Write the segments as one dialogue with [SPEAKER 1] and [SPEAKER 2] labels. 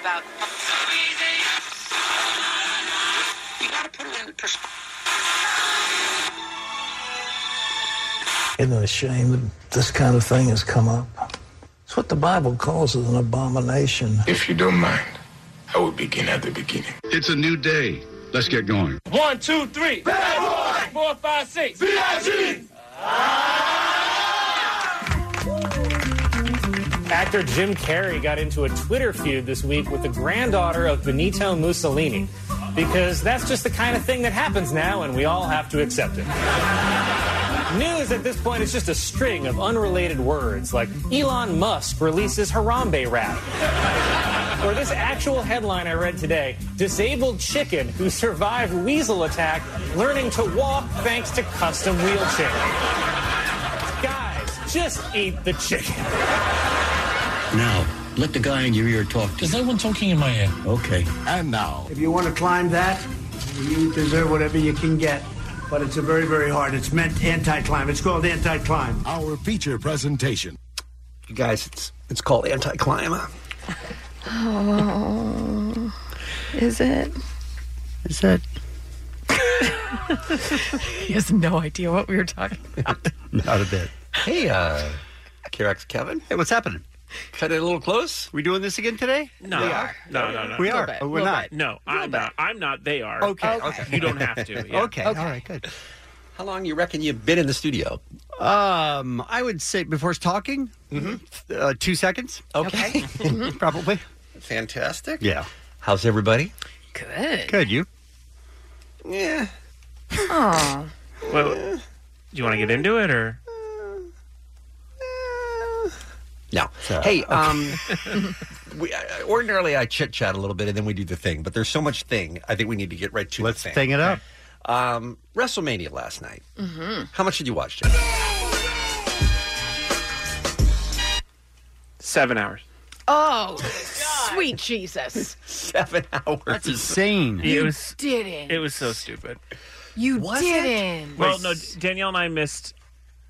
[SPEAKER 1] about. You gotta put it into perspective.
[SPEAKER 2] Isn't it a shame that this kind of thing has come up? It's what the Bible calls an abomination.
[SPEAKER 3] If you don't mind, I will begin at the beginning.
[SPEAKER 4] It's a new day. Let's get going.
[SPEAKER 5] One, two, three. Bad boy. Four, five, six. B.I.G.
[SPEAKER 6] Actor Jim Carrey got into a Twitter feud this week with the granddaughter of Benito Mussolini because that's just the kind of thing that happens now and we all have to accept it. News at this point is just a string of unrelated words like Elon Musk releases Harambe rap. Or this actual headline I read today disabled chicken who survived weasel attack learning to walk thanks to custom wheelchair. Guys, just eat the chicken.
[SPEAKER 7] Now, let the guy in your ear talk to you.
[SPEAKER 8] Is that one talking in my ear?
[SPEAKER 7] Okay.
[SPEAKER 4] And now,
[SPEAKER 9] If you want to climb that, you deserve whatever you can get. But it's a very, very hard. It's meant anti-climb. It's called anti-climb.
[SPEAKER 4] our feature presentation.
[SPEAKER 2] You guys, it's it's called anti-climber.
[SPEAKER 7] Oh,
[SPEAKER 10] Is it?
[SPEAKER 7] Is that
[SPEAKER 10] He has no idea what we were talking
[SPEAKER 7] not a bit? Hey, uh, Kirex Kevin. Hey, what's happening? Cut it a little close. We doing this again today?
[SPEAKER 8] No,
[SPEAKER 7] we are.
[SPEAKER 8] no, no, no.
[SPEAKER 7] We are.
[SPEAKER 10] bit,
[SPEAKER 7] Oh, we're
[SPEAKER 10] little
[SPEAKER 7] not.
[SPEAKER 8] No, I'm not. I'm not. They are.
[SPEAKER 7] Okay. Okay.
[SPEAKER 8] You don't have to. yeah.
[SPEAKER 7] Okay. All right. Good. How long you reckon you've been in the studio? Um, I would say before talking, uh, two seconds. Okay.
[SPEAKER 8] Mm-hmm.
[SPEAKER 7] Probably. Fantastic. Yeah. How's everybody?
[SPEAKER 10] Good.
[SPEAKER 7] Good. You? Yeah.
[SPEAKER 10] Oh,
[SPEAKER 8] Well, do you want to get into it or?
[SPEAKER 7] No. hey, um, we, I- ordinarily I chit chat a little bit and then we do the thing, but there's so much thing. I think we need to get right to Let's the thing. it up. Um, WrestleMania last night. Mm-hmm. How much did you watch? Jim?
[SPEAKER 8] Seven hours.
[SPEAKER 10] oh, sweet Jesus!
[SPEAKER 7] Seven hours. That's
[SPEAKER 8] It was.
[SPEAKER 10] Didn't
[SPEAKER 8] It was so stupid.
[SPEAKER 10] you?
[SPEAKER 7] Was it?
[SPEAKER 10] didn't.
[SPEAKER 8] Well, no, Danielle and I missed.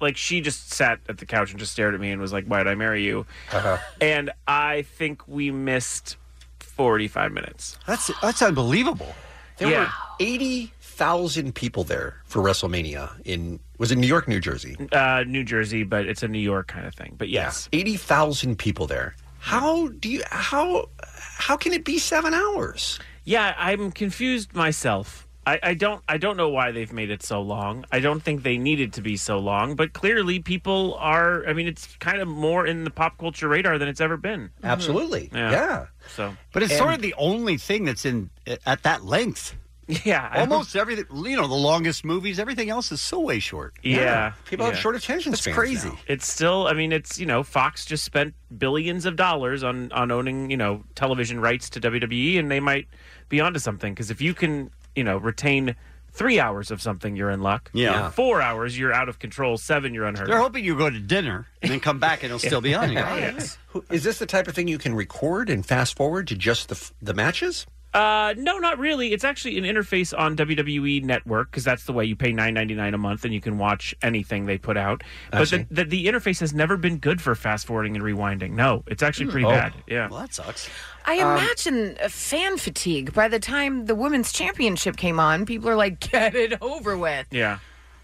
[SPEAKER 8] Like she just sat at the couch and just stared at me and was like, "Why did I marry you?"
[SPEAKER 7] Uh-huh.
[SPEAKER 8] And I think we missed forty-five minutes.
[SPEAKER 7] that's that's unbelievable. There
[SPEAKER 8] Yeah.
[SPEAKER 7] were eighty thousand people there for WrestleMania in was it New York, New Jersey?
[SPEAKER 8] Uh, New Jersey, but it's a New York kind of thing. But yes,
[SPEAKER 7] Eighty thousand people there. How do you how how can it be seven hours?
[SPEAKER 8] Yeah, I'm confused myself. I, I don't I don't know why they've made it so long. I don't think they needed to be so long, but clearly people are I mean it's kind of more in the pop culture radar than it's ever been. Mm-hmm.
[SPEAKER 7] Absolutely.
[SPEAKER 8] Yeah.
[SPEAKER 7] yeah.
[SPEAKER 8] So
[SPEAKER 11] But it's sort of the only thing that's in at that length.
[SPEAKER 8] yeah, I-
[SPEAKER 11] Almost everything, you know, the longest movies, everything else is so way short.
[SPEAKER 8] yeah.
[SPEAKER 7] People
[SPEAKER 8] yeah.
[SPEAKER 7] have short attention
[SPEAKER 11] That's
[SPEAKER 7] spans.
[SPEAKER 11] crazy.
[SPEAKER 7] now.
[SPEAKER 8] It's still I mean it's you know Fox just spent billions of dollars on on owning, you know, television rights to WWE and they might be onto something because if you can, you know, retain 3 hours of something you're in luck.
[SPEAKER 11] Yeah.
[SPEAKER 8] 4 hours you're out of control, 7 you're unheard.
[SPEAKER 11] They're
[SPEAKER 8] of.
[SPEAKER 11] hoping you go to dinner and then come back and it'll still be on. you.
[SPEAKER 8] Yes.
[SPEAKER 7] Who- Is this the type of thing you can record and fast forward to just the f- the matches?
[SPEAKER 8] Uh, no, not really. It's actually an interface on WWE Network because that's the way you pay nine ninety nine a month and you can watch anything they put out. But the,
[SPEAKER 7] see.
[SPEAKER 8] the, the interface has never been good for fast forwarding and rewinding. No, it's actually pretty bad. Yeah.
[SPEAKER 11] Well, that sucks.
[SPEAKER 10] I
[SPEAKER 7] Um,
[SPEAKER 10] imagine a fan fatigue. By the time the women's championship came on, people are like, "Get it over with."
[SPEAKER 8] Yeah.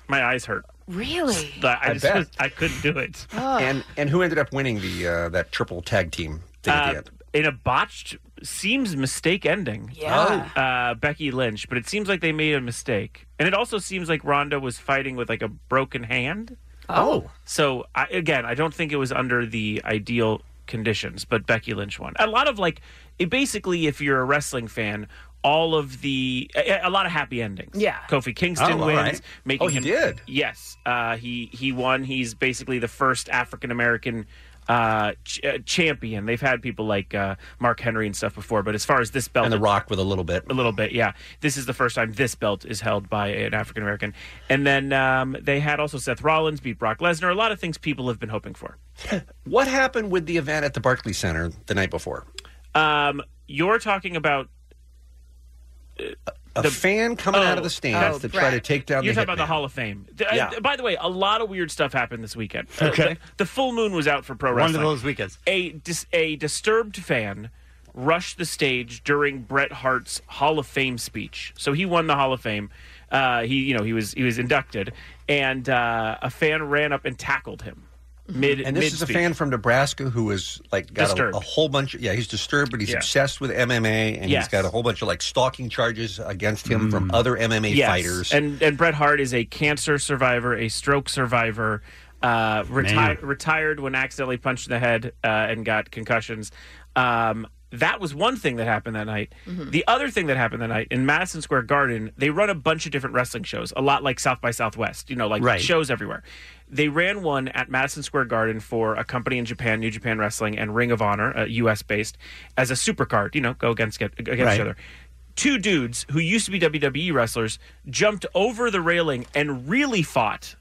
[SPEAKER 8] My eyes hurt.
[SPEAKER 10] Really?
[SPEAKER 8] But I,
[SPEAKER 7] I
[SPEAKER 8] just
[SPEAKER 7] bet.
[SPEAKER 8] was- I couldn't do it.
[SPEAKER 7] And and who ended up winning the uh, that triple tag team thing at the
[SPEAKER 8] Uh,
[SPEAKER 7] end?
[SPEAKER 8] in a botched seems mistake ending.
[SPEAKER 10] Yeah. Oh.
[SPEAKER 8] Uh, Becky Lynch, but it seems like they made a mistake, and it also seems like Ronda was fighting with like a broken hand.
[SPEAKER 7] Oh,
[SPEAKER 8] So I, again, I don't think it was under the ideal conditions, but Becky Lynch won. A lot of like, it basically, if you're a wrestling fan, all of the a, a lot of happy endings.
[SPEAKER 10] Yeah.
[SPEAKER 8] Kofi Kingston
[SPEAKER 7] Oh, all
[SPEAKER 8] wins,
[SPEAKER 7] right.
[SPEAKER 8] making
[SPEAKER 7] Oh, he
[SPEAKER 8] him
[SPEAKER 7] did?
[SPEAKER 8] Yes, uh, he he won. He's basically the first African American. uh, ch- uh, champion. They've had people like uh, Mark Henry and stuff before, but as far as this belt,
[SPEAKER 7] And The Rock with a little bit,
[SPEAKER 8] a little bit, yeah. This is the first time this belt is held by an African American, and then um, they had also Seth Rollins beat Brock Lesnar. A lot of things people have been hoping for.
[SPEAKER 7] What happened with the event at the Barclays Center the night before?
[SPEAKER 8] Um, you're talking about
[SPEAKER 7] A fan coming out of the stands to try to take down
[SPEAKER 8] Oh, You're
[SPEAKER 7] the
[SPEAKER 8] talking about the
[SPEAKER 7] hitman.
[SPEAKER 8] Hall of Fame. Th-
[SPEAKER 7] Yeah.
[SPEAKER 8] uh, by the way, a lot of weird stuff happened this weekend.
[SPEAKER 11] Okay.
[SPEAKER 8] The, the full moon was out for pro
[SPEAKER 11] One of
[SPEAKER 8] wrestling.
[SPEAKER 11] those weekends.
[SPEAKER 8] A dis- a disturbed fan rushed the stage during Bret Hart's Hall of Fame speech. So he won the Hall of Fame. Uh, he you know he was he was inducted, and uh, a fan ran up and tackled him mid.
[SPEAKER 7] Mm-hmm. and this is a
[SPEAKER 8] mid-speech.
[SPEAKER 7] fan from Nebraska who is like got a,
[SPEAKER 8] Disturbed.
[SPEAKER 7] a whole bunch of yeah he's disturbed but he's
[SPEAKER 8] Yeah.
[SPEAKER 7] obsessed with MMA
[SPEAKER 8] Yes.
[SPEAKER 7] and
[SPEAKER 8] Mm.
[SPEAKER 7] he's got a whole bunch of like stalking charges against him from other MMA
[SPEAKER 8] Yes.
[SPEAKER 7] fighters
[SPEAKER 8] And and Bret Hart is a cancer survivor, a stroke survivor, uh,
[SPEAKER 7] Man.
[SPEAKER 8] reti- retired when accidentally punched in the head uh, and got concussions. Um, that was one thing that happened that night.
[SPEAKER 12] Mhm.
[SPEAKER 8] The other thing that happened that night in Madison Square Garden, they run a bunch of different wrestling shows, a lot like South by Southwest, you know, like
[SPEAKER 12] Right.
[SPEAKER 8] shows everywhere. They ran one at Madison Square Garden for a company in Japan, New Japan Wrestling, and Ring of Honor, uh, U.S. based, as a supercard, you know, go against get, against
[SPEAKER 12] Right.
[SPEAKER 8] each other two dudes who used to be WWE wrestlers jumped over the railing and really fought.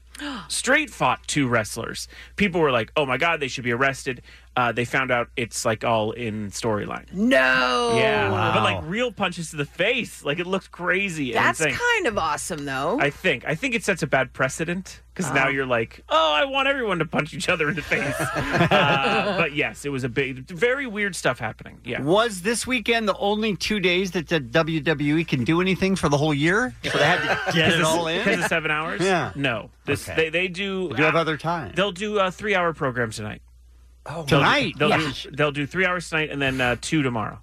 [SPEAKER 8] Straight fought two wrestlers. People were like, "Oh my god, they should be arrested." Uh, they found out it's like all in storyline.
[SPEAKER 10] No.
[SPEAKER 8] yeah, but like real punches to the face. Like it looked crazy. and
[SPEAKER 10] That's
[SPEAKER 8] insane.
[SPEAKER 10] kind of awesome, though.
[SPEAKER 8] I think. I think it sets a bad precedent because now
[SPEAKER 10] Oh.
[SPEAKER 8] you're like, oh, I want everyone to punch each other in the face. uh, but yes, it was a big, very weird stuff happening. Yeah.
[SPEAKER 11] Was this weekend the only two days that the WWE can do anything for the whole year? So they had to get it all in?
[SPEAKER 8] Because of seven hours?
[SPEAKER 11] Yeah.
[SPEAKER 8] No. This
[SPEAKER 11] Okay.
[SPEAKER 8] they, they do. uh,
[SPEAKER 11] They do have other time.
[SPEAKER 8] They'll do a three hour program tonight.
[SPEAKER 7] Oh,
[SPEAKER 11] Tonight?
[SPEAKER 8] They'll,
[SPEAKER 11] Yeah.
[SPEAKER 8] do, they'll do three hours tonight and then uh, two tomorrow.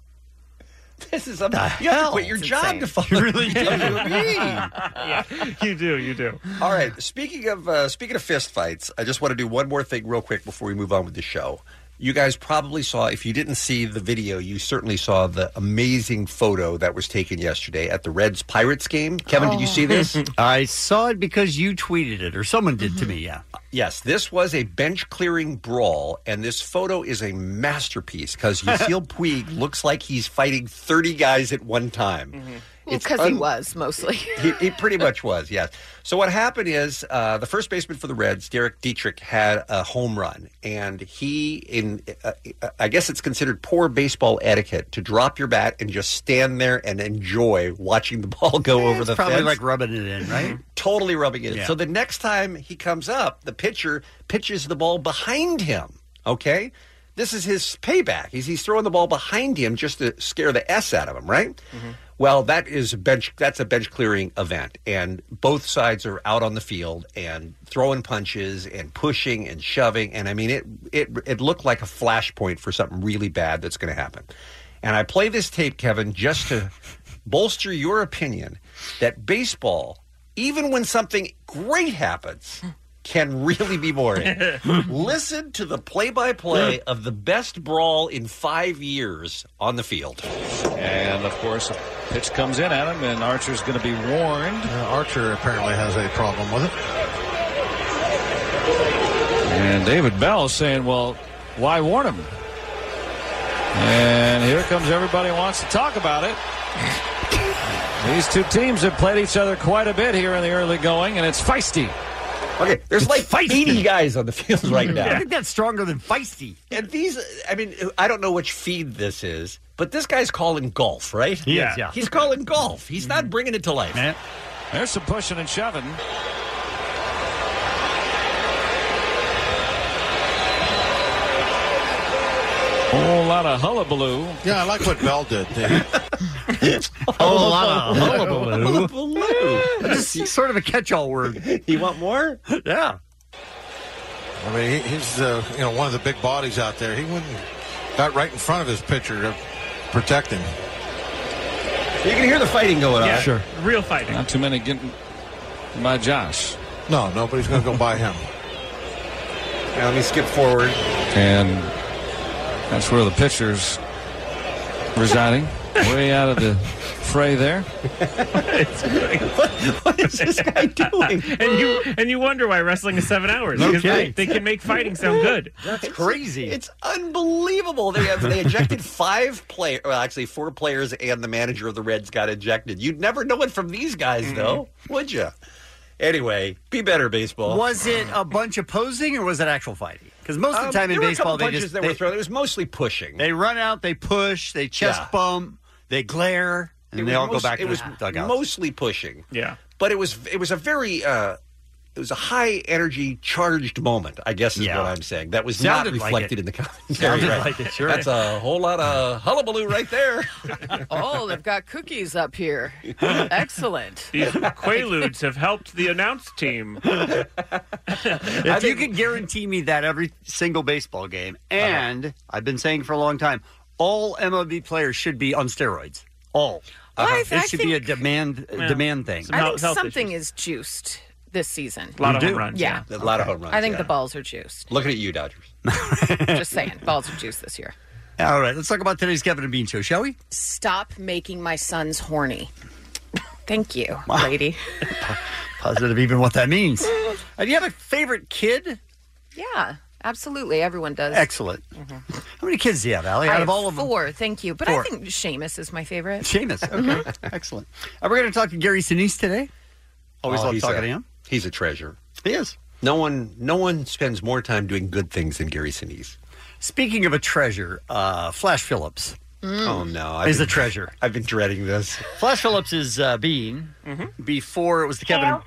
[SPEAKER 7] this is a, you have to quit your job to follow really
[SPEAKER 8] yeah, you do you do
[SPEAKER 7] all right speaking of uh, speaking of fist fights I just want to do one more thing real quick before we move on with the show you guys probably saw if you didn't see the video you certainly saw the amazing photo that was taken yesterday at the Reds Pirates game Kevin did you see this Mm-hmm.
[SPEAKER 11] I saw it because you tweeted it, or someone did to me. Yeah.
[SPEAKER 7] Yes, this was a bench clearing brawl, and this photo is a masterpiece because Yasiel Puig looks like he's fighting 30 guys at one time. Mm-hmm. It's
[SPEAKER 10] Because he
[SPEAKER 7] un-
[SPEAKER 10] was mostly.
[SPEAKER 7] He, he pretty much was, yes. So what happened is uh, the first baseman for the Reds, Derek Dietrich, had a home run, and he, in uh, I guess it's considered poor baseball etiquette to drop your bat and just stand there and enjoy watching the ball go over
[SPEAKER 11] It's
[SPEAKER 7] the
[SPEAKER 11] probably
[SPEAKER 7] fence Mm-hmm.
[SPEAKER 11] like rubbing it in, right?
[SPEAKER 7] totally rubbing it in.
[SPEAKER 11] Yeah.
[SPEAKER 7] So the next time he comes up, the pitcher pitches the ball behind him. Okay, this is his payback. He's he's throwing the ball behind him just to scare the s out of him, right?
[SPEAKER 11] Mm-hmm.
[SPEAKER 7] Well, that is a bench. That's a bench clearing event, and both sides are out on the field and throwing punches and pushing and shoving. And I mean, it it it looked like a flashpoint for something really bad that's going to happen. And I play this tape, Kevin, just to bolster your opinion that baseball, even when something great happens, can really be boring. Listen to the play-by-play of the best brawl in five years on the field.
[SPEAKER 13] And of course, a pitch comes in at him, and Archer's going to be warned. Uh, Archer apparently has a problem with it. And David Bell saying, "Well, why warn him?" And here comes everybody wants to talk about it. These two teams have played each other quite a bit here in the early going, and it's feisty.
[SPEAKER 7] Okay, there's like 80 guys on the field right now.
[SPEAKER 11] I think that's stronger than feisty.
[SPEAKER 7] And these, I mean, I don't know which feed this is, but this guy's calling golf, right?
[SPEAKER 11] He is, yeah.
[SPEAKER 7] He's calling golf. He's not bringing it to life.
[SPEAKER 13] Mm. There's some pushing and shoving. Whole lot of hullabaloo. Yeah, I like what Bell did.
[SPEAKER 11] Oh, a lot of hullabaloo.
[SPEAKER 7] hullabaloo.
[SPEAKER 11] That's just sort of a catch-all word.
[SPEAKER 7] You want more?
[SPEAKER 11] Yeah.
[SPEAKER 14] I mean, he, he's uh, you know one of the big bodies out there. He wouldn't got right in front of his pitcher to protect him.
[SPEAKER 7] You can hear the fighting going
[SPEAKER 13] Yeah, sure.
[SPEAKER 8] Real fighting.
[SPEAKER 13] Not too many getting by Josh.
[SPEAKER 14] No, nobody's going to go by him.
[SPEAKER 7] Now let me skip forward.
[SPEAKER 13] And that's where the pitcher's residing. Way out of the fray there.
[SPEAKER 8] what, what is this guy doing? and you and you wonder why wrestling is seven hours.
[SPEAKER 7] No
[SPEAKER 8] because they,
[SPEAKER 7] kidding.
[SPEAKER 8] they can make fighting sound good.
[SPEAKER 7] That's crazy. It's unbelievable. They have they ejected five player, well, actually four players, and the manager of the Reds got ejected. You'd never know it from these guys,
[SPEAKER 11] Mm.
[SPEAKER 7] though, would you? Anyway, be better, baseball.
[SPEAKER 11] Was it a bunch of posing or was it actual fighting? Because most of the
[SPEAKER 7] Um,
[SPEAKER 11] time in
[SPEAKER 7] there were a
[SPEAKER 11] baseball,
[SPEAKER 7] couple
[SPEAKER 11] they
[SPEAKER 7] punches
[SPEAKER 11] just
[SPEAKER 7] that
[SPEAKER 11] they,
[SPEAKER 7] were thrown. It was mostly pushing.
[SPEAKER 11] They run out, they push, they chest
[SPEAKER 7] Yeah.
[SPEAKER 11] bump, they glare, and
[SPEAKER 7] It
[SPEAKER 11] then
[SPEAKER 7] was
[SPEAKER 11] they all
[SPEAKER 7] most-
[SPEAKER 11] go back
[SPEAKER 7] It
[SPEAKER 11] to
[SPEAKER 7] was
[SPEAKER 11] the dugout.
[SPEAKER 7] mostly pushing.
[SPEAKER 8] Yeah.
[SPEAKER 7] but it was it was a very uh, it was a high energy charged moment. I guess is what I'm saying. That was not
[SPEAKER 11] Sounded like
[SPEAKER 7] reflected
[SPEAKER 11] it.
[SPEAKER 7] in the commentary.
[SPEAKER 11] Sounded
[SPEAKER 7] right?
[SPEAKER 11] like it, sure.
[SPEAKER 7] That's a whole lot of hullabaloo right there.
[SPEAKER 10] oh, they've got cookies up here. Excellent.
[SPEAKER 8] These quaaludes have helped the announce team.
[SPEAKER 11] If you could guarantee me that every single baseball game,
[SPEAKER 7] Uh-huh.
[SPEAKER 11] and I've been saying for a long time, all MLB players should be on steroids. All. Uh-huh.
[SPEAKER 10] Well, I- I
[SPEAKER 11] it should be a demand demand thing.
[SPEAKER 10] I think something is juiced this season.
[SPEAKER 11] Lot of You home do? runs,
[SPEAKER 10] Yeah.
[SPEAKER 11] yeah. A lot of home runs,
[SPEAKER 10] I think
[SPEAKER 11] yeah.
[SPEAKER 10] the balls are juiced.
[SPEAKER 7] Looking at you, Dodgers.
[SPEAKER 10] Just saying, balls are juiced this year.
[SPEAKER 11] All right, let's talk about today's Kevin and Bean show, shall we?
[SPEAKER 10] Stop making my sons horny. Thank you, lady.
[SPEAKER 11] Positive, even what that means. Uh, do you have a favorite kid?
[SPEAKER 10] Yeah, absolutely. Everyone does. Mm-hmm.
[SPEAKER 11] Excellent. How many kids do you have, Allie? Out
[SPEAKER 10] I have
[SPEAKER 11] of all of them,
[SPEAKER 10] four. Thank you. But I
[SPEAKER 11] Four.
[SPEAKER 10] think Seamus is my favorite. Mm-hmm.
[SPEAKER 11] Seamus. Okay,
[SPEAKER 7] Mm-hmm.
[SPEAKER 11] excellent. Uh, we're going to talk to Gary Sinise today. Always
[SPEAKER 7] Oh,
[SPEAKER 11] love
[SPEAKER 7] he's
[SPEAKER 11] talking
[SPEAKER 7] a-
[SPEAKER 11] to him.
[SPEAKER 7] He's a treasure.
[SPEAKER 11] He is.
[SPEAKER 7] No one, no one spends more time doing good things than Gary Sinise.
[SPEAKER 11] Speaking of a treasure, uh, Flash Phillips.
[SPEAKER 7] Oh no,
[SPEAKER 11] Is
[SPEAKER 7] been-
[SPEAKER 11] a treasure.
[SPEAKER 7] I've been dreading this.
[SPEAKER 11] Flash Phillips is uh, Bean.
[SPEAKER 7] Mm-hmm.
[SPEAKER 11] Before it was the Kevin.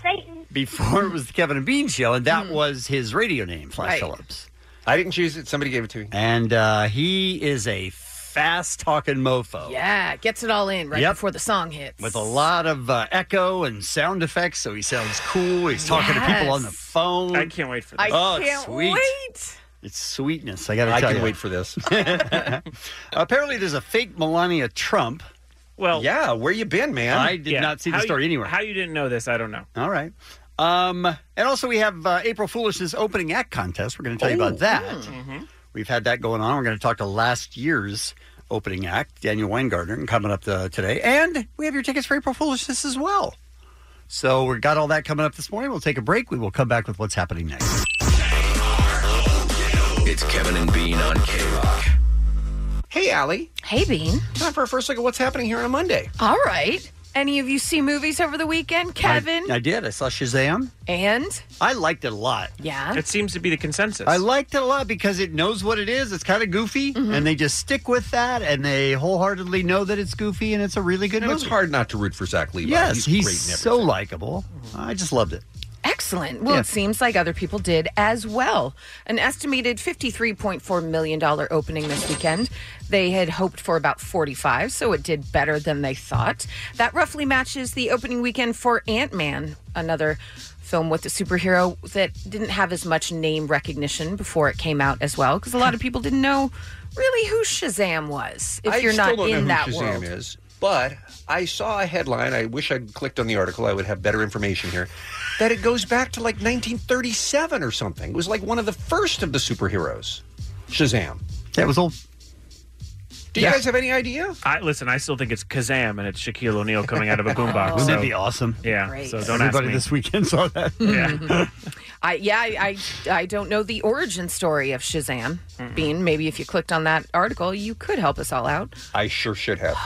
[SPEAKER 11] Before it was the Kevin and Bean show, and that was his radio name, Flash
[SPEAKER 7] Mm. Right.
[SPEAKER 11] Phillips.
[SPEAKER 7] I didn't choose it. Somebody gave it to me.
[SPEAKER 11] And uh, he is a fast talking mofo.
[SPEAKER 10] Yeah, gets it all in right
[SPEAKER 11] Yep.
[SPEAKER 10] before the song hits.
[SPEAKER 11] with a lot of uh, echo and sound effects, so he sounds cool. He's talking to people on the
[SPEAKER 10] Yes.
[SPEAKER 11] phone.
[SPEAKER 8] I can't wait for
[SPEAKER 10] I
[SPEAKER 8] this.
[SPEAKER 11] oh, it's
[SPEAKER 10] can't
[SPEAKER 11] sweet.
[SPEAKER 10] wait.
[SPEAKER 11] It's sweetness. I got to
[SPEAKER 7] I
[SPEAKER 11] tell
[SPEAKER 7] can
[SPEAKER 11] you.
[SPEAKER 7] wait for this.
[SPEAKER 11] Apparently, there's a fake Melania Trump.
[SPEAKER 8] Well,
[SPEAKER 7] yeah, where you been, man?
[SPEAKER 11] I did not see the
[SPEAKER 8] How you-
[SPEAKER 11] story anywhere.
[SPEAKER 8] How you didn't know this? I don't know.
[SPEAKER 11] All right. Um, and also, we have uh, April Foolish's opening act contest. We're going to tell
[SPEAKER 10] Oh,
[SPEAKER 11] you about that.
[SPEAKER 10] hmm.
[SPEAKER 15] Mm-hmm.
[SPEAKER 11] We've had that going on. We're going to talk to last year's opening act, Daniel Weingartner, coming up uh, today. And we have your tickets for April Foolishness as well. So we've got all that coming up this morning. We'll take a break. We will come back with what's happening next.
[SPEAKER 12] It's Kevin and Bean on K Rock.
[SPEAKER 7] Hey, Allie.
[SPEAKER 10] Hey, Bean.
[SPEAKER 7] Time for a first look at what's happening here on a Monday.
[SPEAKER 10] All right. Any of you see movies over the weekend, Kevin?
[SPEAKER 11] I, I did. I saw Shazam.
[SPEAKER 10] and
[SPEAKER 11] I liked it a lot.
[SPEAKER 10] yeah,
[SPEAKER 8] It seems to be the consensus.
[SPEAKER 11] I liked it a lot because it knows what it is. It's kind of goofy,
[SPEAKER 10] Mm-hmm.
[SPEAKER 11] and they just stick with that, and they wholeheartedly know that it's goofy, and it's a really good
[SPEAKER 7] And
[SPEAKER 11] movie.
[SPEAKER 7] it's hard not to root for Zach Levi.
[SPEAKER 11] Yes,
[SPEAKER 7] he's,
[SPEAKER 11] he's,
[SPEAKER 7] great in everything.
[SPEAKER 11] so likable. I just loved it.
[SPEAKER 10] excellent. Well,
[SPEAKER 11] Yeah.
[SPEAKER 10] it seems like other people did as well. An estimated $53.4 million opening this weekend. They had hoped for about 45, so it did better than they thought. That roughly matches the opening weekend for Ant-Man, another film with a superhero that didn't have as much name recognition before it came out as well, because a lot of people didn't know really who Shazam was if
[SPEAKER 7] I
[SPEAKER 10] you're
[SPEAKER 7] still
[SPEAKER 10] not
[SPEAKER 7] don't know
[SPEAKER 10] in
[SPEAKER 7] who
[SPEAKER 10] that
[SPEAKER 7] Shazam
[SPEAKER 10] world.
[SPEAKER 7] is, but I saw a headline. I wish I'd clicked on the article. I would have better information here. That it goes back to like 1937 or something. It was like one of the first of the superheroes, Shazam.
[SPEAKER 11] That was old.
[SPEAKER 7] Do you guys have any idea?
[SPEAKER 8] I listen. I still think it's Kazam, and it's Shaquille O'Neal coming out of a boombox.
[SPEAKER 11] Wouldn't that
[SPEAKER 8] so-
[SPEAKER 11] be awesome?
[SPEAKER 8] Yeah.
[SPEAKER 10] Great.
[SPEAKER 8] So don't ask
[SPEAKER 11] Everybody
[SPEAKER 8] me.
[SPEAKER 11] this weekend saw that.
[SPEAKER 8] Yeah.
[SPEAKER 10] I yeah, I, I I don't know the origin story of Shazam. Bean, maybe if you clicked on that article, you could help us all out.
[SPEAKER 7] I sure should have.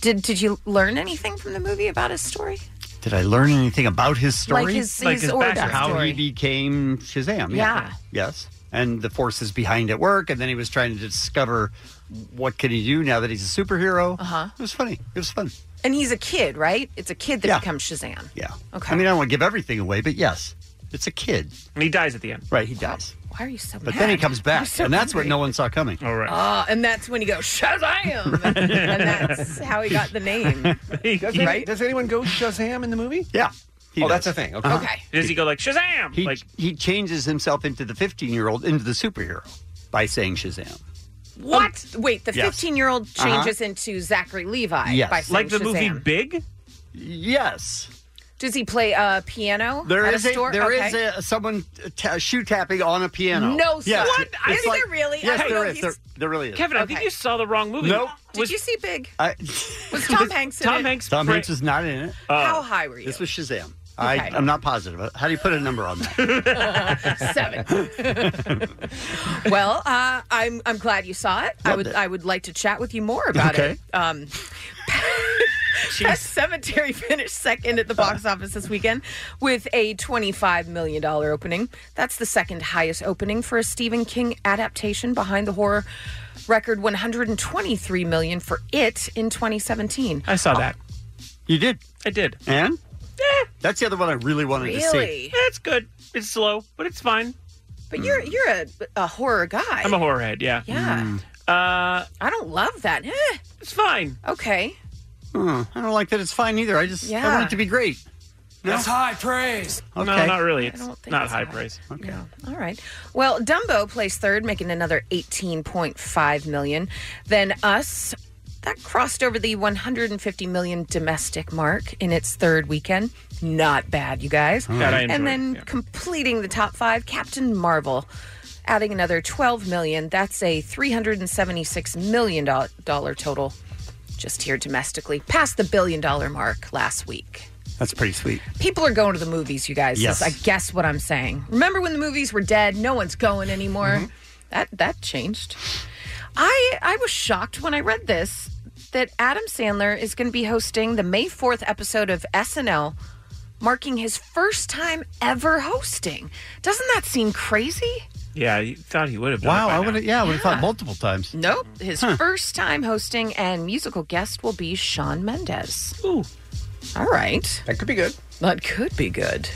[SPEAKER 10] Did did you learn anything from the movie about his story?
[SPEAKER 11] Did I learn anything about his story?
[SPEAKER 10] Like his- Like his his origin background.
[SPEAKER 11] how
[SPEAKER 10] story.
[SPEAKER 11] he became Shazam.
[SPEAKER 10] Yeah.
[SPEAKER 11] Yes. And the forces behind at work, and then he was trying to discover what can he do now that he's a superhero. Uh-huh. It was funny. It was fun.
[SPEAKER 10] And he's a kid, right? It's a kid that
[SPEAKER 11] Yeah.
[SPEAKER 10] becomes Shazam.
[SPEAKER 11] Yeah.
[SPEAKER 10] Okay.
[SPEAKER 11] I mean, I don't want to give everything away, but yes, it's a kid.
[SPEAKER 8] And he dies at the end.
[SPEAKER 11] Right, he dies.
[SPEAKER 10] Why are you so?
[SPEAKER 11] But then he
[SPEAKER 10] mad?
[SPEAKER 11] comes
[SPEAKER 10] I'm
[SPEAKER 11] back,
[SPEAKER 10] so
[SPEAKER 11] and that's
[SPEAKER 10] angry.
[SPEAKER 11] what no one saw coming.
[SPEAKER 8] All right.
[SPEAKER 10] Ah, and that's when he goes Shazam, and that's how he got the name.
[SPEAKER 7] Does, any- does anyone go Shazam in the movie?
[SPEAKER 11] Yeah.
[SPEAKER 7] oh, that's a thing. Okay.
[SPEAKER 10] Okay.
[SPEAKER 8] Does Uh-huh. he go like Shazam?
[SPEAKER 11] He,
[SPEAKER 8] like
[SPEAKER 11] he changes himself into the 15 year old, into the superhero by saying Shazam.
[SPEAKER 10] What? wait, the
[SPEAKER 11] Um, Yes. Uh-huh.
[SPEAKER 10] 15 year old changes into Zachary Levi
[SPEAKER 11] Yes.
[SPEAKER 10] by saying
[SPEAKER 8] like the movie
[SPEAKER 10] Shazam.
[SPEAKER 8] Big?
[SPEAKER 11] Yes.
[SPEAKER 10] Does he play uh, piano?
[SPEAKER 11] There
[SPEAKER 10] at
[SPEAKER 11] is
[SPEAKER 10] a
[SPEAKER 11] a,
[SPEAKER 10] store?
[SPEAKER 11] there is
[SPEAKER 10] Okay.
[SPEAKER 11] a someone ta- shoe tapping on a piano.
[SPEAKER 10] No,
[SPEAKER 11] yes,
[SPEAKER 10] sir. What?
[SPEAKER 11] it's
[SPEAKER 10] I- Is there really? I
[SPEAKER 11] Yes,
[SPEAKER 10] didn't
[SPEAKER 11] there
[SPEAKER 10] know
[SPEAKER 11] is. There,
[SPEAKER 10] he's-
[SPEAKER 11] there really is.
[SPEAKER 8] Kevin, I think you saw the wrong movie.
[SPEAKER 11] Nope.
[SPEAKER 10] Did you see Big?
[SPEAKER 11] I,
[SPEAKER 10] Was Tom Hanks in it?
[SPEAKER 11] Tom Hanks is not in it.
[SPEAKER 8] Oh.
[SPEAKER 10] How high were you?
[SPEAKER 11] This was Shazam. I,
[SPEAKER 10] Okay.
[SPEAKER 11] I'm not positive. How do you put a number on that? Oh.
[SPEAKER 10] Seven. well, uh, I'm I'm glad you saw it. I would I would like to chat with you more about
[SPEAKER 11] Okay.
[SPEAKER 10] it. Um, Pet Cemetery finished second at the box office this weekend with a $25 million opening. That's the second highest opening for a Stephen King adaptation behind the horror record 123 million for it in Oh. 2017.
[SPEAKER 8] I saw that.
[SPEAKER 11] You did.
[SPEAKER 8] I did. Eh.
[SPEAKER 11] And? That's the other one I really wanted to see.
[SPEAKER 10] Really?
[SPEAKER 8] It's good. It's slow, but it's fine.
[SPEAKER 10] But you're you're a, a horror guy.
[SPEAKER 8] I'm a horrorhead. Yeah.
[SPEAKER 10] Yeah.
[SPEAKER 11] Mm.
[SPEAKER 8] Uh,
[SPEAKER 10] I don't love that. Eh.
[SPEAKER 8] It's fine.
[SPEAKER 10] Okay.
[SPEAKER 11] Hmm, I don't like that it's fine either. I just I
[SPEAKER 10] Yeah.
[SPEAKER 11] want it to be great.
[SPEAKER 8] That's
[SPEAKER 11] high praise. Okay.
[SPEAKER 8] No, not really.
[SPEAKER 10] I
[SPEAKER 8] It's
[SPEAKER 10] don't think
[SPEAKER 8] not
[SPEAKER 10] it's
[SPEAKER 8] high praise.
[SPEAKER 10] Okay. All right. Well, Dumbo placed third, making another 18.5 million. Then Us, that crossed over the 150 million domestic mark in its third weekend. Not bad, you guys.
[SPEAKER 8] That I enjoyed,
[SPEAKER 10] and then completing the top five, Captain Marvel. Adding another 12 million, that's a 376 million dollar total just here domestically, past the billion dollar mark last week.
[SPEAKER 11] That's pretty sweet.
[SPEAKER 10] People are going to the movies, you guys.
[SPEAKER 11] Yes.
[SPEAKER 10] Yes. I guess what I'm saying. Remember when the movies were dead? No one's going anymore. That that changed. I I was shocked when I read this that Adam Sandler is going to be hosting the May 4th episode of SNL, marking his first time ever hosting. Doesn't that seem crazy?
[SPEAKER 8] Yeah, you thought he would have. Done
[SPEAKER 11] Wow,
[SPEAKER 8] it by
[SPEAKER 11] I
[SPEAKER 8] now.
[SPEAKER 11] would have. Yeah, I would have
[SPEAKER 10] Yeah.
[SPEAKER 11] thought multiple times.
[SPEAKER 10] Nope. His first time hosting and musical guest will be Sean Mendez.
[SPEAKER 8] Ooh.
[SPEAKER 10] All right.
[SPEAKER 11] That could be good.
[SPEAKER 10] That could be good.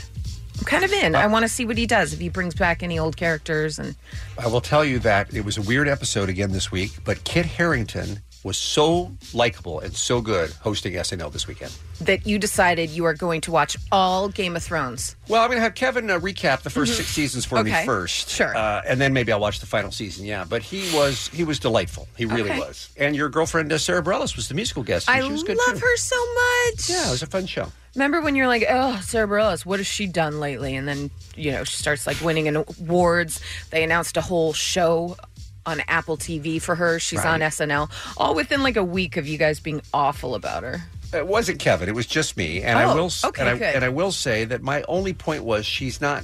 [SPEAKER 10] I'm kind of in. I want to see what he does if he brings back any old characters and
[SPEAKER 7] I will tell you that it was a weird episode again this week, but Kit Harrington was so likable and so good hosting SNL this weekend.
[SPEAKER 10] that you decided you are going to watch all Game of Thrones.
[SPEAKER 7] Well, I'm going to have Kevin uh, recap the 1st six seasons for
[SPEAKER 10] Mm-hmm. Okay.
[SPEAKER 7] me first,
[SPEAKER 10] Sure.
[SPEAKER 7] uh, and then maybe I'll watch the final season. Yeah, but he was he was delightful. He really
[SPEAKER 10] Okay.
[SPEAKER 7] was. And your girlfriend uh, Sarah Bareilles was the musical guest. and
[SPEAKER 10] I
[SPEAKER 7] she was
[SPEAKER 10] love
[SPEAKER 7] good too.
[SPEAKER 10] her so much.
[SPEAKER 7] Yeah, it was a fun show.
[SPEAKER 10] Remember when you're like, oh, Sarah Bareilles, what has she done lately? And then you know she starts like winning an awards. They announced a whole show on Apple TV for her. She's on
[SPEAKER 7] Right.
[SPEAKER 10] SNL, all within like a week of you guys being awful about her.
[SPEAKER 7] It wasn't Kevin. It was just me. And
[SPEAKER 10] Oh,
[SPEAKER 7] I will s-
[SPEAKER 10] okay,
[SPEAKER 7] and I,
[SPEAKER 10] good.
[SPEAKER 7] and I will say that my only point was she's not.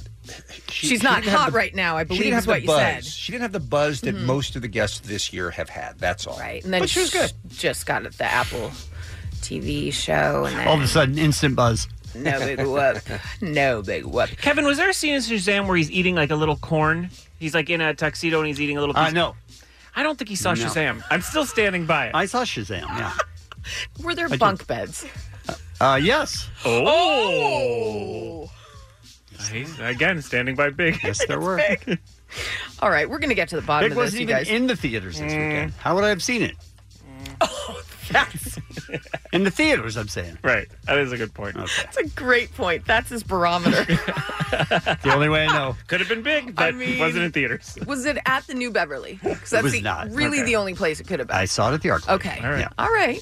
[SPEAKER 7] she-
[SPEAKER 10] She's
[SPEAKER 7] she
[SPEAKER 10] not
[SPEAKER 7] didn't have
[SPEAKER 10] hot
[SPEAKER 7] the-
[SPEAKER 10] right now. I
[SPEAKER 7] she
[SPEAKER 10] believe
[SPEAKER 7] didn't have
[SPEAKER 10] is
[SPEAKER 7] the
[SPEAKER 10] what you
[SPEAKER 7] buzz.
[SPEAKER 10] said.
[SPEAKER 7] She didn't have the buzz that
[SPEAKER 10] Mhm.
[SPEAKER 7] most of the guests this year have had. That's all.
[SPEAKER 10] Right. And then
[SPEAKER 7] but she was good.
[SPEAKER 10] Just got the Apple TV show. And then,
[SPEAKER 11] All of a sudden, instant buzz.
[SPEAKER 10] No big whoop. No big whoop.
[SPEAKER 8] Kevin, was there a scene in Shazam where he's eating like a little corn? He's like in a tuxedo and he's eating a little.
[SPEAKER 11] Uh,
[SPEAKER 8] Piece.
[SPEAKER 11] no.
[SPEAKER 8] I don't think he saw
[SPEAKER 11] No.
[SPEAKER 8] Shazam. I'm still standing by it.
[SPEAKER 11] I saw Shazam. Yeah.
[SPEAKER 10] Were there
[SPEAKER 11] I
[SPEAKER 10] bunk beds?
[SPEAKER 11] Uh, yes.
[SPEAKER 8] Oh. He's again standing by Big. E.
[SPEAKER 11] Yes, there were.
[SPEAKER 10] All right, we're going to get to the bottom
[SPEAKER 11] Big
[SPEAKER 10] of this,
[SPEAKER 11] wasn't
[SPEAKER 10] you
[SPEAKER 11] even
[SPEAKER 10] guys.
[SPEAKER 11] in the theaters this weekend.
[SPEAKER 8] Mm.
[SPEAKER 11] How would I have seen it? in the theaters, I'm saying.
[SPEAKER 8] Right. That is a good point.
[SPEAKER 10] That's a great point. That's his barometer.
[SPEAKER 11] The only way I know.
[SPEAKER 8] Could have been big,
[SPEAKER 10] I
[SPEAKER 8] but
[SPEAKER 10] mean-
[SPEAKER 8] wasn't in theaters.
[SPEAKER 10] was it at the New Beverly? Because
[SPEAKER 11] It
[SPEAKER 10] that's
[SPEAKER 11] was
[SPEAKER 10] the,
[SPEAKER 11] not.
[SPEAKER 10] really
[SPEAKER 11] Okay.
[SPEAKER 10] the only place it could have been.
[SPEAKER 11] I saw it at the Arc. Mm-hmm.
[SPEAKER 10] Okay. All right. All right.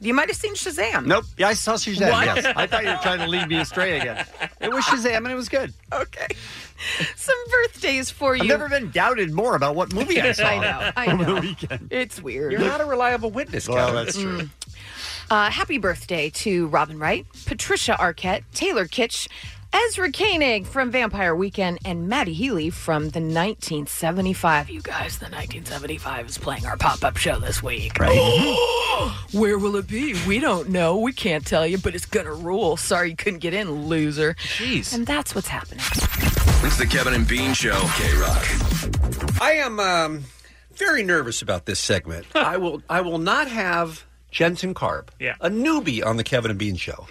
[SPEAKER 10] You might have seen Shazam.
[SPEAKER 11] Nope. Yeah, I saw Shazam.
[SPEAKER 10] What?
[SPEAKER 11] Yes. I thought you were trying to lead me astray again. It was Shazam, and it was good.
[SPEAKER 10] Okay. Some birthdays for you.
[SPEAKER 11] I've never been doubted more about what movie I saw.
[SPEAKER 10] I know, I
[SPEAKER 11] Over
[SPEAKER 10] know.
[SPEAKER 11] the weekend.
[SPEAKER 10] It's weird.
[SPEAKER 11] You're not
[SPEAKER 7] a reliable witness.
[SPEAKER 11] Well, that's true.
[SPEAKER 10] Mm. Uh, happy birthday to Robin Wright, Patricia Arquette, Taylor Kitsch, Ezra Koenig from Vampire Weekend, and Maddie Healy from the 1975. You guys, the 1975 is playing our pop up show this week. Where will it be? We don't know. We can't tell you, but it's going to rule. Sorry you couldn't get in, loser. Jeez. And that's what's happening.
[SPEAKER 12] It's the Kevin and Bean Show. K Rock.
[SPEAKER 7] I am um, very nervous about this segment. I will I will not have Jensen Carp, a newbie on the Kevin and Bean show,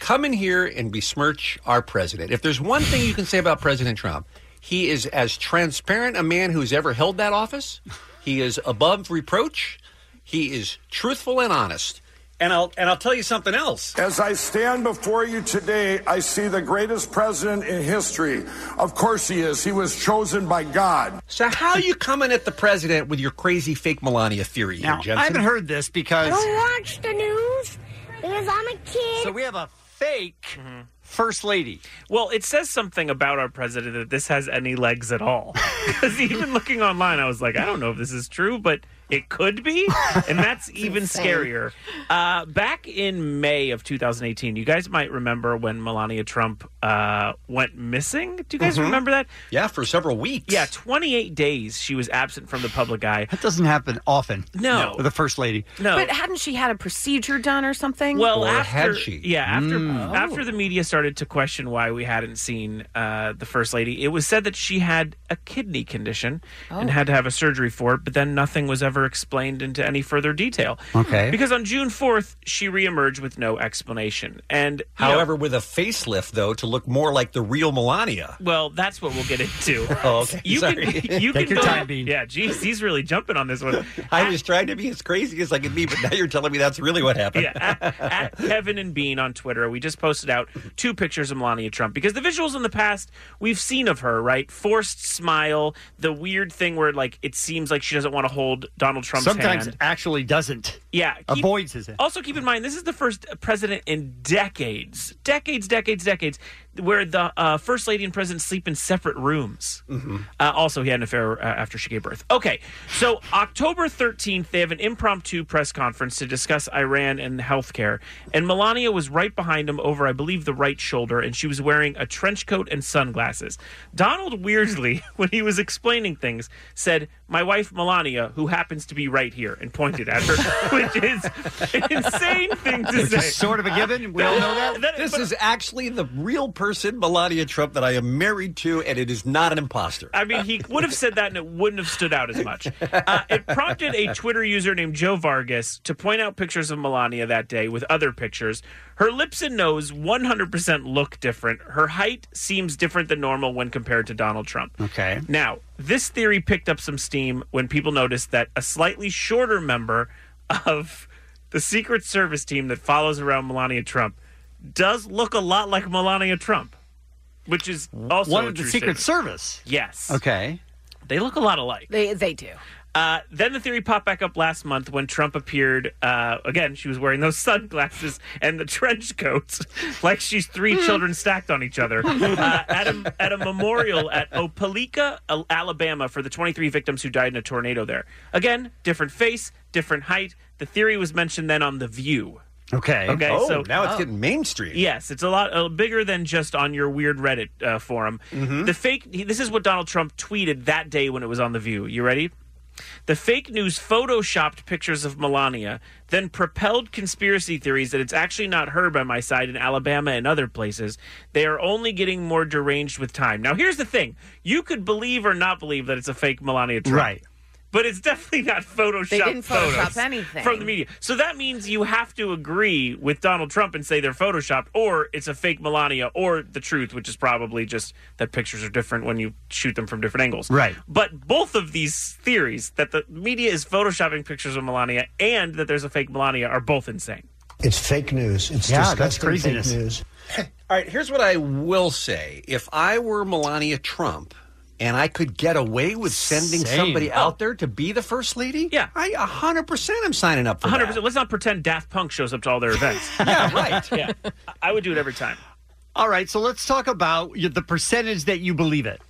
[SPEAKER 7] come in here and besmirch our president. If there's one thing you can say about President Trump, he is as transparent a man who's ever held that office. He is above reproach. He is truthful and honest. And I'll and I'll tell you something else.
[SPEAKER 16] As I stand before you today, I see the greatest president in history. Of course he is. He was chosen by God.
[SPEAKER 7] So how are you coming at the president with your crazy fake Melania theory here,
[SPEAKER 11] Now,
[SPEAKER 7] Jensen?
[SPEAKER 11] I haven't heard this because
[SPEAKER 6] watch the news because I'm a kid.
[SPEAKER 8] Mm-hmm.
[SPEAKER 11] So we have a fake First Lady.
[SPEAKER 8] Well, it says something about our president that this has any legs at all. Because even looking online, I was like, I don't know if this is true, but it could be. And that's even
[SPEAKER 6] insane.
[SPEAKER 8] scarier. Uh, back in May of 2018, you guys might remember when Melania Trump uh, went missing. Do you guys
[SPEAKER 11] Mhm.
[SPEAKER 8] remember that?
[SPEAKER 7] Yeah, for several weeks.
[SPEAKER 8] Yeah, 28 days she was absent from the public eye.
[SPEAKER 11] That doesn't happen often.
[SPEAKER 8] No.
[SPEAKER 11] With the First Lady.
[SPEAKER 10] But hadn't she had a procedure done or something?
[SPEAKER 8] Well, after yeah, after
[SPEAKER 7] Hmm.
[SPEAKER 8] after the media started to question why we hadn't seen uh, the first lady, it was said that she had a kidney condition and
[SPEAKER 6] Oh.
[SPEAKER 8] had to have a surgery for it. But then nothing was ever explained into any further detail.
[SPEAKER 7] Okay.
[SPEAKER 8] because on June fourth, she reemerged with no explanation. And you know,
[SPEAKER 7] However, with a facelift, though, to look more like the real Melania.
[SPEAKER 8] well, that's what we'll get into.
[SPEAKER 7] Oh, okay.
[SPEAKER 8] You
[SPEAKER 7] Sorry.
[SPEAKER 8] can you
[SPEAKER 7] Take
[SPEAKER 8] can
[SPEAKER 7] your
[SPEAKER 8] go-
[SPEAKER 7] time, Bean.
[SPEAKER 8] Yeah, geez, he's really jumping on this one.
[SPEAKER 7] I was trying to be as crazy as I could be, but now you're telling me that's really what happened.
[SPEAKER 8] Yeah, at, at Kevin and Bean on Twitter, we just posted out two pictures of Melania Trump because the visuals in the past we've seen of her, right? Forced smile, the weird thing where like it seems like she doesn't want to hold Donald Trump's
[SPEAKER 11] Sometimes
[SPEAKER 8] hand.
[SPEAKER 11] actually doesn't.
[SPEAKER 8] Yeah, keep-
[SPEAKER 11] Avoids his hand.
[SPEAKER 8] Also, keep in mind this is the first president in decades, decades, decades, decades, where the uh, first lady and president sleep in separate rooms.
[SPEAKER 7] Mm-hmm.
[SPEAKER 8] Uh, also, he had an affair uh, after she gave birth. Okay, so October 13th, they have an impromptu press conference to discuss Iran and healthcare. And Melania was right behind him over, I believe, the right shoulder, and she was wearing a trench coat and sunglasses. Donald Weirdly, when he was explaining things, said, My wife Melania, who happens to be right here, and pointed at her, which is an
[SPEAKER 10] Oh.
[SPEAKER 8] insane thing to
[SPEAKER 11] Which
[SPEAKER 8] say.
[SPEAKER 11] is sort of a given. We all know that.
[SPEAKER 7] this is actually the real person, Melania Trump, that I am married to, and it is not an imposter.
[SPEAKER 8] I mean, he would have said that and it wouldn't have stood out as much. Uh, it prompted a Twitter user named Joe Vargas to point out pictures of Melania that day with other pictures. Her lips and nose 100% look different. Her height seems different than normal when compared to Donald Trump.
[SPEAKER 11] Okay.
[SPEAKER 8] Now, this theory picked up some steam when people noticed that a slightly shorter member of the Secret Service team that follows around Melania Trump does look a lot like Melania Trump, which is also
[SPEAKER 11] One
[SPEAKER 8] a
[SPEAKER 11] of the
[SPEAKER 8] true
[SPEAKER 11] Secret
[SPEAKER 8] statement.
[SPEAKER 11] Service.
[SPEAKER 8] Yes.
[SPEAKER 11] Okay.
[SPEAKER 8] They look a lot alike.
[SPEAKER 10] They, they do.
[SPEAKER 8] Uh, then the theory popped back up last month when Trump appeared. Uh, again, she was wearing those sunglasses and the trench coats, like she's three children stacked on each other, uh, at, a, at a memorial at Opelika, Al- Alabama, for the 23 victims who died in a tornado there. Again, different face, different height. The theory was mentioned then on The View.
[SPEAKER 11] Okay.
[SPEAKER 8] Okay,
[SPEAKER 7] Oh,
[SPEAKER 8] so
[SPEAKER 7] now it's getting mainstream.
[SPEAKER 8] Yes, it's a lot uh, bigger than just on your weird Reddit uh, forum. The fake. he- This is what Donald Trump tweeted that day when it was on the View. You ready? The fake news photoshopped pictures of Melania, then propelled conspiracy theories that it's actually not her by my side in Alabama and other places. They are only getting more deranged with time. Now, here's the thing you could believe or not believe that it's a fake Melania Trump.
[SPEAKER 11] Right.
[SPEAKER 8] But it's definitely not Photoshop.
[SPEAKER 10] They didn't Photoshop
[SPEAKER 8] photos
[SPEAKER 10] anything.
[SPEAKER 8] from the media. So that means you have to agree with Donald Trump and say they're photoshopped, or it's a fake Melania, or the truth, which is probably just that pictures are different when you shoot them from different angles.
[SPEAKER 11] Right.
[SPEAKER 8] But both of these theories that the media is photoshopping pictures of Melania and that there's a fake Melania are both insane.
[SPEAKER 15] It's fake news. It's
[SPEAKER 7] Yeah,
[SPEAKER 15] disgusting
[SPEAKER 7] that's craziness.
[SPEAKER 15] fake news.
[SPEAKER 7] All right, here's what I will say. If I were Melania Trump and I could get away with sending
[SPEAKER 8] Same.
[SPEAKER 7] somebody
[SPEAKER 8] Oh.
[SPEAKER 7] out there to be the first lady, yeah. I 100% am signing up for
[SPEAKER 8] 100%.
[SPEAKER 7] 100%.
[SPEAKER 8] Let's not pretend Daft Punk shows up to all their events.
[SPEAKER 11] yeah, right.
[SPEAKER 8] yeah. I would do it every time.
[SPEAKER 11] All right, so let's talk about y- the percentage that you believe it.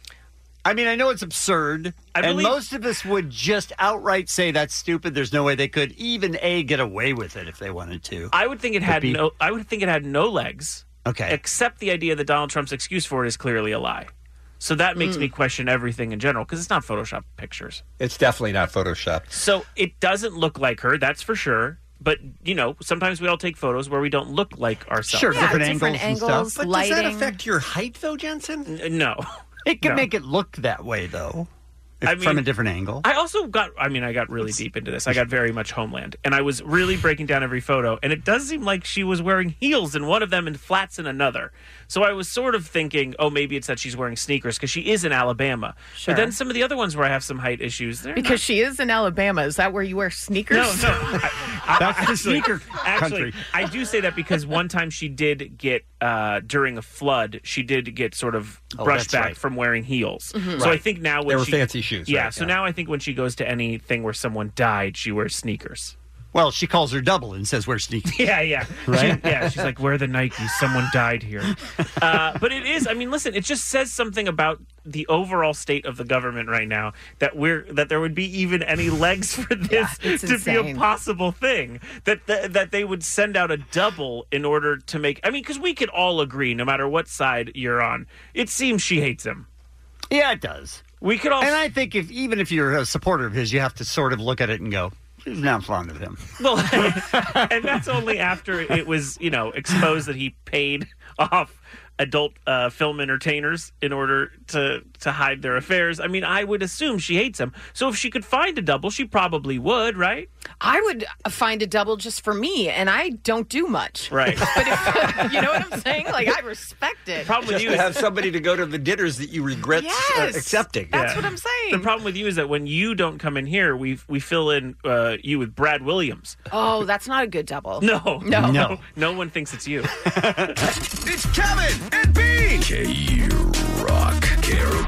[SPEAKER 11] I mean, I know it's absurd,
[SPEAKER 8] I
[SPEAKER 11] and
[SPEAKER 8] believe-
[SPEAKER 11] most of us would just outright say that's stupid. There's no way they could even a get away with it if they wanted to.
[SPEAKER 8] I would think it
[SPEAKER 11] But
[SPEAKER 8] had
[SPEAKER 11] be-
[SPEAKER 8] no. I would think it had no legs.
[SPEAKER 11] Okay.
[SPEAKER 8] Except the idea that Donald Trump's excuse for it is clearly a lie. So that makes
[SPEAKER 11] Hmm.
[SPEAKER 7] Mm.
[SPEAKER 8] me question everything in general because it's not Photoshop pictures.
[SPEAKER 7] It's definitely not photoshopped.
[SPEAKER 8] So it doesn't look like her, that's for sure. But you know, sometimes we all take photos where we don't look like ourselves.
[SPEAKER 11] Sure, Yeah, different different angles and angles, stuff.
[SPEAKER 7] But does that
[SPEAKER 11] lighting.
[SPEAKER 7] affect your height, though,
[SPEAKER 8] N-
[SPEAKER 7] Jensen?
[SPEAKER 8] Uh, no.
[SPEAKER 11] It could
[SPEAKER 8] No.
[SPEAKER 11] make it look that way though, if,
[SPEAKER 8] I
[SPEAKER 11] from
[SPEAKER 8] mean-
[SPEAKER 11] a different angle.
[SPEAKER 8] I also got. I mean, I got really deep into this. I got very much Homeland, and I was really breaking down every photo. And it does seem like she was wearing heels in one of them and flats in another. So I was sort of thinking, oh, maybe it's that she's wearing sneakers because she is in Alabama.
[SPEAKER 10] Sure.
[SPEAKER 8] But then some of the other ones where I have some height issues, they're
[SPEAKER 10] Because she is in Alabama. Is that where you wear sneakers?
[SPEAKER 8] No, no.
[SPEAKER 11] That's the sneaker
[SPEAKER 8] Actually,
[SPEAKER 11] country.
[SPEAKER 8] I do say that because one time she did get uh, during a flood, she did get sort of
[SPEAKER 7] Oh,
[SPEAKER 8] brushed
[SPEAKER 7] that's
[SPEAKER 8] back
[SPEAKER 7] right.
[SPEAKER 8] from wearing heels.
[SPEAKER 11] Mm-hmm.
[SPEAKER 7] Mhm.
[SPEAKER 8] So I
[SPEAKER 7] Right.
[SPEAKER 8] think now when
[SPEAKER 7] They were
[SPEAKER 8] she-
[SPEAKER 7] fancy shoes,
[SPEAKER 8] yeah.
[SPEAKER 7] right,
[SPEAKER 8] So
[SPEAKER 7] yeah.
[SPEAKER 8] now I think when she goes to anything where someone died, she wears sneakers.
[SPEAKER 11] Well, she calls her double and says, we're sneakers.
[SPEAKER 8] Yeah, yeah.
[SPEAKER 11] Right?
[SPEAKER 8] She- yeah, she's like, where are the Nikes? Someone died here. Uh, but it is. I mean, listen, it just says something about the overall state of the government right now that we're that there would be even any legs for this
[SPEAKER 17] it's
[SPEAKER 8] to be a
[SPEAKER 17] insane.
[SPEAKER 8] possible thing that th- that they would send out a double in order to make. I mean, because we could all agree, no matter what side you're on, it seems she hates him.
[SPEAKER 11] Yeah, it does.
[SPEAKER 8] We could all.
[SPEAKER 11] And I think if even if you're a supporter of his, you have to sort of look at it and go, he's not fond of him.
[SPEAKER 8] Well, and that's only after it was, you know, exposed that he paid off adult uh, film entertainers in order to to hide their affairs. I mean, I would assume she hates him. So if she could find a double, she probably would, right?
[SPEAKER 10] I would find a double just for me, and I don't do much.
[SPEAKER 8] Right.
[SPEAKER 10] you know what I'm saying? Like I respect it.
[SPEAKER 8] Probably
[SPEAKER 7] Just to have somebody to go to the dinners that you regret uh,
[SPEAKER 10] Yes,
[SPEAKER 7] accepting.
[SPEAKER 10] that's what I'm saying.
[SPEAKER 8] The problem with you is that when you don't come in here, we we fill in uh, you with Brad Williams.
[SPEAKER 10] Oh, that's not a good double.
[SPEAKER 8] No,
[SPEAKER 10] no,
[SPEAKER 8] no, no one thinks it's you.
[SPEAKER 12] It's Kevin and Bean. K Rock. K R O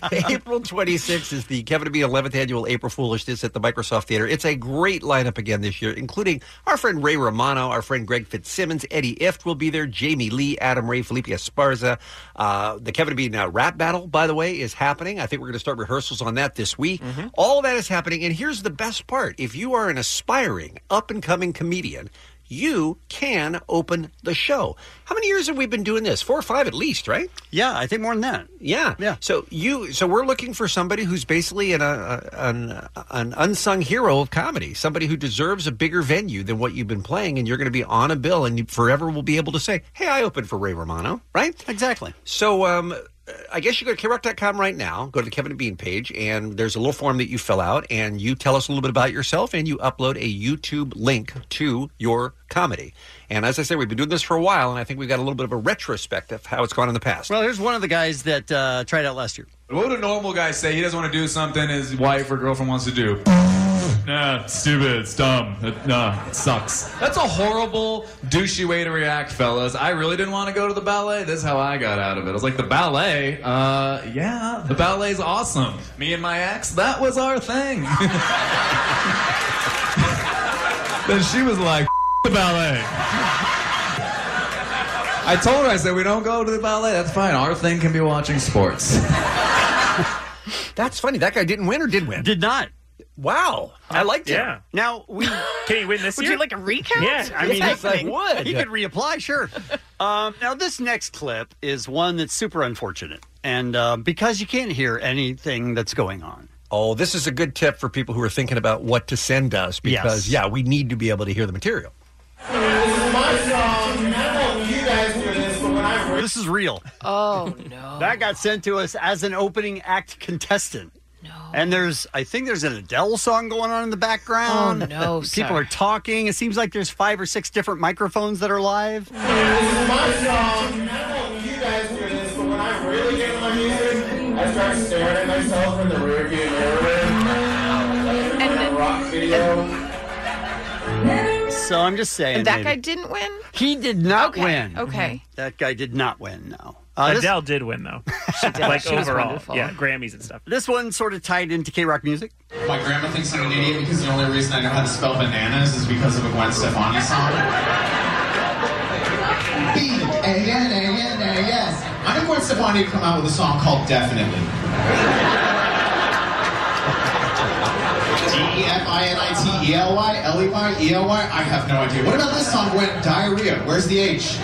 [SPEAKER 7] April 26th is the Kevin and Bean 11th annual April Foolishness at the Microsoft Theater. It's a great lineup again this year, including our friend Ray Romano, our friend Greg Fitzsimmons, Eddie Ift will be there, Jamie Lee, Adam Ray, Felipe Esparza. Uh, the Kevin and Bean uh, rap battle, by the way, is happening. I think we're going to start rehearsals on that this week. All of that is happening, and here's the best part: if you are an aspiring, up and coming comedian. You can open the show. How many years have we been doing this? Four or five at least, right?
[SPEAKER 11] Yeah, I think more than that.
[SPEAKER 7] Yeah, yeah. So you, so we're looking for somebody who's basically an uh, an, an unsung hero of comedy, somebody who deserves a bigger venue than what you've been playing, and you're going to be on a bill, and you forever will be able to say, "Hey, I opened for Ray Romano," right?
[SPEAKER 11] Exactly.
[SPEAKER 7] So, um, I guess you go to krock.com right now, go to the Kevin and Bean page, and there's a little form that you fill out, and you tell us a little bit about yourself, and you upload a YouTube link to your comedy. And as I said, we've been doing this for a while, and I think we've got a little bit of a retrospective how it's gone in the past.
[SPEAKER 11] Well, here's one of the guys that uh, tried out last year.
[SPEAKER 6] What would a normal guy say he doesn't want to do something his wife or girlfriend wants to do? nah, it's stupid, it's dumb, it, nah, it sucks. That's a horrible, douchey way to react, fellas. I really didn't want to go to the ballet. This is how I got out of it. I was like, the ballet? Uh, yeah, the ballet's awesome. Me and my ex, that was our thing. then she was like, the ballet. I told her, I said, we don't go to the ballet. That's fine. Our thing can be watching sports.
[SPEAKER 7] That's funny. That guy didn't win or did win?
[SPEAKER 11] Did not.
[SPEAKER 7] Wow. I liked
[SPEAKER 11] Yeah.
[SPEAKER 7] him.
[SPEAKER 11] Now we
[SPEAKER 8] can he win this
[SPEAKER 11] Would
[SPEAKER 8] year?
[SPEAKER 11] you like a recount?
[SPEAKER 8] Yeah, I mean,
[SPEAKER 11] Yes, I
[SPEAKER 8] he's like-
[SPEAKER 11] would. He could reapply, sure. um, now this next clip is one that's super unfortunate, and uh, because you can't hear anything that's going on.
[SPEAKER 7] Oh, this is a good tip for people who are thinking about what to send us because, yeah, we need to be able to hear the material.
[SPEAKER 17] This is my song, and I want you guys to this, but when I
[SPEAKER 11] This is real.
[SPEAKER 10] Oh no.
[SPEAKER 11] that got sent to us as an opening act contestant. No. And there's, I think there's an Adele song going on in the background.
[SPEAKER 10] Oh, no,
[SPEAKER 11] People
[SPEAKER 10] sir.
[SPEAKER 11] are talking. It seems like there's five or six different microphones that are live.
[SPEAKER 17] This is my song, and I want you guys to this, but when I really get in my music, I start staring at myself in the rearview mirror. Like in a rock video.
[SPEAKER 11] So I'm just saying.
[SPEAKER 10] And that
[SPEAKER 11] maybe-
[SPEAKER 10] guy didn't win.
[SPEAKER 11] He did not
[SPEAKER 10] Okay,
[SPEAKER 11] win.
[SPEAKER 10] okay.
[SPEAKER 11] That guy did not win, no. this-
[SPEAKER 8] Mm-hmm. Adele did win though. She
[SPEAKER 11] did.
[SPEAKER 8] Like
[SPEAKER 11] She was
[SPEAKER 8] overall,
[SPEAKER 11] wonderful.
[SPEAKER 8] yeah, Grammys and stuff.
[SPEAKER 11] This one sort of tied into K Rock music.
[SPEAKER 6] My grandma thinks I'm an idiot because the only reason I know how to spell bananas is because of a Gwen Stefani song.
[SPEAKER 17] And yeah, and yeah, and yes. I think Gwen Stefani would come out with a song called Definitely. E D-E-F-I-N-I-T-E-L-Y, L-E-Y-E-L-Y, E I have no idea. What about this song, Gwen? Diarrhea. Where's the H?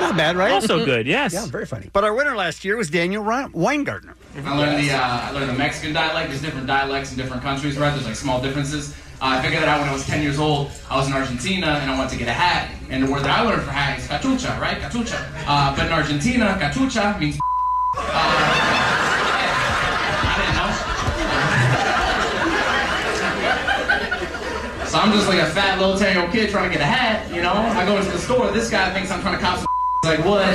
[SPEAKER 11] Not bad, right?
[SPEAKER 8] Also good, yes.
[SPEAKER 11] Yeah, very funny. But our winner last year was Daniel Rein- Weingartner.
[SPEAKER 15] I learned the uh, I learned the Mexican dialect. There's different dialects in different countries, right? There's like small differences. Uh, I figured that out when I was 10 years old. I was in Argentina and I wanted to get a hat, and the word that I learned for hat is cachucha, right? Cachucha. Uh, but in Argentina, cachucha means. Uh, I didn't know. So I'm just like a fat little 10 year old kid trying to get a hat, you know? I go into the store, this guy thinks I'm trying to cop some. He's like, what?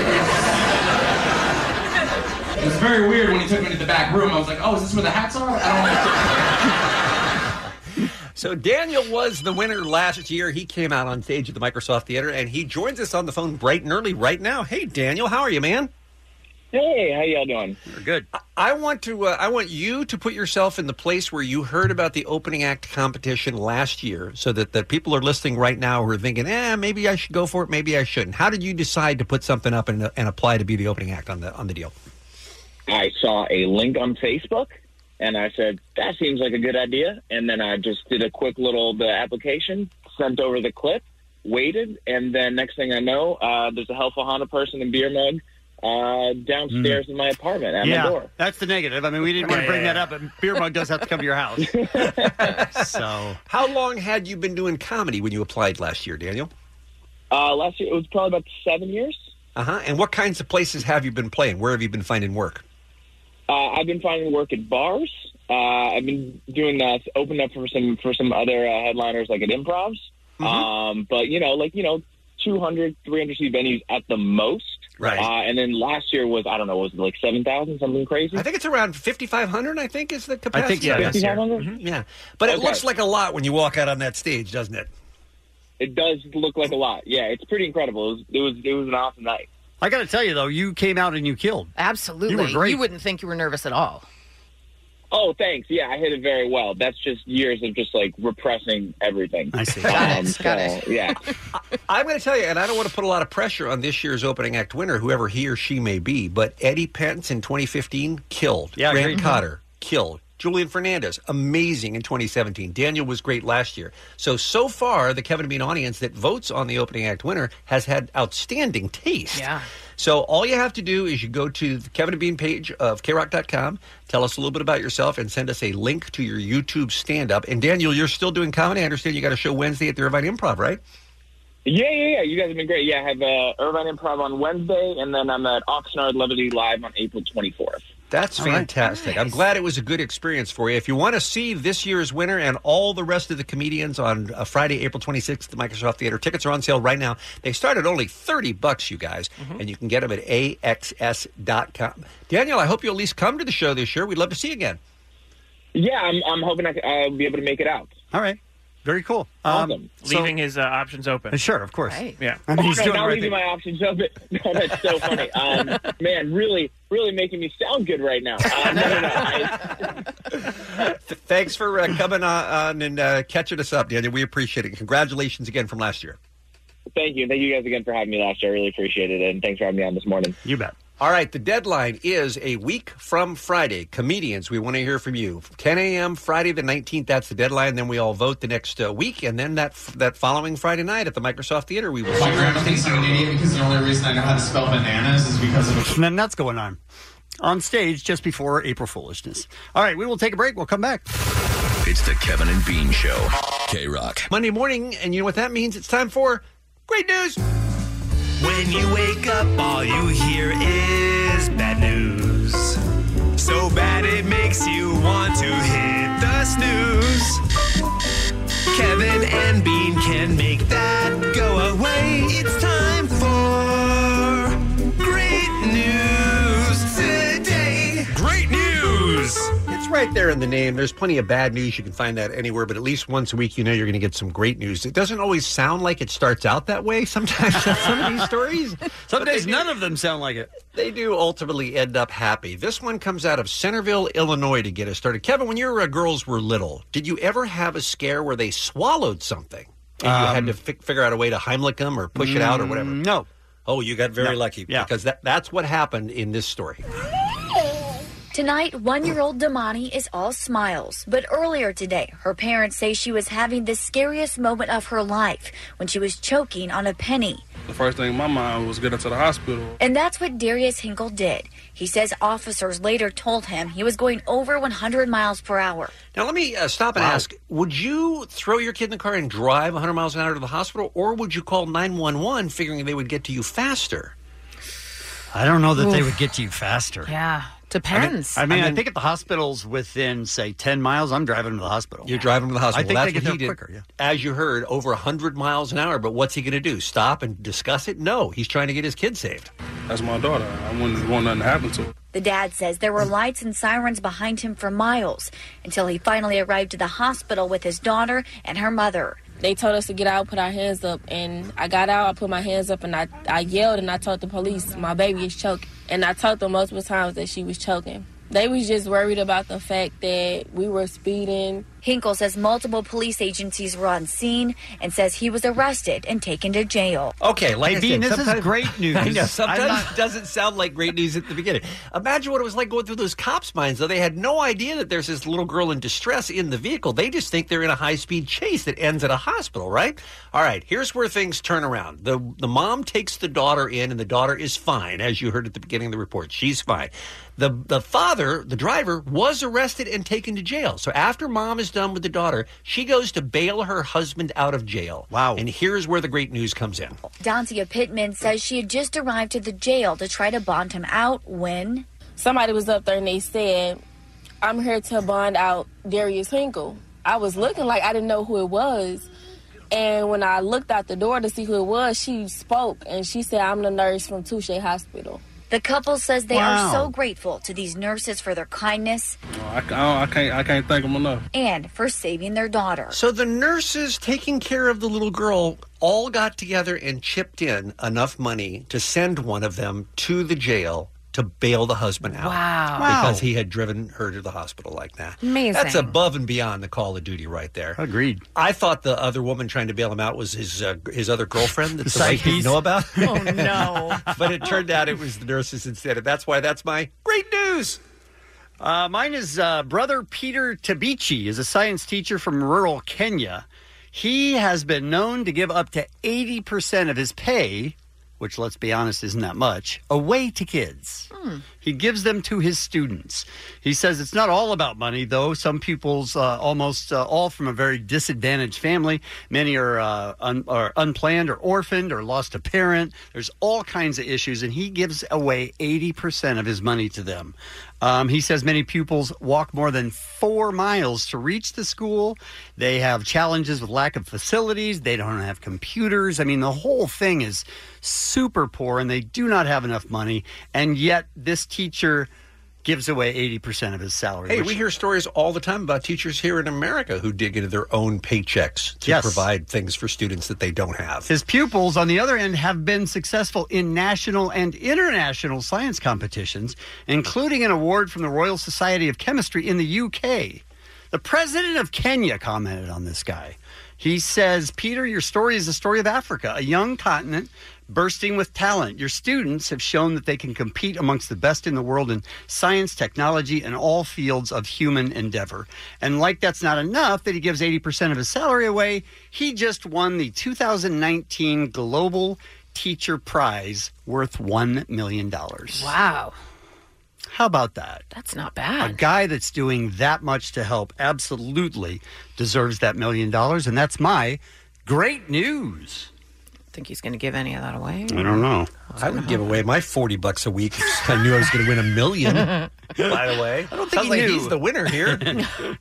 [SPEAKER 15] It was very weird when he took me to the back room. I was like, oh, is this where the hats are? I
[SPEAKER 7] So Daniel was the winner last year. He came out on stage at the Microsoft Theater, and he joins us on the phone bright and early right now. Hey, Daniel, how are you, man?
[SPEAKER 18] Hey, how y'all doing?
[SPEAKER 7] We're good. I, I want to. Uh, I want you to put yourself in the place where you heard about the opening act competition last year, so that the people are listening right now who are thinking, "Eh, maybe I should go for it. Maybe I shouldn't." How did you decide to put something up and, and apply to be the opening act on the on the deal?
[SPEAKER 18] I saw a link on Facebook and I said, that seems like a good idea. And then I just did a quick little the application, sent over the clip, waited, and then next thing I know, uh, there's a helpful Honda person and beer mug uh, downstairs in my apartment at my door.
[SPEAKER 11] Mm. that's the negative. I mean, we didn't want to bring that up, but beer mug does have to come to your house.
[SPEAKER 7] so, how long had you been doing comedy when you applied last year, Daniel?
[SPEAKER 18] Uh, last year, it was probably about seven years.
[SPEAKER 7] Uh huh. And what kinds of places have you been playing? Where have you been finding work?
[SPEAKER 18] Uh, I've been finding work at bars. Uh, I've been doing uh, open up for some for some other uh, headliners like at improvs.
[SPEAKER 7] Mm-hmm.
[SPEAKER 18] Um, but you know, like you know, 200, 300 seat venues at the most.
[SPEAKER 7] Right.
[SPEAKER 18] Uh, and then last year was I don't know, was it like seven thousand something crazy?
[SPEAKER 7] I think it's around fifty five hundred. I think is the
[SPEAKER 18] I
[SPEAKER 7] capacity.
[SPEAKER 18] think so, yes, yeah. 5,500?
[SPEAKER 7] Mhm, Yeah, but it
[SPEAKER 18] Okay.
[SPEAKER 7] looks like a lot when you walk out on that stage, doesn't it?
[SPEAKER 18] It does look like a lot. Yeah, it's pretty incredible. It was it was, it was an awesome night.
[SPEAKER 11] I got to tell you though, you came out and you killed.
[SPEAKER 10] Absolutely.
[SPEAKER 18] You were great.
[SPEAKER 10] wouldn't think you were nervous at all.
[SPEAKER 18] Oh, thanks. Yeah, I hit it very well. That's just years of just like repressing everything. I see. Um, so, yeah.
[SPEAKER 7] I'm going to tell you, and I don't want to put a lot of pressure on this year's opening act winner, whoever he or she may be, but Eddie Pence in 2015 killed.
[SPEAKER 11] Yeah, I
[SPEAKER 7] Grant
[SPEAKER 11] agree.
[SPEAKER 7] Cotter killed. Julian Fernandez, amazing in 2017. Daniel was great last year. So, so far, the Kevin and Bean audience that votes on the opening act winner has had outstanding taste. Yeah. So, all you have to do is you go to the Kevin and Bean page of krock.com, tell us a little bit about yourself, and send us a link to your YouTube stand up. And, Daniel, you're still doing comedy. I understand you got a show Wednesday at the Irvine Improv, right?
[SPEAKER 18] Yeah, yeah, yeah. You guys have been great. Yeah, I have uh, Irvine Improv on Wednesday, and then I'm at Oxnard Levity Live on April 24th.
[SPEAKER 7] That's fantastic. I'm glad it was a good experience for you. If you want to see this year's winner and all the rest of the comedians on uh, Friday, April 26th at the Microsoft Theater, tickets are on sale right now. They start at only 30 bucks, you guys,
[SPEAKER 11] Mm-hmm.
[SPEAKER 7] and you can get them at axs.com. Daniel, I hope you'll at least come to the show this year. We'd love to see you again.
[SPEAKER 18] Yeah, I'm, I'm hoping I, I'll be able to make it out.
[SPEAKER 11] All right. Very cool. Um,
[SPEAKER 18] Awesome.
[SPEAKER 8] Leaving his uh, options open.
[SPEAKER 11] Sure, of course.
[SPEAKER 8] Yeah.
[SPEAKER 18] I mean, he's not leaving my options open. No, that's so funny. Um, man, really, really making me sound good right now. Um, no, no, no.
[SPEAKER 7] Th- thanks for uh, coming on and uh, catching us up, Daniel. We appreciate it. Congratulations again from last year.
[SPEAKER 18] Thank you. Thank you guys again for having me last year. I really appreciate it. And thanks for having me on this morning.
[SPEAKER 11] You bet.
[SPEAKER 7] All right, the deadline is a week from Friday. Comedians, we want to hear from you. 10 a.m. Friday the 19th, that's the deadline. Then we all vote the next uh, week, and then that that following Friday night at the Microsoft Theater, we will.
[SPEAKER 15] My grandma thinks I'm an idiot because the only reason I know how to spell bananas is because of
[SPEAKER 11] And then that's going on on stage just before April Foolishness. All right, we will take a break. We'll come back.
[SPEAKER 12] It's the Kevin and Bean Show. K Rock.
[SPEAKER 7] Monday morning, and you know what that means? It's time for great news.
[SPEAKER 19] When you wake up, all you hear is bad news. So bad it makes you want to hit the snooze. Kevin and Bean can make that go away. It's time for great news today. Great news!
[SPEAKER 7] It's right there in the name. There's plenty of bad news. You can find that anywhere, but at least once a week, you know you're going to get some great news. It doesn't always sound like it starts out that way. Sometimes some of these stories, some days none
[SPEAKER 11] of them sound like it.
[SPEAKER 7] They do ultimately end up happy. This one comes out of Centerville, Illinois, to get us started. Kevin, when your uh, girls were little, did you ever have a scare where they swallowed something and you had to fi- figure out a way to Heimlich them or push it out or whatever?
[SPEAKER 11] Um, mm, No.
[SPEAKER 7] Oh, you got very
[SPEAKER 11] No.
[SPEAKER 7] lucky because that, that's what happened in this story.
[SPEAKER 20] Tonight, one year old Damani is all smiles. But earlier today, her parents say she was having the scariest moment of her life when she was choking on a penny.
[SPEAKER 21] The first thing in my mind was get her to the hospital.
[SPEAKER 20] And that's what Darius Hinkle did. He says officers later told him he was going over 100 miles per hour.
[SPEAKER 7] Now, let me uh, stop and ask Would you throw your kid in the car and drive 100 miles an hour to the hospital, or would you call 911 figuring they would get to you faster?
[SPEAKER 11] I don't know that they
[SPEAKER 7] Oof.
[SPEAKER 11] would get to you faster.
[SPEAKER 10] Yeah. Depends.
[SPEAKER 11] I mean, I, think if the hospital's within, say, 10 miles, I'm driving to the hospital.
[SPEAKER 7] You're driving to the hospital.
[SPEAKER 11] I think
[SPEAKER 7] That's
[SPEAKER 11] they get
[SPEAKER 7] what he
[SPEAKER 11] there
[SPEAKER 7] did.
[SPEAKER 11] quicker, yeah.
[SPEAKER 7] As you heard, over 100 miles an hour. But what's he going to do? Stop and discuss it? No, he's trying to get his kid saved.
[SPEAKER 21] That's my daughter. I wouldn't want nothing to happen to her.
[SPEAKER 20] The dad says there were lights and sirens behind him for miles until he finally arrived at the hospital with his daughter and her mother.
[SPEAKER 22] They told us to get out, put our hands up, and I got out. I put my hands up, and I, I yelled, and I told the police my baby is choking, and I told them multiple times that she was choking. They was just worried about the fact that we were speeding.
[SPEAKER 20] Hinkle says multiple police agencies were on scene and says he was arrested and taken to jail.
[SPEAKER 7] Okay, like I
[SPEAKER 20] Hey, Bean,
[SPEAKER 7] said,
[SPEAKER 20] this is
[SPEAKER 7] sometimes-
[SPEAKER 20] great news.
[SPEAKER 7] I know.
[SPEAKER 20] I'm
[SPEAKER 7] Sometimes
[SPEAKER 20] not-
[SPEAKER 7] it doesn't sound like great news at the beginning. Imagine what it was like going through those cops' minds, though. They had no idea that there's this little girl in distress in the vehicle. They just think they're in a high speed chase that ends at a hospital, right? All right, here's where things turn around. The the mom takes the daughter in, and the daughter is fine, as you heard at the beginning of the report. She's fine. The the father, the driver, was arrested and taken to jail. So after mom is done with the daughter, she goes to bail her husband out of jail. Wow. And here's where the great news comes in.
[SPEAKER 20] Dantia Pittman says she had just arrived at the jail to try to bond him out when
[SPEAKER 22] Somebody was up there, and they said, "I'm here to bond out Darius Hinkle." I was looking like I didn't know who it was, and when I looked out the door to see who it was, she spoke and she said, "I'm the nurse from Touche Hospital."
[SPEAKER 20] the couple says they
[SPEAKER 21] Wow.
[SPEAKER 20] are so grateful to these nurses for their kindness
[SPEAKER 21] I, I, I can't. I can't thank them enough.
[SPEAKER 20] and for saving their daughter.
[SPEAKER 7] So the nurses taking care of the little girl all got together and chipped in enough money to send one of them to the jail to bail the husband out.
[SPEAKER 10] Wow. Wow.
[SPEAKER 7] Because he had driven her to the hospital like that.
[SPEAKER 10] Amazing.
[SPEAKER 7] That's above and beyond the call of duty right there. Agreed. I thought the other woman trying to bail him out was his uh, his other girlfriend that the
[SPEAKER 11] Side
[SPEAKER 7] wife didn't
[SPEAKER 11] piece.
[SPEAKER 7] know about.
[SPEAKER 10] Oh, no.
[SPEAKER 7] but it turned out it was the nurses instead. And that's why that's my Great news.
[SPEAKER 11] Uh, mine is uh, brother Peter Tabichi is a science teacher from rural Kenya. He has been known to give up to 80% of his pay, which let's be honest isn't that much, away to kids.
[SPEAKER 3] Um,
[SPEAKER 11] He gives them to his students. He says it's not all about money, though. Some pupils, uh, almost uh, all from a very disadvantaged family, many are, uh, un- are unplanned or orphaned or lost a parent. There's all kinds of issues, and he gives away 80% of his money to them. Um, he says many pupils walk more than four miles to reach the school. They have challenges with lack of facilities. They don't have computers. I mean, the whole thing is super poor and they do not have enough money. And yet, this teacher gives away 80% of his salary.
[SPEAKER 7] Hey,
[SPEAKER 11] which-
[SPEAKER 7] we hear stories all the time about teachers here in America who dig into their own paychecks to
[SPEAKER 11] Yes.
[SPEAKER 7] provide things for students that they don't have.
[SPEAKER 11] His pupils, on the other end, have been successful in national and international science competitions, including an award from the Royal Society of Chemistry in the UK. The president of Kenya commented on this guy. He says, Peter, your story is the story of Africa, a young continent bursting with talent. Your students have shown that they can compete amongst the best in the world in science, technology, and all fields of human endeavor. And like that's not enough that he gives 80% of his salary away, he just won the 2019 Global Teacher Prize worth $1 million.
[SPEAKER 10] Wow.
[SPEAKER 11] How about that?
[SPEAKER 10] That's not
[SPEAKER 11] A
[SPEAKER 10] bad.
[SPEAKER 11] guy that's doing that much to help absolutely deserves that million dollars, and that's my great news.
[SPEAKER 10] Think he's going to give any of that away?
[SPEAKER 11] I don't know.
[SPEAKER 7] I would give away my forty bucks a week. if I knew I was going to win a million. By the way, I don't
[SPEAKER 10] think he
[SPEAKER 7] like
[SPEAKER 10] knew.
[SPEAKER 7] he's the winner here.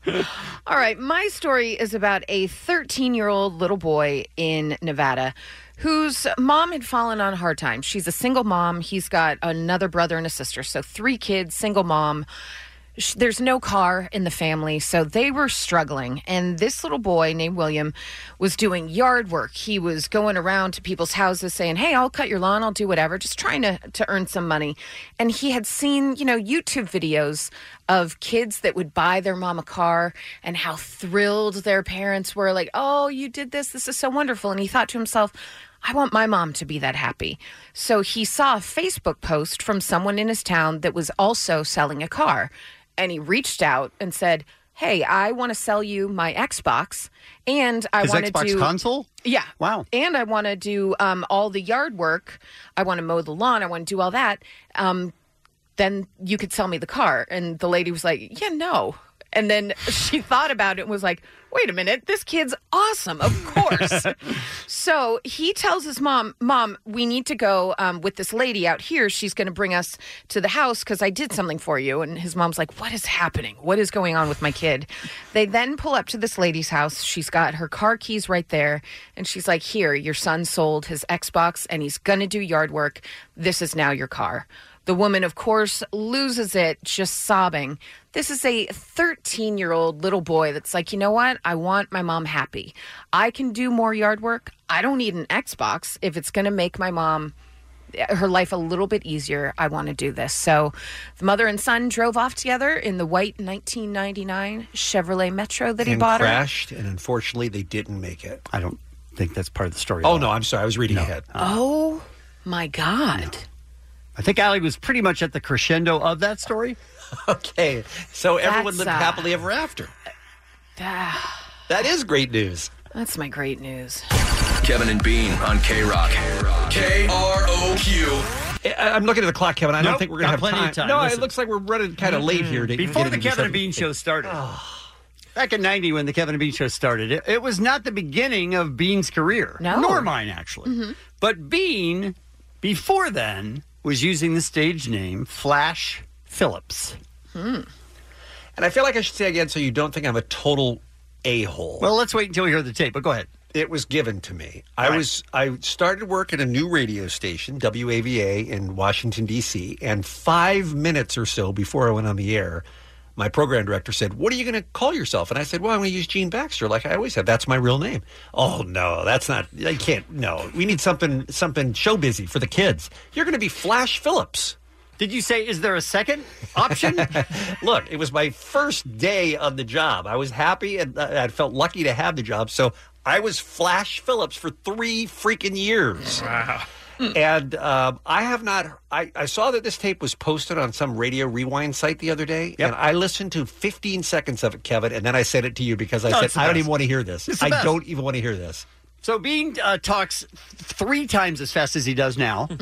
[SPEAKER 10] All right, my story is about a 13 year old little boy in Nevada whose mom had fallen on hard times. She's a single mom. He's got another brother and a sister. So, three kids, single mom. Sh- There's no car in the family. So, they were struggling. And this little boy named William was doing yard work. He was going around to people's houses saying, Hey, I'll cut your lawn, I'll do whatever, just trying to, to earn some money. And he had seen, you know, YouTube videos of kids that would buy their mom a car and how thrilled their parents were like, oh, you did this. This is so wonderful. And he thought to himself, I want my mom to be that happy. So he saw a Facebook post from someone in his town that was also selling a car. And he reached out and said, Hey, I want to sell you my Xbox and I
[SPEAKER 11] His
[SPEAKER 10] want to
[SPEAKER 11] Xbox
[SPEAKER 10] do
[SPEAKER 11] console?
[SPEAKER 10] yeah. Wow. And I want to do um, all the yard work. I want to mow the lawn. I want to do all that. Um, then you could sell me the car. And the lady was like, Yeah, no. And then she thought about it and was like, wait a minute, this kid's awesome. Of course. so he tells his mom, Mom, we need to go um, with this lady out here. She's going to bring us to the house because I did something for you. And his mom's like, What is happening? What is going on with my kid? They then pull up to this lady's house. She's got her car keys right there. And she's like, Here, your son sold his Xbox and he's going to do yard work. This is now your car. The woman, of course, loses it, just sobbing. This is a 13 year old little boy that's like, you know what? I want my mom happy. I can do more yard work. I don't need an Xbox. If it's going to make my mom eh, her life a little bit easier, I want to do this. So the mother and son drove off together in the white 1999 Chevrolet Metro that he
[SPEAKER 7] and
[SPEAKER 10] bought her.
[SPEAKER 7] crashed, and unfortunately, they didn't make it.
[SPEAKER 11] I don't think that's part of the story.
[SPEAKER 7] Oh no, I'm sorry, I was reading ahead.
[SPEAKER 10] Oh my God.
[SPEAKER 11] I think Allie was pretty much at the crescendo of that story.
[SPEAKER 7] okay. So
[SPEAKER 10] everyone That's, lived uh, happily
[SPEAKER 7] ever after.
[SPEAKER 10] Ah,
[SPEAKER 7] That is great news.
[SPEAKER 10] that's my great news.
[SPEAKER 12] Kevin and Bean on K Rock. K R O Q.
[SPEAKER 10] Eh, uh,
[SPEAKER 7] I'm looking at the clock, Kevin. I don't
[SPEAKER 11] Nope,
[SPEAKER 7] think we're
[SPEAKER 11] got
[SPEAKER 7] going to have
[SPEAKER 11] plenty
[SPEAKER 7] time.
[SPEAKER 11] of time.
[SPEAKER 7] No,
[SPEAKER 11] Listen.
[SPEAKER 7] it looks like we're running kind of late here. To
[SPEAKER 11] Before
[SPEAKER 7] get
[SPEAKER 11] the
[SPEAKER 7] into Oh.
[SPEAKER 11] Kevin
[SPEAKER 7] something.
[SPEAKER 11] and Bean show started. Back in 90 when the Kevin and Bean show started, it, it was not the beginning of Bean's career.
[SPEAKER 10] No. Mm-hmm.
[SPEAKER 11] Nor mine, actually. But Bean, before then, was using the stage name Flash Phillips.
[SPEAKER 10] Hmm.
[SPEAKER 7] And I feel like I should say again so you don't think I'm a total a hole.
[SPEAKER 11] Well, let's wait until we hear the tape, but go ahead.
[SPEAKER 7] It was given to me. I was I started work at a new radio station, WAVA in Washington D.C., and 5 minutes or so before I went on the air, my program director said, "What are you going to call yourself?" And I said, "Well, I'm going to use Gene Baxter, like I always have. That's my real name." Oh no, that's not. I can't. No, we need something something show busy for the kids. You're going to be Flash Phillips.
[SPEAKER 11] Did you say, is there a second option?
[SPEAKER 7] Look, it was my first day on the job. I was happy and uh, I felt lucky to have the job. So I was Flash Phillips for three freaking years. Wow.
[SPEAKER 11] Hmm.
[SPEAKER 7] And um, I have not. I, I saw that this tape was posted on some radio rewind site the other day, and I listened to 15 seconds of it, Kevin, and then I sent it to you because I
[SPEAKER 11] No, it's
[SPEAKER 7] said
[SPEAKER 11] the
[SPEAKER 7] I don't
[SPEAKER 11] best.
[SPEAKER 7] even want to hear this.
[SPEAKER 11] It's the
[SPEAKER 7] I
[SPEAKER 11] best.
[SPEAKER 7] don't e even want to hear this.
[SPEAKER 11] So Bean uh, talks th- three times as fast as he does now.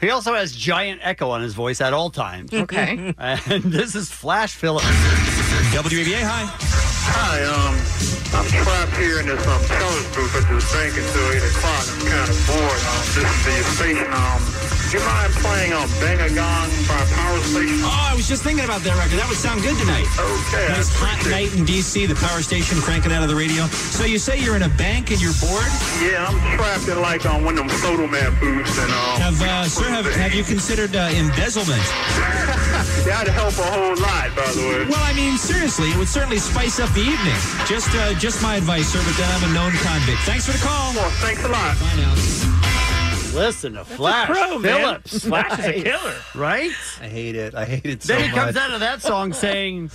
[SPEAKER 11] He also has giant echo on his voice at all times.
[SPEAKER 10] Okay.
[SPEAKER 11] and this is Flash Phillips. WABA, hi.
[SPEAKER 3] Hi, um, I'm trapped here in this um, teller's booth at this bank until 8 o'clock. I'm kind of bored. Um, this is the station. Um, do you mind playing um, Bang a Gong by Power Station?
[SPEAKER 9] Oh, I was just thinking about that record. That would sound good tonight.
[SPEAKER 3] Okay.
[SPEAKER 9] Nice hot night in D.C., the power station cranking out of the radio. So you say you're in a bank and you're bored?
[SPEAKER 3] Yeah, I'm trapped in like um, one of them soda man booths and um.
[SPEAKER 9] Have, uh, sir, have, have you considered uh, embezzlement?
[SPEAKER 3] That'd help a whole lot, by the way.
[SPEAKER 9] Well, I mean, seriously, it would certainly spice up the evening. Just uh, just my advice, sir, but then I'm a known convict. Thanks for the call. Well,
[SPEAKER 3] thanks a lot.
[SPEAKER 9] Bye now.
[SPEAKER 11] Listen to
[SPEAKER 9] Flash pro, man.
[SPEAKER 11] Phillips.
[SPEAKER 9] Flash is a killer.
[SPEAKER 11] Right?
[SPEAKER 7] I hate it. I hate it so
[SPEAKER 11] Then he comes
[SPEAKER 7] much.
[SPEAKER 11] out of that song saying,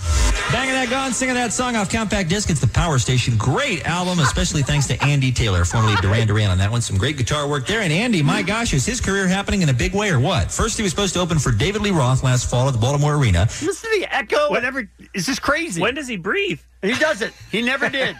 [SPEAKER 9] Banging that gun, singing that song off Compact Disc. It's the Power Station. Great album, especially thanks to Andy Taylor, formerly Duran Duran on that one. Some great guitar work there. And Andy, my gosh, is his career happening in a big way or what? First, he was supposed to open for David Lee Roth last fall at the Baltimore Arena.
[SPEAKER 11] listen to the echo. Whatever. Is this crazy? When
[SPEAKER 9] does he breathe?
[SPEAKER 11] He doesn't. He never did.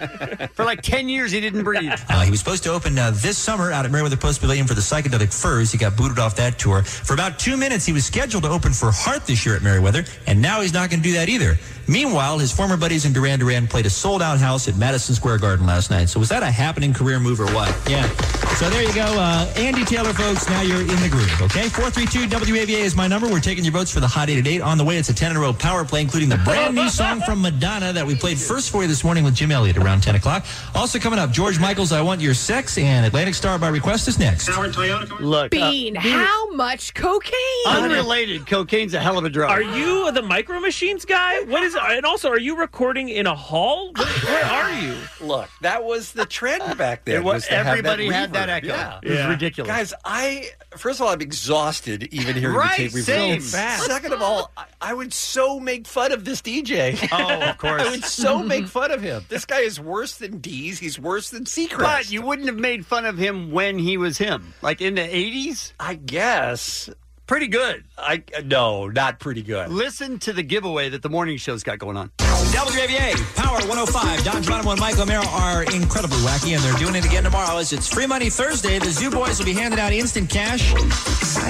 [SPEAKER 11] For like 10 years, he didn't breathe.
[SPEAKER 9] Uh, he was supposed to open uh, this summer out at Meriwether Post Pavilion for the Psychedelic Furs. He got booted off that tour. For about two minutes, he was scheduled to open for Heart this year at Meriwether, and now he's not going to do that either. Meanwhile, his former buddies in Duran Duran played a sold out house at Madison Square Garden last night. So was that a happening career move or what? Yeah. So there you go. Uh, Andy Taylor, folks. Now you're in the groove, okay? 432 WAVA is my number. We're taking your votes for the Hot 8 at 8. On the way, it's a 10 in a row power play, including the brand new song from Madonna that we played first for you this morning with Jim Elliott around 10 o'clock. Also coming up, George Michael's I Want Your Sex and Atlantic Star by Request is next.
[SPEAKER 11] Look. uh,
[SPEAKER 10] Bean, how much cocaine?
[SPEAKER 11] Unrelated, cocaine's a hell of a drug.
[SPEAKER 8] Are you the micro machines guy? What is? And also, are you recording in a hall? Where, where are you?
[SPEAKER 7] Look, that was the trend back then.
[SPEAKER 8] It was-
[SPEAKER 7] to have
[SPEAKER 8] everybody had
[SPEAKER 7] reverb.
[SPEAKER 8] that echo.
[SPEAKER 7] Yeah.
[SPEAKER 8] It was Yeah. ridiculous.
[SPEAKER 7] Guys, I first of all, I'm exhausted even hearing
[SPEAKER 11] Right,
[SPEAKER 7] the tape we've
[SPEAKER 11] same.
[SPEAKER 7] done.
[SPEAKER 11] Bad.
[SPEAKER 7] Second of all, I, I would so make fun of this DJ.
[SPEAKER 11] Oh, of course.
[SPEAKER 7] I would so make fun of him. This guy is worse than Dees. He's worse than Seacrest.
[SPEAKER 11] But you wouldn't have made fun of him when he was him, like in the eighties.
[SPEAKER 7] I guess
[SPEAKER 11] pretty good.
[SPEAKER 7] I no, not pretty good.
[SPEAKER 11] Listen to the giveaway that the morning show's got going on.
[SPEAKER 9] WAVA, Power 105. Don Geronimo and Mike O'Mara are incredibly wacky, and they're doing it again tomorrow as it's Free Money Thursday. The Zoo Boys will be handing out instant cash. I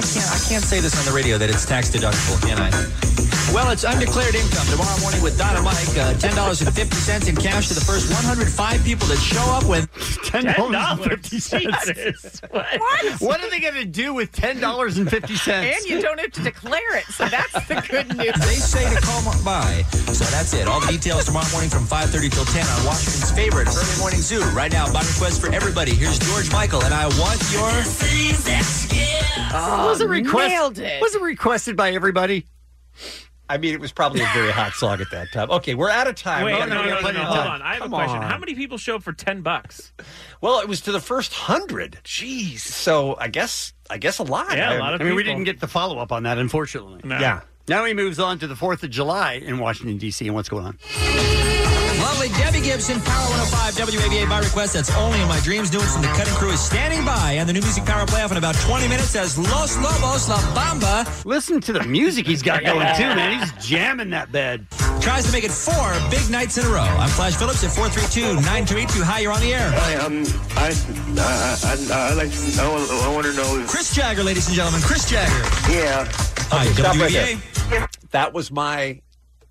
[SPEAKER 9] can't, I can't say this on the radio that it's tax deductible, can I? Well, it's undeclared income tomorrow morning with Don and Mike. Uh, $10.50 in cash to the first 105 people that show up with
[SPEAKER 11] $10.50. What? what are they going to do with $10.50?
[SPEAKER 10] And you don't have to declare it, so that's the good news.
[SPEAKER 9] They say to call by. So that's it. All the details tomorrow morning from 5.30 till 10 on Washington's favorite early morning zoo. Right now, by request for everybody, here's George Michael, and I want your...
[SPEAKER 11] Oh, was it request- Was it requested by everybody?
[SPEAKER 7] I mean, it was probably a very hot song at that time. Okay, we're out of time.
[SPEAKER 8] Wait,
[SPEAKER 7] We're
[SPEAKER 8] no,
[SPEAKER 7] gonna
[SPEAKER 8] no,
[SPEAKER 7] be
[SPEAKER 8] no, no,
[SPEAKER 7] plenty
[SPEAKER 8] no.
[SPEAKER 7] of
[SPEAKER 8] Hold
[SPEAKER 7] time.
[SPEAKER 8] on. I have
[SPEAKER 7] Come
[SPEAKER 8] a question.
[SPEAKER 7] on.
[SPEAKER 8] How many people show up for 10 bucks?
[SPEAKER 7] Well, it was to the first hundred. Jeez. So I guess I guess a lot.
[SPEAKER 11] I, I mean, we didn't get the follow up on that, unfortunately.
[SPEAKER 7] No.
[SPEAKER 11] Yeah. Now he moves on to the 4th of July in Washington, D.C., and what's going on?
[SPEAKER 9] Lovely Debbie Gibson, Power 105 WAVA by request. That's only in my dreams. New ones from the cutting crew is standing by, and the new music power playoff in about 20 minutes as Los Lobos La Bamba.
[SPEAKER 11] Listen to the music he's got going, too, man. He's jamming that bed.
[SPEAKER 9] Tries to make it four big nights in a row. I'm Flash Phillips at 432 9282. Hi, you're on the air.
[SPEAKER 3] Hi, um, I, I, I, I like to know, I want to know.
[SPEAKER 9] Chris Jagger, ladies and gentlemen. Chris Jagger.
[SPEAKER 3] Yeah.
[SPEAKER 9] Hi,
[SPEAKER 7] Okay, stop
[SPEAKER 9] WVA.
[SPEAKER 7] right there. That was my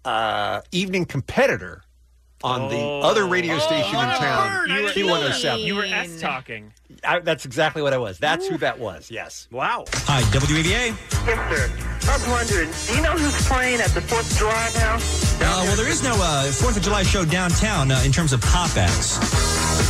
[SPEAKER 7] uh, evening competitor on
[SPEAKER 11] Oh.
[SPEAKER 7] the other radio station in town, Q107.
[SPEAKER 8] You were S talking.
[SPEAKER 7] I, that's exactly what I was. That's who that was. Yes. Wow.
[SPEAKER 9] Hi, WAVA.
[SPEAKER 3] Yes, sir. I'm wondering, do you know who's playing at the 4th of July now?
[SPEAKER 9] Uh, well, there is no uh, Fourth of July show downtown uh, in terms of pop acts.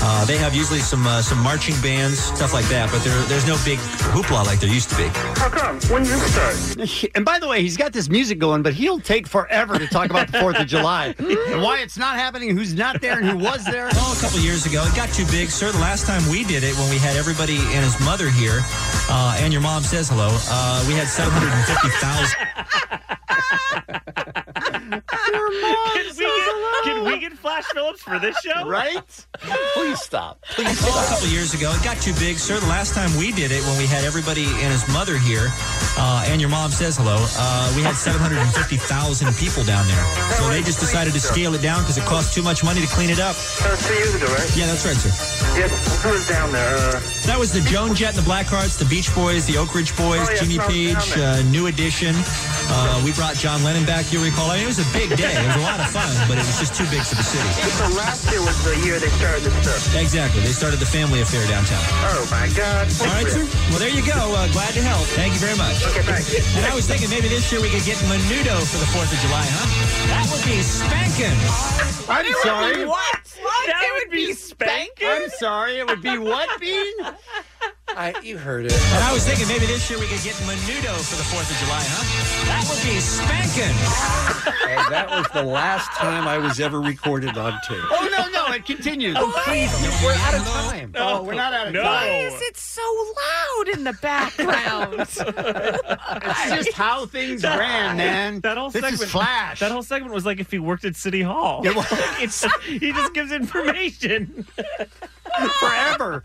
[SPEAKER 9] Uh, they have usually some uh, some marching bands, stuff like that, but there, there's no big hoopla like there used to be.
[SPEAKER 3] How come? When you start?
[SPEAKER 11] And by the way, he's got this music going, but he'll take forever to talk about the 4th of July and why it's not happening, who's not there, and who was there.
[SPEAKER 9] Oh, a couple years ago, it got too big, sir. The last time we did it, when we had everybody and his mother here, uh, and your mom says hello, uh, we had seven hundred and fifty thousand.
[SPEAKER 8] Can we, get, can we get Flash Phillips for this show?
[SPEAKER 11] Right? Please stop. Please
[SPEAKER 9] stop. a couple years ago, it got too big, sir. The last time we did it, when we had everybody and his mother here, uh, and your mom says hello, uh, we had 750,000 people down there. So they just decided to scale it down because it cost too much money to clean it up.
[SPEAKER 3] Uh, two years ago, right?
[SPEAKER 9] Yeah, that's right, sir.
[SPEAKER 3] Yes, who was down there? Uh,
[SPEAKER 9] That was the Joan Jett and the Blackhearts, the Beach Boys, the Oak Ridge Boys,
[SPEAKER 3] Oh, yeah,
[SPEAKER 9] Jimmy
[SPEAKER 3] Charles
[SPEAKER 9] Page, uh,
[SPEAKER 3] Hammond.
[SPEAKER 9] New Edition. Uh, we brought John Lennon back, you'll recall. I mean, it was a big day. It was a lot of fun, but it was just too big for the city.
[SPEAKER 3] so last year was the year they started this stuff.
[SPEAKER 9] Exactly. They started the family affair downtown.
[SPEAKER 3] Oh, my God.
[SPEAKER 9] All right, sir. Well, there you go. Uh, glad to help. Thank you very much.
[SPEAKER 3] Okay, thanks.
[SPEAKER 9] And I was thinking maybe this year we could get Menudo for the 4th of July, huh? That would be spanking.
[SPEAKER 11] I'm
[SPEAKER 9] It would
[SPEAKER 11] sorry.
[SPEAKER 9] be what? What? That It would would be be spanking?
[SPEAKER 11] I'm sorry. It would be what, Bean?
[SPEAKER 7] I, you heard it.
[SPEAKER 9] And I was thinking maybe this year we could get Menudo for the 4th of July, huh? That would be spanking.
[SPEAKER 7] And that was the last time I was ever recorded on tape.
[SPEAKER 11] Oh, no, no. It continues.
[SPEAKER 7] Oh, please. We're out of time.
[SPEAKER 11] Oh, we're not out of
[SPEAKER 10] Why
[SPEAKER 11] time.
[SPEAKER 10] is it so loud in the background?
[SPEAKER 11] It's just how things
[SPEAKER 8] That-
[SPEAKER 11] ran, man.
[SPEAKER 8] That whole
[SPEAKER 11] this
[SPEAKER 8] segment,
[SPEAKER 11] is Flash.
[SPEAKER 8] That whole segment was like if he worked at City Hall.
[SPEAKER 11] It was.
[SPEAKER 8] it's, he just gives information.
[SPEAKER 11] forever.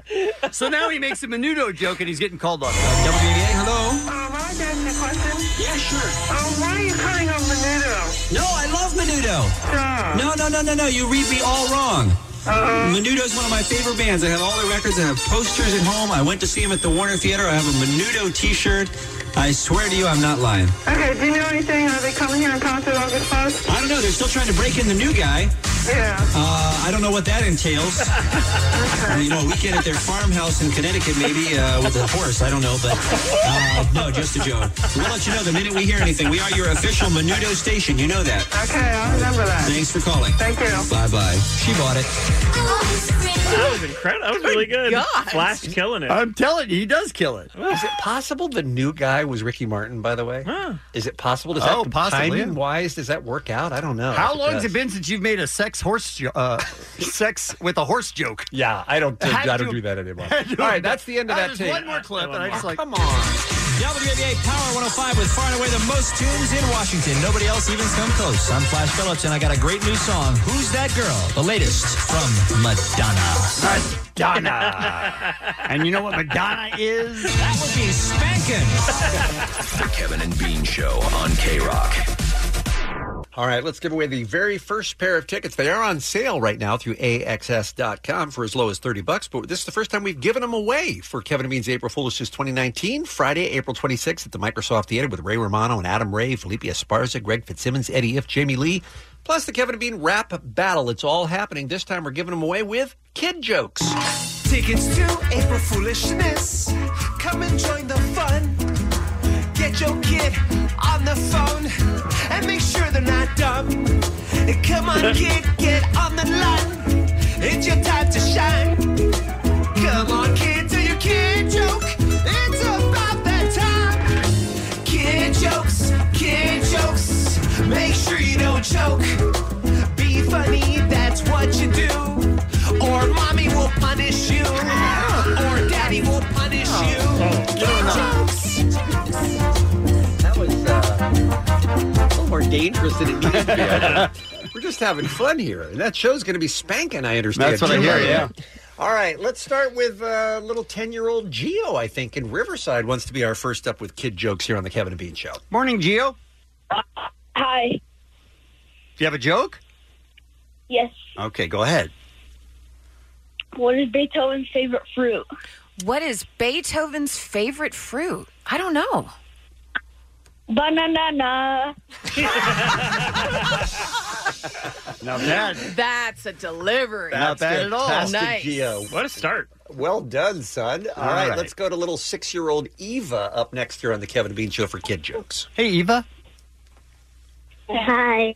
[SPEAKER 11] So now he makes a menudo joke and he's getting called on. Uh, WBA, hello.
[SPEAKER 3] Um, I got a question. Yeah, sure. Um, why are you calling on Menudo?
[SPEAKER 9] No, I love Menudo.
[SPEAKER 3] Ah.
[SPEAKER 9] No, no, no, no, no. You read me all wrong.
[SPEAKER 3] Uh-huh.
[SPEAKER 9] Menudo is one of my favorite bands. I have all their records. I have posters at home. I went to see them at the Warner Theater. I have a Menudo T-shirt. I swear to you, I'm not lying.
[SPEAKER 3] Okay, do you know anything? Are they coming here on concert August 1st?
[SPEAKER 9] I don't know. They're still trying to break in the new guy.
[SPEAKER 3] Yeah.
[SPEAKER 9] Uh, I don't know what that entails. Uh, you know, a weekend at their farmhouse in Connecticut, maybe uh, with a horse. I don't know, but uh, no, just a joke. We'll let you know the minute we hear anything. We are your official Menudo station. You know that.
[SPEAKER 3] Okay, I'll remember that.
[SPEAKER 9] Thanks for calling.
[SPEAKER 3] Thank you.
[SPEAKER 9] Bye bye. She bought it.
[SPEAKER 20] Oh,
[SPEAKER 8] that was incredible.
[SPEAKER 11] Oh
[SPEAKER 8] That was really good.
[SPEAKER 11] God.
[SPEAKER 8] Flash killing it.
[SPEAKER 11] I'm telling you, he does kill it.
[SPEAKER 7] Is it possible the new guy was Ricky Martin, by the way? Is it possible? Does
[SPEAKER 11] Oh,
[SPEAKER 7] that
[SPEAKER 11] possibly, yeah.
[SPEAKER 7] timing wise, does that work out? I don't know.
[SPEAKER 11] How long has
[SPEAKER 7] does.
[SPEAKER 11] it been since you've made a sex horse jo- uh, sex with a horse joke?
[SPEAKER 7] Yeah, I don't do,
[SPEAKER 11] Had
[SPEAKER 7] I don't
[SPEAKER 11] to-
[SPEAKER 7] do that anymore.
[SPEAKER 11] had to-
[SPEAKER 7] All right, that's the end of
[SPEAKER 11] Oh,
[SPEAKER 7] that
[SPEAKER 11] there's
[SPEAKER 7] tape.
[SPEAKER 11] one more clip, and I just like
[SPEAKER 7] come on.
[SPEAKER 9] WAVA Power 105 with far and away the most tunes in Washington. Nobody else even come close. I'm Flash Phillips, and I got a great new song, Who's That Girl? The latest from Madonna.
[SPEAKER 11] Madonna. and you know what Madonna is?
[SPEAKER 9] That would be spanking.
[SPEAKER 12] The Kevin and Bean Show on K Rock.
[SPEAKER 7] All right, let's give away the very first pair of tickets. They are on sale right now through AXS.com for as low as 30 bucks, but this is the first time we've given them away for Kevin and Bean's April Foolishness 2019, Friday, April 26th at the Microsoft Theater with Ray Romano and Adam Ray, Felipe Esparza, Greg Fitzsimmons, Eddie If, Jamie Lee, plus the Kevin and Bean rap battle. It's all happening. This time we're giving them away with kid jokes.
[SPEAKER 9] Tickets to April Foolishness. Come and join the fun. Get your kid on the phone and make sure they're not dumb. Come on, kid, get on the line. It's your time to shine. Come on, kid, tell your kid joke. It's about that time. Kid jokes, kid jokes. Make sure you don't choke. Be funny, that's what you do. Or mommy will punish you. Or daddy will punish you. Kid jokes.
[SPEAKER 7] That was uh, a little more dangerous than it needed to be. We're just having fun here, and that show's going to be spanking. I understand.
[SPEAKER 11] That's what I
[SPEAKER 7] too,
[SPEAKER 11] hear,
[SPEAKER 7] by the way.
[SPEAKER 11] yeah.
[SPEAKER 7] All right, let's start with uh, little ten-year-old Geo. I think in Riverside wants to be our first up with kid jokes here on the Kevin and Bean Show.
[SPEAKER 11] Morning, Geo.
[SPEAKER 23] Uh, Hi. Do
[SPEAKER 11] you have a joke?
[SPEAKER 23] Yes.
[SPEAKER 7] Okay, go ahead.
[SPEAKER 23] What is Beethoven's favorite fruit?
[SPEAKER 10] What is Beethoven's favorite fruit? I don't know.
[SPEAKER 23] Banana.
[SPEAKER 7] Now that
[SPEAKER 10] That's a delivery.
[SPEAKER 7] Not bad at all.
[SPEAKER 10] Nice.
[SPEAKER 7] What a start. Well done, son. All
[SPEAKER 11] All
[SPEAKER 7] right,
[SPEAKER 11] right.
[SPEAKER 7] let's go to little six year old Eva up next here on the Kevin and Bean Show for kid jokes.
[SPEAKER 11] Hey, Eva.
[SPEAKER 23] Hi.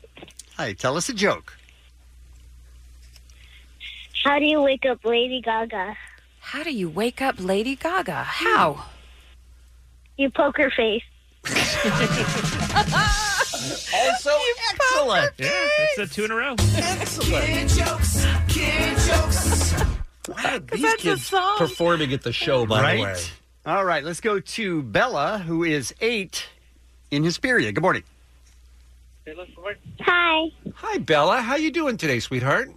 [SPEAKER 11] Hi, tell us a joke.
[SPEAKER 23] How do you wake up Lady Gaga?
[SPEAKER 10] How do you wake up Lady Gaga? How?
[SPEAKER 23] You poke her face.
[SPEAKER 7] also excellent.
[SPEAKER 8] Yeah, it's a two in a row.
[SPEAKER 23] Excellent. Kid jokes. Kid jokes.
[SPEAKER 7] Wow, these kids performing at the show, by
[SPEAKER 11] right?
[SPEAKER 7] the way.
[SPEAKER 11] All right, let's go to Bella, who is eight in Hesperia. Good morning.
[SPEAKER 23] Hi.
[SPEAKER 7] Hi, Bella. How you doing today, sweetheart?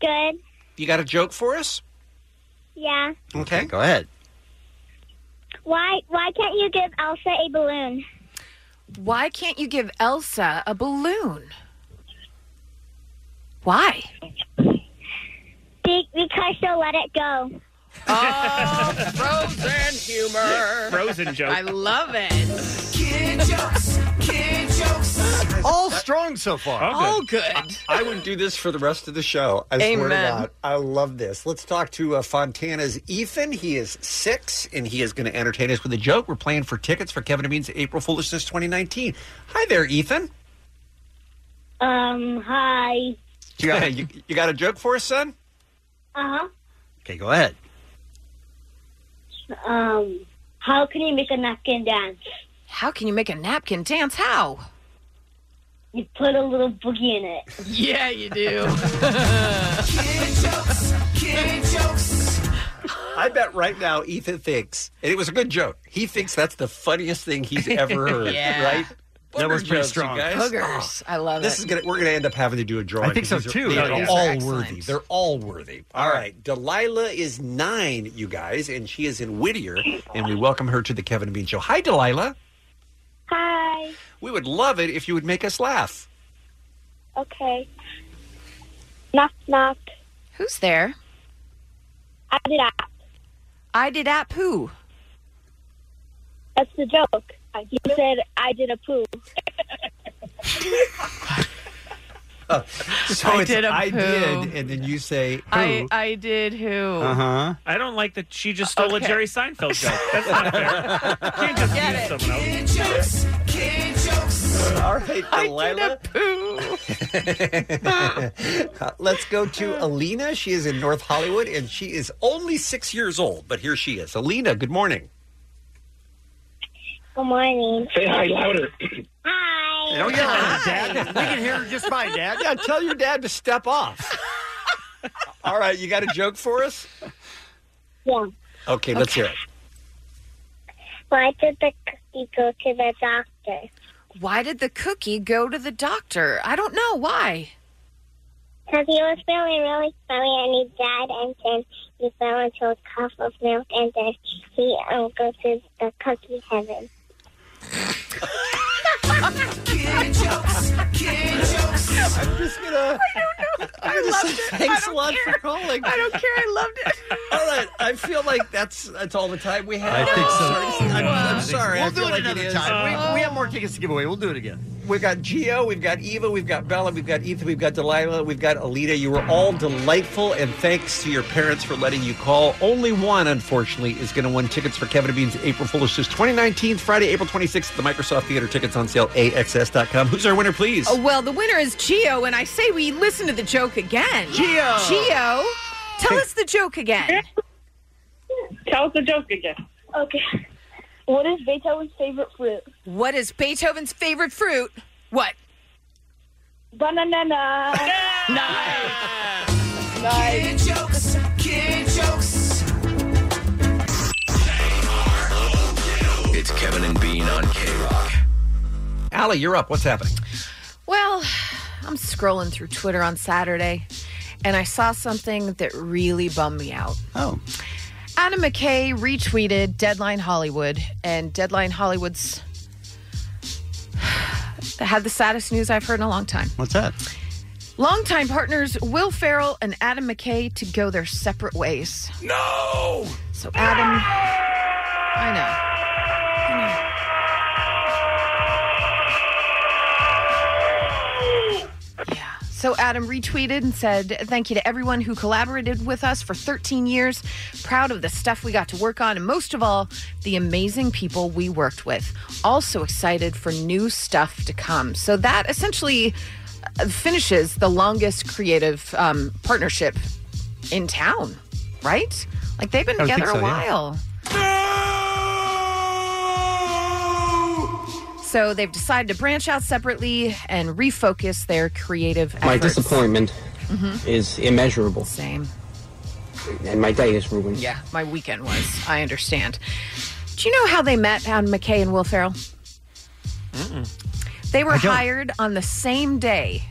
[SPEAKER 23] Good.
[SPEAKER 7] You got a joke for us?
[SPEAKER 23] Yeah.
[SPEAKER 7] Okay, go ahead.
[SPEAKER 23] Why? Why can't you give Elsa a balloon?
[SPEAKER 10] Why can't you give Elsa a balloon? Why?
[SPEAKER 23] Be- because she'll let it go.
[SPEAKER 10] Oh, Frozen humor.
[SPEAKER 8] Frozen joke.
[SPEAKER 10] I love it.
[SPEAKER 23] Kid jokes. Kid jokes.
[SPEAKER 11] All strong so far.
[SPEAKER 10] All good.
[SPEAKER 7] I, I would do this for the rest of the show. I swear to
[SPEAKER 10] Amen.
[SPEAKER 7] God. I love this. Let's talk to uh, Fontana's Ethan. He is six, and he is going to entertain us with a joke. We're playing for tickets for Kevin and Bean's April Foolishness 2019. Hi there, Ethan.
[SPEAKER 23] Um. Hi.
[SPEAKER 7] You got, you, you got a joke for us, son?
[SPEAKER 23] Uh
[SPEAKER 7] Okay, go ahead.
[SPEAKER 23] huh. Um. How can you make a napkin dance?
[SPEAKER 10] How can you make a napkin dance? How?
[SPEAKER 23] You put a little boogie in it.
[SPEAKER 10] Yeah, you do.
[SPEAKER 23] Kid jokes. Kid jokes.
[SPEAKER 7] I bet right now Ethan thinks, and it was a good joke. He thinks that's the funniest thing he's ever heard.
[SPEAKER 10] Yeah.
[SPEAKER 7] Right?
[SPEAKER 10] That
[SPEAKER 7] Booger
[SPEAKER 10] was pretty
[SPEAKER 7] jokes, you
[SPEAKER 10] strong.
[SPEAKER 7] guys. Oh,
[SPEAKER 10] Boogers. I love
[SPEAKER 7] this
[SPEAKER 10] it.
[SPEAKER 7] is gonna. We're gonna end up having to do a drawing.
[SPEAKER 11] I think so,
[SPEAKER 7] because these
[SPEAKER 11] too.
[SPEAKER 7] Are, they're
[SPEAKER 11] Yeah, these
[SPEAKER 7] all
[SPEAKER 11] are excellent.
[SPEAKER 7] worthy. They're all worthy. all right. Delilah is nine, you guys, and she is in Whittier, and we welcome her to the Kevin and Bean Show. Hi, Delilah.
[SPEAKER 23] Hi.
[SPEAKER 7] We would love it if you would make us laugh.
[SPEAKER 23] Okay. Knock knock.
[SPEAKER 10] Who's there?
[SPEAKER 23] I did app.
[SPEAKER 10] I did app who?
[SPEAKER 23] That's the joke. You said I did a poo.
[SPEAKER 7] So
[SPEAKER 10] I
[SPEAKER 7] it's
[SPEAKER 10] did a
[SPEAKER 7] I
[SPEAKER 10] poo.
[SPEAKER 7] did, and then you say who?
[SPEAKER 10] I I did who?
[SPEAKER 7] huh.
[SPEAKER 8] I don't like that she just stole
[SPEAKER 10] Okay.
[SPEAKER 8] a Jerry Seinfeld joke. That's not fair. You can't just
[SPEAKER 10] Get
[SPEAKER 8] be
[SPEAKER 10] it.
[SPEAKER 8] someone else.
[SPEAKER 23] Kid jokes. Kid jokes.
[SPEAKER 7] All right, Delilah. Uh, Let's go to Alina. She is in North Hollywood, and she is only six years old. But here she is. Alina, good morning.
[SPEAKER 23] Good morning.
[SPEAKER 7] Say hi louder.
[SPEAKER 23] Hi.
[SPEAKER 7] Don't yell at her, Dad. We can hear her just fine, Dad. Yeah, tell your dad to step off. All right, you got a joke for us?
[SPEAKER 23] Yeah.
[SPEAKER 7] Okay, let's hear it.
[SPEAKER 23] Why did the cookie go to the doctor?
[SPEAKER 10] Why did the cookie go to the doctor? I don't know why.
[SPEAKER 23] Because he was feeling really funny and he died and then he fell into a cup of milk and then he um, goes to the cookie heaven.
[SPEAKER 19] Kid jokes. Kid jokes.
[SPEAKER 11] I'm just gonna.
[SPEAKER 19] I
[SPEAKER 11] I'm
[SPEAKER 19] don't know.
[SPEAKER 11] gonna
[SPEAKER 19] I
[SPEAKER 11] say
[SPEAKER 19] loved it.
[SPEAKER 11] Thanks
[SPEAKER 19] I
[SPEAKER 11] a
[SPEAKER 19] don't
[SPEAKER 11] lot
[SPEAKER 19] care.
[SPEAKER 11] for calling.
[SPEAKER 19] I don't care. I loved it.
[SPEAKER 11] All right, I feel like that's that's all the time we have.
[SPEAKER 19] I think so.
[SPEAKER 11] I'm Oh, sorry. I'm,
[SPEAKER 19] Yeah.
[SPEAKER 11] I'm sorry. I
[SPEAKER 19] We'll do
[SPEAKER 11] feel
[SPEAKER 19] it
[SPEAKER 11] like
[SPEAKER 19] another
[SPEAKER 11] is.
[SPEAKER 19] time.
[SPEAKER 11] We, we have more tickets to give away. We'll do it again. We've got Gio, we've got Eva, we've got Bella, we've got Ethan, we've got Delilah, we've got Alita. You were all delightful, and thanks to your parents for letting you call. Only one, unfortunately, is going to win tickets for Kevin and Bean's April Foolish's 2019, Friday, April 26th, at the Microsoft Theater. Tickets on sale, AXS.com. Who's our winner, please?
[SPEAKER 10] Oh, well, the winner is Geo, and I say we listen to the joke again. Geo. Geo, tell us the joke again.
[SPEAKER 23] Tell us the joke again.
[SPEAKER 10] Okay. What is Beethoven's favorite fruit? What is Beethoven's favorite fruit? What? Banana.
[SPEAKER 19] Kid jokes. Kid jokes.
[SPEAKER 12] It's Kevin and Bean on K Rock.
[SPEAKER 11] Allie, you're up. What's happening?
[SPEAKER 10] Well, I'm scrolling through Twitter on Saturday, and I saw something that really bummed me out.
[SPEAKER 11] Oh.
[SPEAKER 10] Anna McKay retweeted Deadline Hollywood, and Deadline Hollywood's had the saddest news I've heard in a long time.
[SPEAKER 11] What's that?
[SPEAKER 10] Longtime partners Will Farrell and Adam McKay to go their separate ways.
[SPEAKER 19] No.
[SPEAKER 10] So Adam, I know. So Adam retweeted and said, "Thank you to everyone who collaborated with us for 13 years. Proud of the stuff we got to work on, and most of all, the amazing people we worked with. Also excited for new stuff to come." So that essentially uh, finishes the longest creative um, partnership in town, right? Like they've been
[SPEAKER 19] I would
[SPEAKER 10] together
[SPEAKER 19] think
[SPEAKER 10] a
[SPEAKER 19] so, yeah.
[SPEAKER 10] while. So they've decided to branch out separately and refocus their creative
[SPEAKER 24] My
[SPEAKER 10] efforts.
[SPEAKER 24] disappointment
[SPEAKER 10] Mhm.
[SPEAKER 24] is immeasurable.
[SPEAKER 10] Same.
[SPEAKER 24] And my day is ruined.
[SPEAKER 10] Yeah, my weekend was. I understand. Do you know how they met Adam McKay and Will Ferrell? They were
[SPEAKER 24] I don't. Oh,
[SPEAKER 10] hired on the same day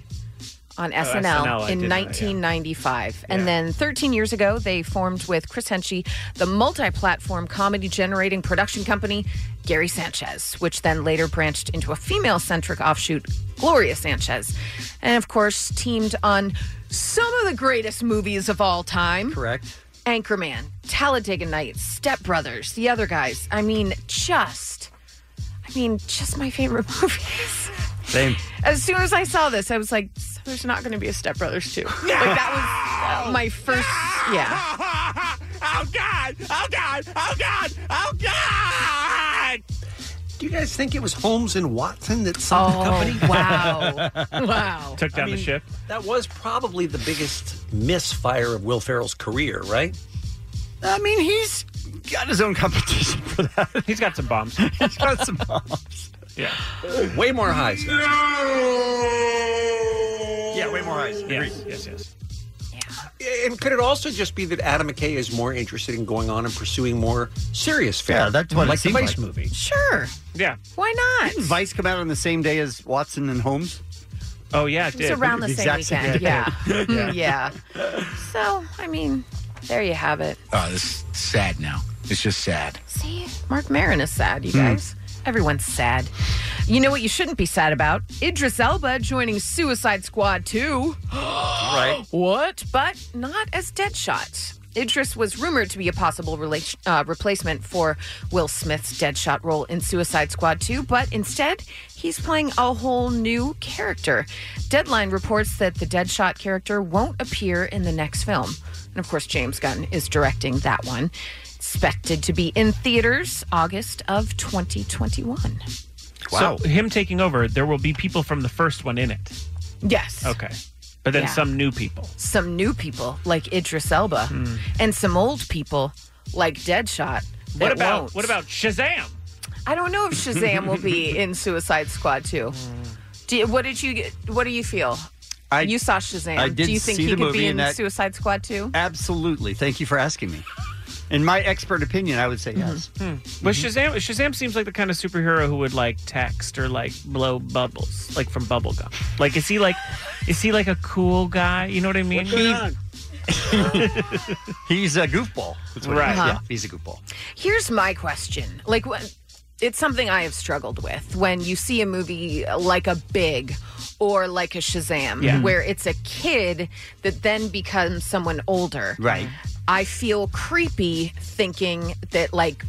[SPEAKER 10] on SNL,
[SPEAKER 24] SNL, I
[SPEAKER 10] in
[SPEAKER 24] did know, yeah.
[SPEAKER 10] 1995. And then 13 years ago, they formed with Chris Henchy the multi platform comedy generating production company Gary Sanchez, which then later branched into a female centric offshoot, Gloria Sanchez. And of course, teamed on some of the greatest movies of all time.
[SPEAKER 11] Correct.
[SPEAKER 10] Anchorman, Talladega Nights, Step Brothers, The Other Guys. I mean, just, I mean, just my favorite movies.
[SPEAKER 11] Same.
[SPEAKER 10] As soon as I saw this, I was like, "So there's not going to be a Step Brothers 2. Like, that was uh, my first, yeah.
[SPEAKER 19] Oh God! Oh God! Oh God! Oh God!
[SPEAKER 11] Do you guys think it was Holmes and Watson that sold
[SPEAKER 19] Oh,
[SPEAKER 11] the company?
[SPEAKER 19] wow. Wow. Took down the ship.
[SPEAKER 11] That was probably the biggest misfire of Will Ferrell's career, right? I mean, he's got his own competition for that.
[SPEAKER 8] He's got some bombs.
[SPEAKER 11] he's got some bombs.
[SPEAKER 8] Yeah.
[SPEAKER 11] Way more highs. Yeah, way more highs.
[SPEAKER 8] Yes, yes, yes.
[SPEAKER 11] And could it also just be that Adam McKay is more interested in going on and pursuing more serious fare?
[SPEAKER 8] Yeah, that's what it
[SPEAKER 11] like the
[SPEAKER 8] seems
[SPEAKER 11] Vice
[SPEAKER 8] like.
[SPEAKER 11] movie.
[SPEAKER 10] Sure.
[SPEAKER 8] Yeah.
[SPEAKER 10] Why not?
[SPEAKER 11] Didn't Vice come out on the same day as Watson and Holmes?
[SPEAKER 8] Oh yeah, it
[SPEAKER 10] It was did. around the same weekend, yeah. yeah. So, I mean, there you have it.
[SPEAKER 19] Oh, this is sad now. It's just sad.
[SPEAKER 10] See, Mark Maron is sad, you
[SPEAKER 19] Hmm.
[SPEAKER 10] guys. Everyone's sad. You know what you shouldn't be sad about? Idris Elba joining Suicide Squad 2.
[SPEAKER 11] right.
[SPEAKER 10] What? But not as Deadshot. Idris was rumored to be a possible rela- uh, replacement for Will Smith's Deadshot role in Suicide Squad 2, but instead, he's playing a whole new character. Deadline reports that the Deadshot character won't appear in the next film. And of course, James Gunn is directing that one. Expected to be in theaters August of 2021.
[SPEAKER 8] Wow. So him taking over, there will be people from the first one in it.
[SPEAKER 10] Yes.
[SPEAKER 8] Okay. But then
[SPEAKER 10] Yeah.
[SPEAKER 8] some new people.
[SPEAKER 10] some new people like Idris Elba
[SPEAKER 8] Hmm.
[SPEAKER 10] and some old people like Deadshot. that
[SPEAKER 8] What about
[SPEAKER 10] won't.
[SPEAKER 8] what about Shazam?
[SPEAKER 10] I don't know if Shazam will be in Suicide Squad 2. Do you, what did you get? What do you feel?
[SPEAKER 11] I-
[SPEAKER 10] you saw Shazam.
[SPEAKER 11] I did
[SPEAKER 10] do you think
[SPEAKER 11] see
[SPEAKER 10] he
[SPEAKER 11] the
[SPEAKER 10] could
[SPEAKER 11] movie
[SPEAKER 10] be
[SPEAKER 11] and
[SPEAKER 10] in
[SPEAKER 11] that-
[SPEAKER 10] Suicide Squad 2?
[SPEAKER 11] Absolutely. Thank you for asking me. In my expert opinion, I would say yes. Mm-hmm.
[SPEAKER 8] But Shazam Shazam seems like the kind of superhero who would like text or like blow bubbles, like from bubble gum. Like is he like is he like a cool guy? You know what I mean?
[SPEAKER 11] What's going on? He's a goofball. That's what he
[SPEAKER 8] Right.
[SPEAKER 11] is.
[SPEAKER 10] Uh-huh.
[SPEAKER 11] Yeah, he's a goofball.
[SPEAKER 10] Here's my question. Like what it's something I have struggled with when you see a movie like a Big or like a Shazam,
[SPEAKER 25] Yeah.
[SPEAKER 10] where it's a kid that then becomes someone older.
[SPEAKER 25] Right.
[SPEAKER 10] I feel creepy thinking that like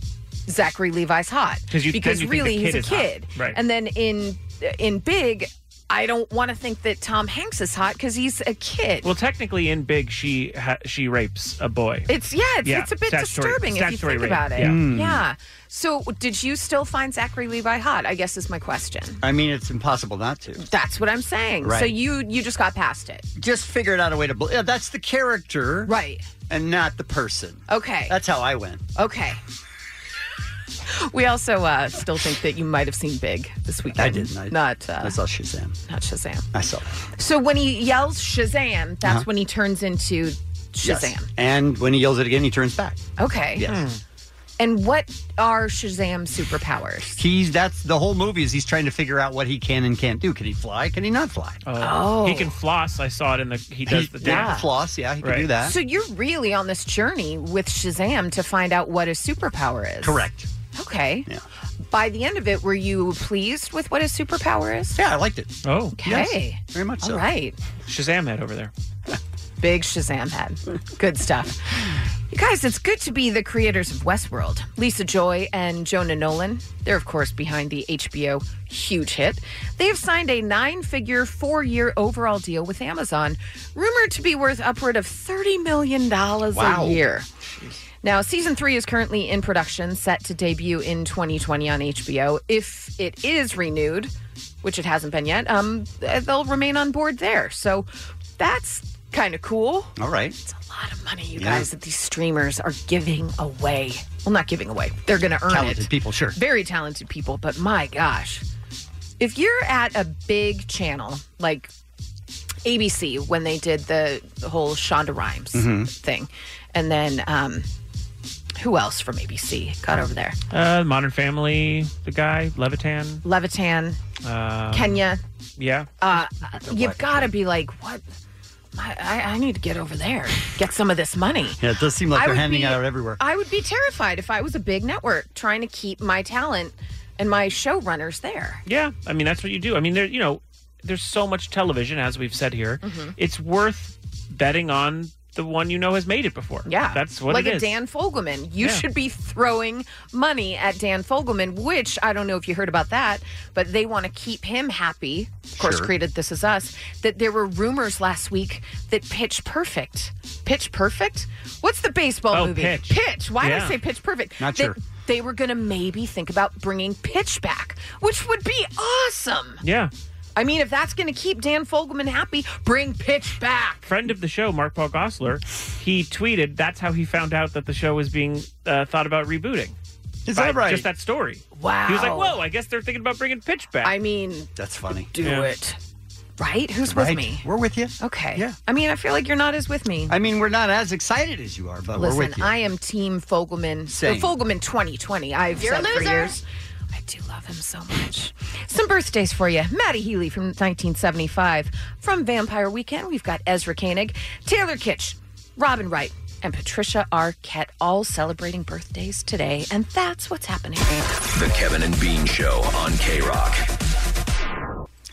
[SPEAKER 10] Zachary Levi's hot
[SPEAKER 25] 'Cause you-
[SPEAKER 10] because
[SPEAKER 25] then you think the
[SPEAKER 10] really
[SPEAKER 25] kid
[SPEAKER 10] he's a
[SPEAKER 25] is hot.
[SPEAKER 10] kid.
[SPEAKER 25] Right.
[SPEAKER 10] And then in in Big, I don't want to think that Tom Hanks is hot because he's a kid.
[SPEAKER 8] Well, technically, in Big, she ha- she rapes a boy.
[SPEAKER 10] It's yeah, it's, it's a bit
[SPEAKER 8] statutory-
[SPEAKER 10] disturbing if you
[SPEAKER 8] statutory
[SPEAKER 10] think
[SPEAKER 8] rape,
[SPEAKER 10] about it.
[SPEAKER 8] yeah.
[SPEAKER 10] yeah. So, did you still find Zachary Levi hot? I guess is my question.
[SPEAKER 11] I mean, it's impossible not to.
[SPEAKER 10] That's what I'm saying. So
[SPEAKER 11] Right.
[SPEAKER 10] you you just got past it.
[SPEAKER 11] Just figured out a way to. Bl- yeah, that's the character,
[SPEAKER 10] right?
[SPEAKER 11] And not the person.
[SPEAKER 10] Okay.
[SPEAKER 11] That's how I went.
[SPEAKER 10] Okay. We also uh, still think that you might have seen Big this weekend.
[SPEAKER 11] I didn't. I,
[SPEAKER 10] not. Uh,
[SPEAKER 11] I saw Shazam.
[SPEAKER 10] Not Shazam.
[SPEAKER 11] I saw that.
[SPEAKER 10] So when he yells Shazam, that's
[SPEAKER 11] Uh-huh.
[SPEAKER 10] when he turns into Shazam.
[SPEAKER 11] Yes. And when he yells it again, he turns back.
[SPEAKER 10] Okay. Hmm.
[SPEAKER 11] Yes.
[SPEAKER 10] And what are Shazam superpowers?
[SPEAKER 11] He's that's the whole movie is he's trying to figure out what he can and can't do. Can he fly? Can he not fly?
[SPEAKER 10] Oh.
[SPEAKER 8] He can floss. I saw it in the. He does the
[SPEAKER 11] He-
[SPEAKER 8] dance.
[SPEAKER 11] yeah, floss, yeah, he can do
[SPEAKER 10] So you're really on this journey with Shazam to find out what his superpower is.
[SPEAKER 11] Correct.
[SPEAKER 10] Okay. By the end of it, were you pleased with what his superpower is?
[SPEAKER 11] Yeah, I liked it.
[SPEAKER 8] Oh,
[SPEAKER 10] Okay. very much
[SPEAKER 8] so.
[SPEAKER 10] All right.
[SPEAKER 8] Shazam head over there.
[SPEAKER 10] Big Shazam head. Good stuff. You guys, it's good to be the creators of Westworld. Lisa Joy and Jonah Nolan, they're of course behind the HBO huge hit. They have signed a nine figure, four year overall deal with Amazon, rumored to be worth upward of $30 million
[SPEAKER 25] Wow.
[SPEAKER 10] a year. Now, season three is currently in production, set to debut in 2020 on HBO. If it is renewed, which it hasn't been yet, um, they'll remain on board there. So that's kind of cool.
[SPEAKER 11] All right.
[SPEAKER 10] It's a lot of money, you
[SPEAKER 11] Yeah.
[SPEAKER 10] guys, that these streamers are giving away. Well, not giving away. They're going to earn
[SPEAKER 11] Talented
[SPEAKER 10] it.
[SPEAKER 11] people, sure.
[SPEAKER 10] Very talented people, but my gosh. If you're at a big channel like ABC when they did the, the whole Shonda Rhimes
[SPEAKER 25] Mhm.
[SPEAKER 11] Mm-hmm.
[SPEAKER 10] thing, and then um, who else from ABC got over there?
[SPEAKER 8] Uh, Modern Family, the guy Levitan.
[SPEAKER 10] Levitan,
[SPEAKER 8] Um,
[SPEAKER 10] Kenya.
[SPEAKER 8] Yeah.
[SPEAKER 10] Uh, you've got to be like, what? I, I, I need to get over there, get some of this money.
[SPEAKER 11] Yeah, it does seem like
[SPEAKER 10] I
[SPEAKER 11] they're
[SPEAKER 10] would
[SPEAKER 11] handing
[SPEAKER 10] be-
[SPEAKER 11] out everywhere.
[SPEAKER 10] I would be terrified if I was a big network trying to keep my talent and my showrunners there.
[SPEAKER 8] Yeah, I mean that's what you do. I mean there, you know, there's so much television as we've said here.
[SPEAKER 10] Mhm.
[SPEAKER 8] It's worth betting on the one you know has made it before.
[SPEAKER 10] Yeah,
[SPEAKER 8] that's what
[SPEAKER 10] like
[SPEAKER 8] it
[SPEAKER 10] a
[SPEAKER 8] is.
[SPEAKER 10] Dan Fogelman. You
[SPEAKER 8] Yeah.
[SPEAKER 10] should be throwing money at Dan Fogelman, which I don't know if you heard about that, but they want to keep him happy. Of course,
[SPEAKER 25] Sure.
[SPEAKER 10] created This Is Us. That there were rumors last week that Pitch Perfect, Pitch Perfect, what's the baseball
[SPEAKER 25] Oh,
[SPEAKER 10] movie?
[SPEAKER 25] Pitch.
[SPEAKER 10] Why did
[SPEAKER 25] Yeah.
[SPEAKER 10] I say Pitch Perfect?
[SPEAKER 25] Not
[SPEAKER 10] That
[SPEAKER 25] sure.
[SPEAKER 10] They were going to maybe think about bringing Pitch back, which would be awesome.
[SPEAKER 8] yeah.
[SPEAKER 10] I mean, if that's going to keep Dan Fogelman happy, bring Pitch back.
[SPEAKER 8] Friend of the show, Mark Paul Gossler, he tweeted that's how he found out that the show was being uh, thought about rebooting.
[SPEAKER 11] Is
[SPEAKER 8] By
[SPEAKER 11] that right?
[SPEAKER 8] Just that story.
[SPEAKER 10] Wow.
[SPEAKER 8] He was like, "Whoa, I guess they're thinking about bringing Pitch back."
[SPEAKER 10] I mean,
[SPEAKER 11] That's funny.
[SPEAKER 10] Do it. right? Who's
[SPEAKER 11] Right.
[SPEAKER 10] with me?
[SPEAKER 11] We're with you.
[SPEAKER 10] Okay. Yeah. I mean, I feel like you're not as with me.
[SPEAKER 11] I mean, we're not as excited as you are, but we're
[SPEAKER 10] Listen,
[SPEAKER 11] with you.
[SPEAKER 10] I am Team Fogelman.
[SPEAKER 11] Same.
[SPEAKER 10] The Fogelman 2020. I've
[SPEAKER 25] You're a
[SPEAKER 10] said for
[SPEAKER 25] loser.
[SPEAKER 10] years. I do love him so much. Some birthdays for you. Maddie Healy from 1975. From Vampire Weekend, we've got Ezra Koenig, Taylor Kitsch, Robin Wright, and Patricia Arquette all celebrating birthdays today. And that's what's happening.
[SPEAKER 12] The Kevin and Bean Show on K Rock.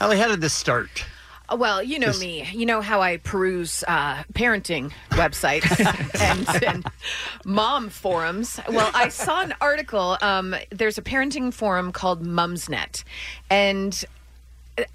[SPEAKER 11] Ellie, how did this start?
[SPEAKER 10] Uh, Well, you know
[SPEAKER 11] Just-
[SPEAKER 10] me. You know how I peruse uh, parenting websites and, and mom forums. Well, I saw an article. Um, there's a parenting forum called Mumsnet, and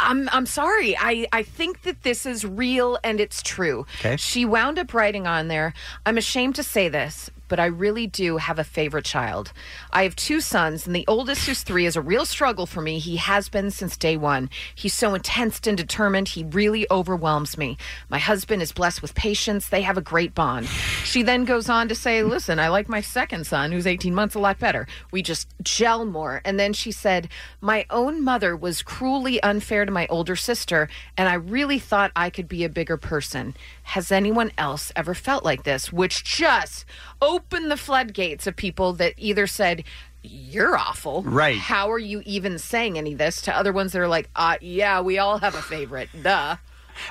[SPEAKER 10] I'm I'm sorry. I I think that this is real and it's true.
[SPEAKER 25] Okay.
[SPEAKER 10] She wound up writing on there. I'm ashamed to say this, but I really do have a favorite child. I have two sons, and the oldest, who's three, is a real struggle for me. He has been since day one. He's so intense and determined. He really overwhelms me. My husband is blessed with patience. They have a great bond. She then goes on to say, "Listen, I like my second son, who's 18 months, a lot better. We just gel more." And then she said, "My own mother was cruelly unfair to my older sister, and I really thought I could be a bigger person. Has anyone else ever felt like this?" Which just opened the floodgates of people that either said, "You're awful,"
[SPEAKER 25] Right.
[SPEAKER 10] How are you even saying any of this? To other ones that are like, "Uh, yeah, we all have a favorite, duh."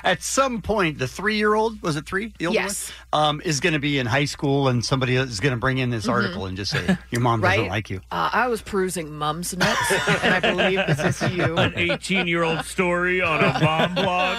[SPEAKER 11] At some point, the three-year-old was it three? The older
[SPEAKER 10] Yes.
[SPEAKER 11] one um, is going to be in high school, and somebody is going to bring in this
[SPEAKER 10] Mhm.
[SPEAKER 11] article and just say your mom doesn't like you.
[SPEAKER 10] Uh, I was perusing Mum's Nuts, and I believe this is you.
[SPEAKER 8] An 18 year old story on a mom blog.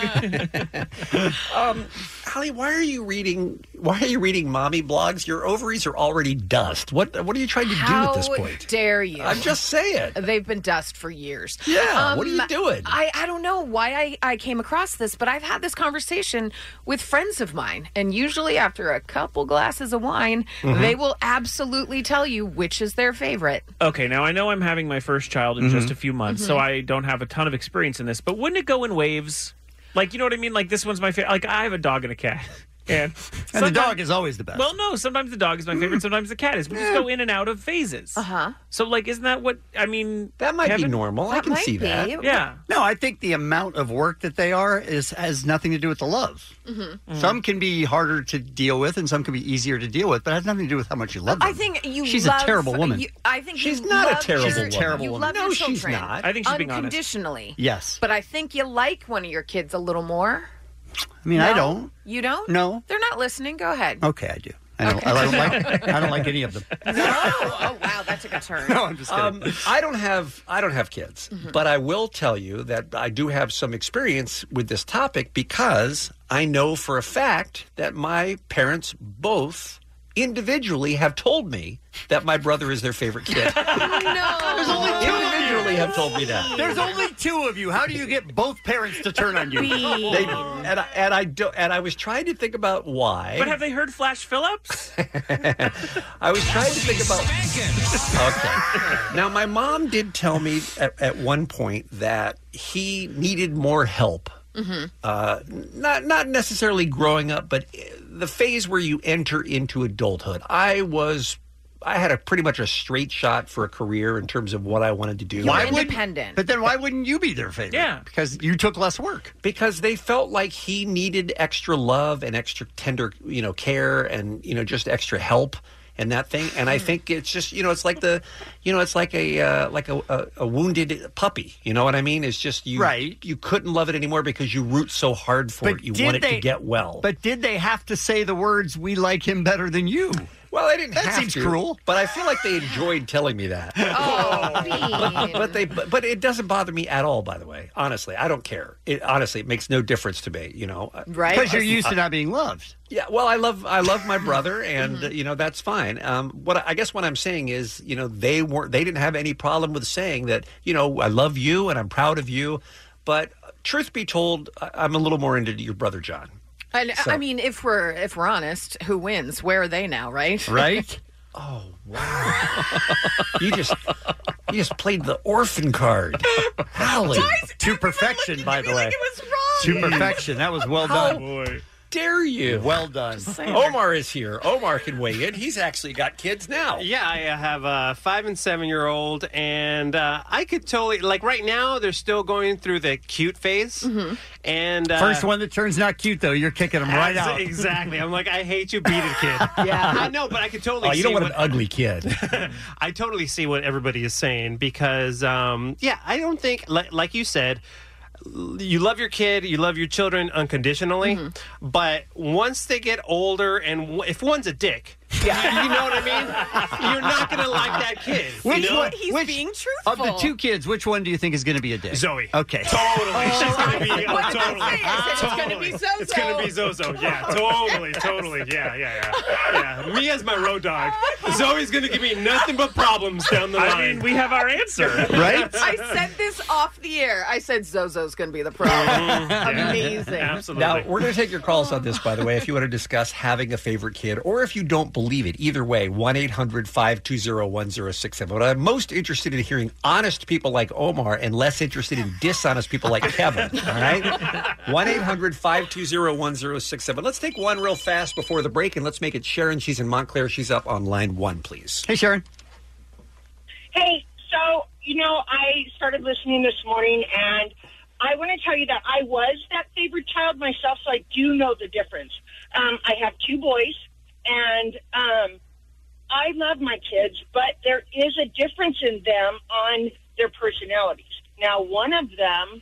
[SPEAKER 7] Um, Holly, why are you reading? Why are you reading mommy blogs? Your ovaries are already dust. What What are you trying to do
[SPEAKER 10] How
[SPEAKER 7] at this point?
[SPEAKER 10] dare you?
[SPEAKER 7] I'm just saying.
[SPEAKER 10] They've been dust for years. Um,
[SPEAKER 7] Yeah, what are you doing?
[SPEAKER 10] I, I don't know why I, I came across this, but I've had this conversation with friends of mine. And usually, after a couple glasses of wine,
[SPEAKER 11] Mm-hmm.
[SPEAKER 8] Mhm.
[SPEAKER 10] they will absolutely tell you which is their favorite.
[SPEAKER 8] Okay, now I know I'm having my first child in
[SPEAKER 11] Mm-hmm.
[SPEAKER 8] just a few months, so
[SPEAKER 10] Mhm.
[SPEAKER 8] I don't have a ton of experience in this, but wouldn't it go in waves? Like, you know what I mean? Like, this one's my favorite. Like, I have a dog and a cat. And,
[SPEAKER 11] And the
[SPEAKER 8] sometime-
[SPEAKER 11] dog is always the best. Mm.
[SPEAKER 8] Well, no, sometimes the dog is my favorite, sometimes the cat is. We just go in and out of phases. Uh
[SPEAKER 10] huh.
[SPEAKER 8] So, like, isn't that what I mean?
[SPEAKER 7] That
[SPEAKER 11] might be normal. I can see Uh-huh. that.
[SPEAKER 8] Yeah.
[SPEAKER 11] No, I think the amount of work that they are is has nothing to do with the love.
[SPEAKER 10] Mm-hmm.
[SPEAKER 9] Mm.
[SPEAKER 11] Some can be harder to deal with, and some can be easier to deal with, but it has nothing to do with how much you love them.
[SPEAKER 10] I think you.
[SPEAKER 11] She's
[SPEAKER 10] love-
[SPEAKER 11] a terrible woman.
[SPEAKER 10] you- I think
[SPEAKER 11] She's
[SPEAKER 10] you
[SPEAKER 11] not a
[SPEAKER 10] love
[SPEAKER 11] terrible
[SPEAKER 10] your-
[SPEAKER 11] woman. Terrible
[SPEAKER 10] You
[SPEAKER 11] woman.
[SPEAKER 10] love
[SPEAKER 11] No,
[SPEAKER 10] your
[SPEAKER 11] she's
[SPEAKER 10] children
[SPEAKER 11] not. I think she's being honest.
[SPEAKER 10] unconditionally.
[SPEAKER 11] Yes.
[SPEAKER 10] But I think you like one of your kids a little more.
[SPEAKER 11] I mean, I
[SPEAKER 10] No?
[SPEAKER 11] don't.
[SPEAKER 10] You don't?
[SPEAKER 11] No.
[SPEAKER 10] They're not listening. Go ahead.
[SPEAKER 11] Okay, I do. I don't, I don't like. I don't like any of them.
[SPEAKER 10] Oh wow, that took a turn.
[SPEAKER 11] No, I'm just kidding. Mm-hmm.
[SPEAKER 7] Um, I don't have I don't have kids, but I will tell you that I do have some experience with this topic because I know for a fact that my parents both individually have told me that my brother is their favorite kid.
[SPEAKER 10] no.
[SPEAKER 11] There's only two of
[SPEAKER 7] individually
[SPEAKER 11] you.
[SPEAKER 7] have told me that.
[SPEAKER 11] There's only two of you. How do you get both parents to turn on you?
[SPEAKER 7] They- and I, and I do, and I was trying to think about why.
[SPEAKER 8] But have they heard Flash Phillips?
[SPEAKER 7] I was trying to think about. Okay. Now, my mom did tell me at, at one point that he needed more help.
[SPEAKER 10] Mm-hmm.
[SPEAKER 7] Uh, not not necessarily growing up, but the phase where you enter into adulthood. I was. I had a pretty much a straight shot for a career in terms of what I wanted to do.
[SPEAKER 10] You're independent.
[SPEAKER 11] But then why wouldn't you be their favorite?
[SPEAKER 7] Yeah.
[SPEAKER 11] Because you took less work.
[SPEAKER 7] Because they felt like he needed extra love and extra tender, you know, care and, you know, just extra help and that thing. And
[SPEAKER 11] Hmm.
[SPEAKER 7] I think it's just, you know, it's like the, you know, it's like a, uh, like a, a, a wounded puppy. You know what I mean? It's just you,
[SPEAKER 11] Right.
[SPEAKER 7] you couldn't love it anymore because you root so hard for it. You
[SPEAKER 11] did
[SPEAKER 7] want it
[SPEAKER 11] they-
[SPEAKER 7] to get well.
[SPEAKER 11] But did they have to say the words "We like him better than you"?
[SPEAKER 7] well, I didn't
[SPEAKER 11] That
[SPEAKER 7] have
[SPEAKER 11] seems
[SPEAKER 7] to,
[SPEAKER 11] cruel.
[SPEAKER 7] But I feel like they enjoyed telling me that. but, but they but, but it doesn't bother me at all by the way honestly i don't care it honestly it makes no difference to me you know
[SPEAKER 11] Right. 'Cause you're used to not being loved
[SPEAKER 7] yeah well i love i love my brother and uh, you know that's fine um what I, I guess what i'm saying is you know they weren't they didn't have any problem with saying that you know i love you and i'm proud of you but uh, truth be told I, i'm a little more into your brother john
[SPEAKER 10] And uh,
[SPEAKER 7] So-
[SPEAKER 10] I mean, if we're if we're honest, who wins? Where are they now? Right?
[SPEAKER 7] Right? Oh, you just you just played the orphan card Holly.
[SPEAKER 11] to perfection, by the way.
[SPEAKER 10] was wrong.
[SPEAKER 11] To perfection. That was well
[SPEAKER 7] How
[SPEAKER 11] done.
[SPEAKER 7] dare you?
[SPEAKER 11] Well done.
[SPEAKER 7] saying. Omar is here. Omar can weigh in. He's actually got kids now.
[SPEAKER 25] Yeah, I uh, have a five and seven year old, and uh, I could totally like right now they're still going through the cute phase, and uh,
[SPEAKER 11] First one that turns not cute, though, you're kicking him right
[SPEAKER 25] abs-
[SPEAKER 11] out.
[SPEAKER 25] Exactly. I'm like, I hate you, beat it, kid.
[SPEAKER 11] Yeah.
[SPEAKER 25] I know, but I could totally.
[SPEAKER 7] Oh, you
[SPEAKER 25] see
[SPEAKER 7] don't want
[SPEAKER 25] what,
[SPEAKER 7] an ugly kid.
[SPEAKER 25] I totally see what everybody is saying because, um, yeah, I don't think, like, like you said, l- you love your kid, you love your children unconditionally,
[SPEAKER 11] Mm-hmm.
[SPEAKER 25] but once they get older, and w- if one's a dick, yeah. you know what I mean. You're not gonna like that kid. you
[SPEAKER 11] Which
[SPEAKER 25] know?
[SPEAKER 11] one- He's which-
[SPEAKER 10] being
[SPEAKER 11] Of the two kids, which one do you think is going to be a dick? Zoe. Okay.
[SPEAKER 25] Totally. She's gonna be oh,
[SPEAKER 10] What did I
[SPEAKER 25] totally.
[SPEAKER 10] say? I said it's gonna
[SPEAKER 25] totally.
[SPEAKER 10] be Zozo.
[SPEAKER 25] It's gonna be Zozo. Yeah, totally, totally. Yeah, yeah, yeah. Yeah. Me as my road dog. Zoe's gonna give me nothing but problems down the
[SPEAKER 8] I
[SPEAKER 25] line.
[SPEAKER 8] mean, we have our answer.
[SPEAKER 10] I said this off the air. I said Zozo's going to be the pro. Amazing.
[SPEAKER 7] Now, we're going to take your calls on this, by the way, if you want to discuss having a favorite kid or if you don't believe it. Either way, 1 800 520 1067. But I'm most interested in hearing honest people like Omar and less interested in dishonest people like Kevin. All right? 1 800 520 1067. Let's take one real fast before the break and let's make it Sharon. She's in Montclair. She's up on line one, please.
[SPEAKER 11] Hey, Sharon.
[SPEAKER 23] Hey, so, you know, I started listening this morning and I want to tell you that I was that favorite child myself, so I do know the difference. Um, I have two boys and um, I love my kids, but there is a difference in them on their personalities. Now, one of them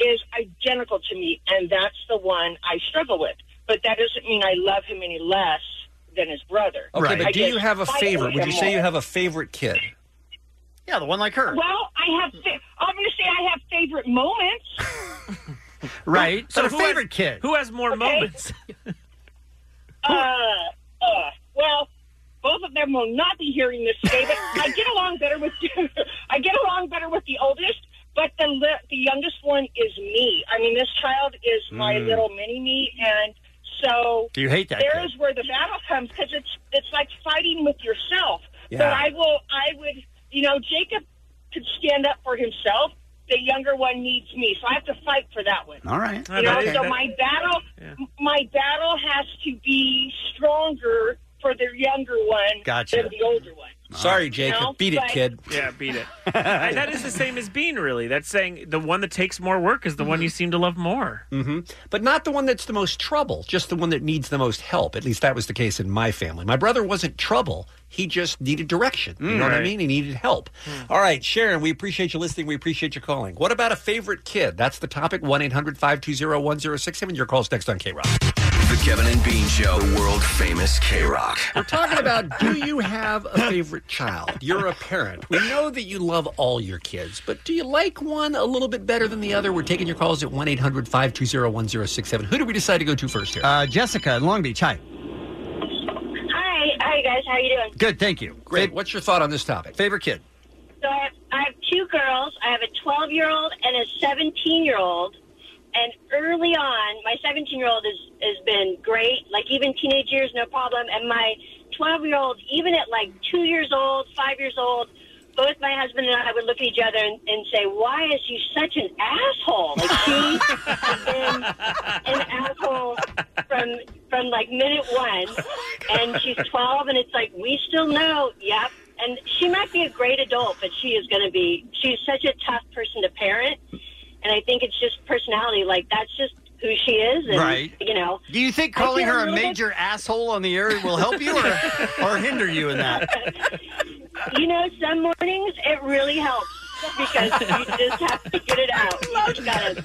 [SPEAKER 23] is identical to me, and that's the one I struggle with. But that doesn't mean I love him any less than his brother.
[SPEAKER 7] Okay,
[SPEAKER 23] I
[SPEAKER 7] but do
[SPEAKER 23] just
[SPEAKER 7] you have a
[SPEAKER 23] fight
[SPEAKER 7] favorite?
[SPEAKER 23] with
[SPEAKER 7] Would
[SPEAKER 23] him
[SPEAKER 7] you say you
[SPEAKER 23] more.
[SPEAKER 7] have a favorite kid?
[SPEAKER 11] Yeah, the one like her.
[SPEAKER 23] Well, I have. Fa- I'm going to say I have favorite moments.
[SPEAKER 11] Right. So,
[SPEAKER 8] So
[SPEAKER 11] the
[SPEAKER 8] who
[SPEAKER 11] favorite
[SPEAKER 8] has-
[SPEAKER 11] kid.
[SPEAKER 8] Who has more moments?
[SPEAKER 23] Uh, uh, well, both of them will not be hearing this today. But I get along better with I get along better with the oldest, but the li- the youngest one is me. I mean, this child is my
[SPEAKER 11] Mm.
[SPEAKER 23] little mini me, and so
[SPEAKER 11] Do you hate that
[SPEAKER 23] There
[SPEAKER 11] kid?
[SPEAKER 23] is where the battle comes because it's it's like fighting with yourself. But
[SPEAKER 11] Yeah.
[SPEAKER 23] I will. I would. You know, Jacob could stand up for himself. The younger one needs me, so I have to fight for that one.
[SPEAKER 11] All right.
[SPEAKER 23] You know, so my battle, my battle has to be stronger for the younger one
[SPEAKER 8] Gotcha.
[SPEAKER 23] than the older one.
[SPEAKER 7] Sorry,
[SPEAKER 23] Jacob. No, Beat it, but- kid.
[SPEAKER 8] Yeah, beat it. I- that is the same as Bean, really. That's saying the one that takes more work is the one you seem to love more.
[SPEAKER 7] hmm But not the one that's the most trouble, just the one that needs the most help. At least that was the case in my family. My brother wasn't trouble. He just needed direction. You
[SPEAKER 8] Mm,
[SPEAKER 7] know what I
[SPEAKER 8] right. Hmm.
[SPEAKER 7] mean? He needed help. All right, Sharon, we appreciate you listening. We appreciate you calling. What about a favorite kid? That's the topic 1 800 520 1067. Your call's next on K Rock.
[SPEAKER 12] The Kevin and Bean Show, the world famous K Rock.
[SPEAKER 7] We're talking about do you have a favorite child? You're a parent. We know that you love all your kids, but do you like one a little bit better than the other? We're taking your calls at 1 800 520 1067. Who do we decide to go to first here?
[SPEAKER 11] Uh, Jessica in Long Beach. Hi.
[SPEAKER 26] Hi, hi guys, how you doing?
[SPEAKER 11] Good. Thank you.
[SPEAKER 7] Great. What's your thought on this topic?
[SPEAKER 11] Favorite kid.
[SPEAKER 26] So I have, I have two girls. I have a 12 year old and a 17 year old. And early on, my 17 year old has has been great. Like even teenage years, no problem. And my 12 year old, even at like two years old, five years old. Both my husband and I would look at each other and, and say, "Why is she such an asshole? Like she has been an asshole from from like minute one, and she's twelve, and it's like we still know. Yep, and she might be a great adult, but she is going to be. She's such a tough person to parent, and I think it's just personality. Like that's just who she is, and
[SPEAKER 11] Right.
[SPEAKER 26] you know.
[SPEAKER 11] Do you think
[SPEAKER 26] I feel
[SPEAKER 11] calling her a
[SPEAKER 26] little bit-
[SPEAKER 11] major asshole on the air will help you or, or hinder you in that?
[SPEAKER 26] You know, some mornings it really helps because you just have to get it out. You just gotta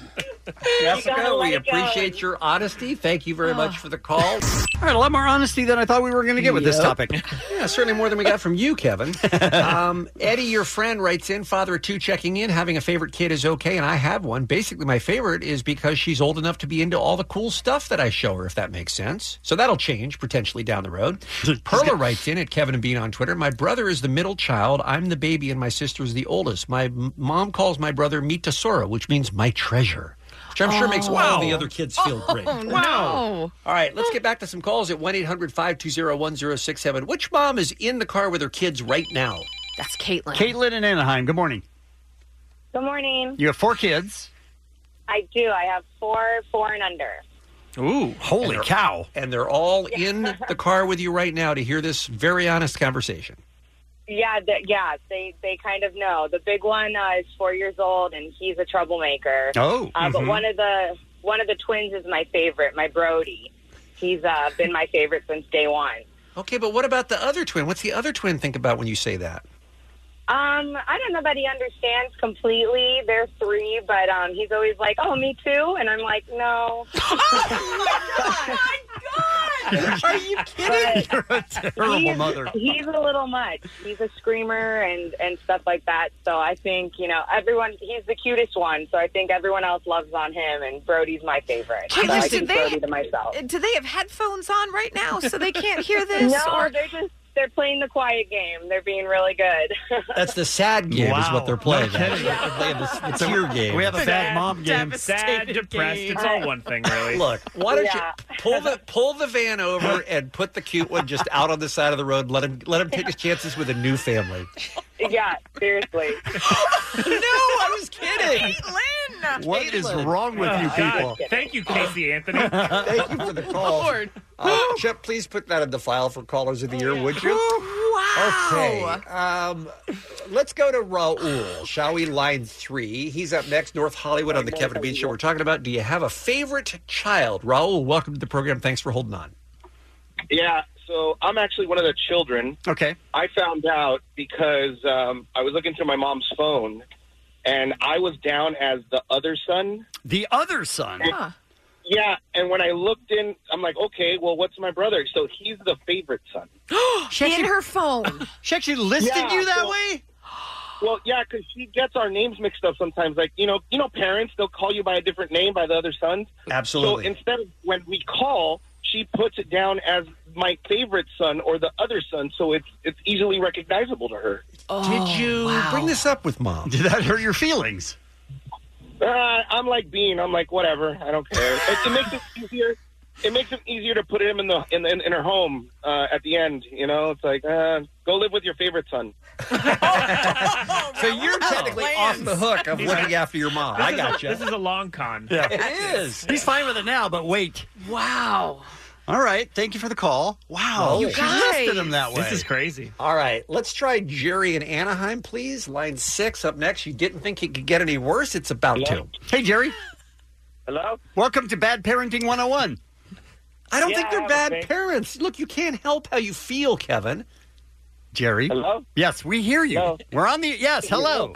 [SPEAKER 7] Jessica, we appreciate your honesty. Thank you very much for the call.
[SPEAKER 11] All right, a lot more honesty than I thought we were going to get with this
[SPEAKER 7] Yep.
[SPEAKER 11] topic.
[SPEAKER 7] Yeah, certainly more than we got from you, Kevin. Um, Eddie, your friend, writes in father of two checking in. Having a favorite kid is okay, and I have one. Basically, my favorite is because she's old enough to be into all the cool stuff that I show her, if that makes sense. So that'll change potentially down the road. Perla writes in at Kevin and Bean on Twitter My brother is the middle child. I'm the baby, and my sister is the oldest. My m- mom calls my brother Mitasora, which means my treasure, which I'm sure makes all the other kids feel great.
[SPEAKER 10] Wow.
[SPEAKER 7] All right, let's get back to some calls at 1 800 520 1067. Which mom is in the car with her kids right now?
[SPEAKER 10] That's Caitlin.
[SPEAKER 11] Caitlin in Anaheim. Good morning.
[SPEAKER 27] Good morning.
[SPEAKER 11] You have four kids.
[SPEAKER 27] I do. I have four, four and under.
[SPEAKER 7] Ooh, holy
[SPEAKER 11] cow.
[SPEAKER 7] And they're all in the car with you right now to hear this very honest conversation.
[SPEAKER 27] Yeah, th- yeah. They they kind of know. The big one uh, is four years old, and he's a troublemaker.
[SPEAKER 7] Oh,
[SPEAKER 27] uh, but
[SPEAKER 11] mm-hmm.
[SPEAKER 7] mhm.
[SPEAKER 27] one of the one of the twins is my favorite, my Brody. He's uh, been my favorite since day one.
[SPEAKER 7] Okay, but what about the other twin? What's the other twin think about when you say that?
[SPEAKER 27] Um, I don't know that he understands completely. They're three, but um, he's always like, "Oh, me too," and I'm like, "No."
[SPEAKER 11] Oh Are you kidding? You're a terrible
[SPEAKER 27] he's,
[SPEAKER 11] mother.
[SPEAKER 27] He's a little much. He's a screamer and and stuff like that. So I think you know everyone. He's the cutest one. So I think everyone else loves on him, and Brody's my favorite.
[SPEAKER 10] Hey,
[SPEAKER 27] so I
[SPEAKER 10] listen,
[SPEAKER 27] keep
[SPEAKER 10] they-
[SPEAKER 27] Brody to myself.
[SPEAKER 10] Uh, Do they have headphones on right now so they can't hear this?
[SPEAKER 27] No,
[SPEAKER 10] or
[SPEAKER 27] they're just they're playing the quiet game. They're being really good.
[SPEAKER 7] That's the sad game, is what they're playing. They're playing the, the tear game.
[SPEAKER 11] We have a sad mom game.
[SPEAKER 8] Sad, depressed. It's all one thing, really.
[SPEAKER 7] Look, why don't
[SPEAKER 27] Yeah.
[SPEAKER 7] you pull the pull the van over and put the cute one just out on the side of the road? And let him let him take his chances with a new family.
[SPEAKER 27] yeah, seriously.
[SPEAKER 7] no, I was kidding.
[SPEAKER 10] Caitlin.
[SPEAKER 7] What is wrong with you people?
[SPEAKER 8] Thank you, Casey Anthony.
[SPEAKER 7] Thank you for the call. Uh, Chip, please put that in the file for callers of the year, would you? Okay.
[SPEAKER 10] Wow.
[SPEAKER 7] Um, let's go to Raul, shall we? Line three. He's up next, North Hollywood on the Kevin and Bean Show. We're talking about do you have a favorite child? Raul, welcome to the program. Thanks for holding on.
[SPEAKER 13] Yeah, so I'm actually one of the children.
[SPEAKER 11] Okay.
[SPEAKER 13] I found out because um, I was looking through my mom's phone, and I was down as the other son.
[SPEAKER 11] The other son.
[SPEAKER 13] Yeah. Yeah, and when I looked in, I'm like, okay, well, what's my brother? So he's the favorite son.
[SPEAKER 11] she
[SPEAKER 10] in her phone.
[SPEAKER 11] she actually listed
[SPEAKER 13] Yeah,
[SPEAKER 11] you that
[SPEAKER 13] so-
[SPEAKER 11] way?
[SPEAKER 13] Well, yeah, because she gets our names mixed up sometimes. Like you know, you know, parents they'll call you by a different name by the other sons.
[SPEAKER 7] Absolutely.
[SPEAKER 13] So instead of when we call, she puts it down as my favorite son or the other son, so it's it's easily recognizable to her.
[SPEAKER 11] Oh,
[SPEAKER 7] Did you bring this up with mom?
[SPEAKER 11] Did that hurt your feelings?
[SPEAKER 13] Uh, I'm like Bean. I'm like whatever. I don't care. it, it makes it easier. It makes it easier to put him in the in in, in her home uh, at the end. You know, it's like uh, go live with your favorite son.
[SPEAKER 7] so you're Oh. technically off the hook of
[SPEAKER 8] He's
[SPEAKER 7] looking
[SPEAKER 8] like-
[SPEAKER 7] after your mom.
[SPEAKER 8] This
[SPEAKER 7] I
[SPEAKER 8] is
[SPEAKER 7] got
[SPEAKER 8] a-
[SPEAKER 7] gotcha.
[SPEAKER 8] This is a long con.
[SPEAKER 11] it is. He's fine with it now, but wait.
[SPEAKER 10] Wow.
[SPEAKER 11] All right. Thank you for the call. Wow.
[SPEAKER 7] You
[SPEAKER 11] she
[SPEAKER 7] guys.
[SPEAKER 11] listed him that way.
[SPEAKER 7] This is
[SPEAKER 8] crazy.
[SPEAKER 7] All right, let's try Jerry in Anaheim, please. Line six up next. You didn't think it could get any worse? It's about to.
[SPEAKER 11] Hey, Jerry.
[SPEAKER 13] Hello.
[SPEAKER 11] Welcome to Bad Parenting 101.
[SPEAKER 7] I don't
[SPEAKER 11] Yeah,
[SPEAKER 7] think
[SPEAKER 11] I
[SPEAKER 7] they're
[SPEAKER 11] have a
[SPEAKER 7] bad parents. Look, you can't help how you feel, Kevin.
[SPEAKER 11] Jerry.
[SPEAKER 7] Hello?
[SPEAKER 11] Yes, we hear you. We're on the. Yes, hello.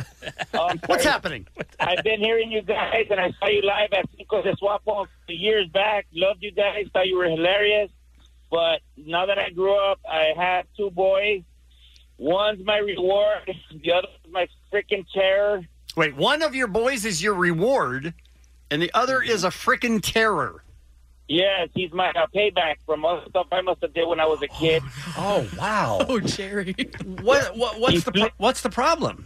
[SPEAKER 28] Um,
[SPEAKER 11] What's happening?
[SPEAKER 28] I've been hearing you guys, and I saw you live at Cinco de Swapo years back. Loved you guys. Thought you were hilarious. But now that I grew up, I have two boys. One's my reward. The other's my freaking terror.
[SPEAKER 11] Wait, one of your boys is your reward, and the other is a frickin' terror.
[SPEAKER 28] Yes, he's my uh, payback from all the stuff I must have did when I was a kid.
[SPEAKER 7] Oh wow!
[SPEAKER 28] Oh,
[SPEAKER 11] Jerry.
[SPEAKER 7] What, what what's the pro- what's the problem?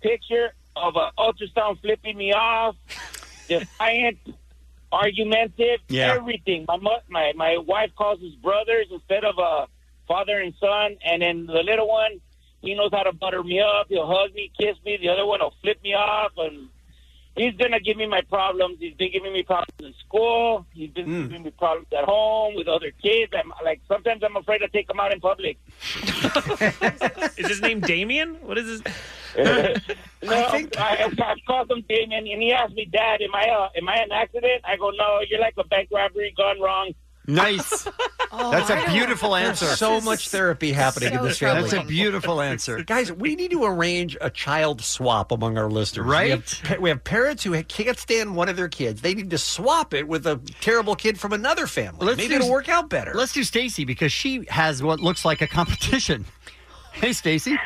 [SPEAKER 28] Picture of an ultrasound flipping me off, defiant, argumentative,
[SPEAKER 11] Yeah.
[SPEAKER 28] everything. My, mu- my my wife calls us brothers instead of a father and son, and then the little one, he knows how to butter me up. He'll hug me, kiss me. The other one will flip me off, and he's gonna give me my problems. He's been giving me problems in school. He's been
[SPEAKER 8] Mm.
[SPEAKER 28] giving me problems at home with other kids. I'm like sometimes I'm afraid to take him out in public.
[SPEAKER 8] Is his name Damien? What is his?
[SPEAKER 28] No, I, I, I called him Damien, and he asked me, "Dad, am I uh, am I an accident?" I go, "No, you're like a bank robbery gone wrong."
[SPEAKER 11] Nice.
[SPEAKER 7] Oh,
[SPEAKER 11] That's a beautiful
[SPEAKER 7] There's
[SPEAKER 11] answer.
[SPEAKER 7] so much therapy happening in this family.
[SPEAKER 11] That's a beautiful answer.
[SPEAKER 7] Guys, we need to arrange a child swap among our listeners. We have, pa- we have parents who ha- can't stand one of their kids. They need to swap it with a terrible kid from another family. Maybe it'll work out better.
[SPEAKER 11] Let's do Stacy because she has what looks like a competition. Hey, Stacy.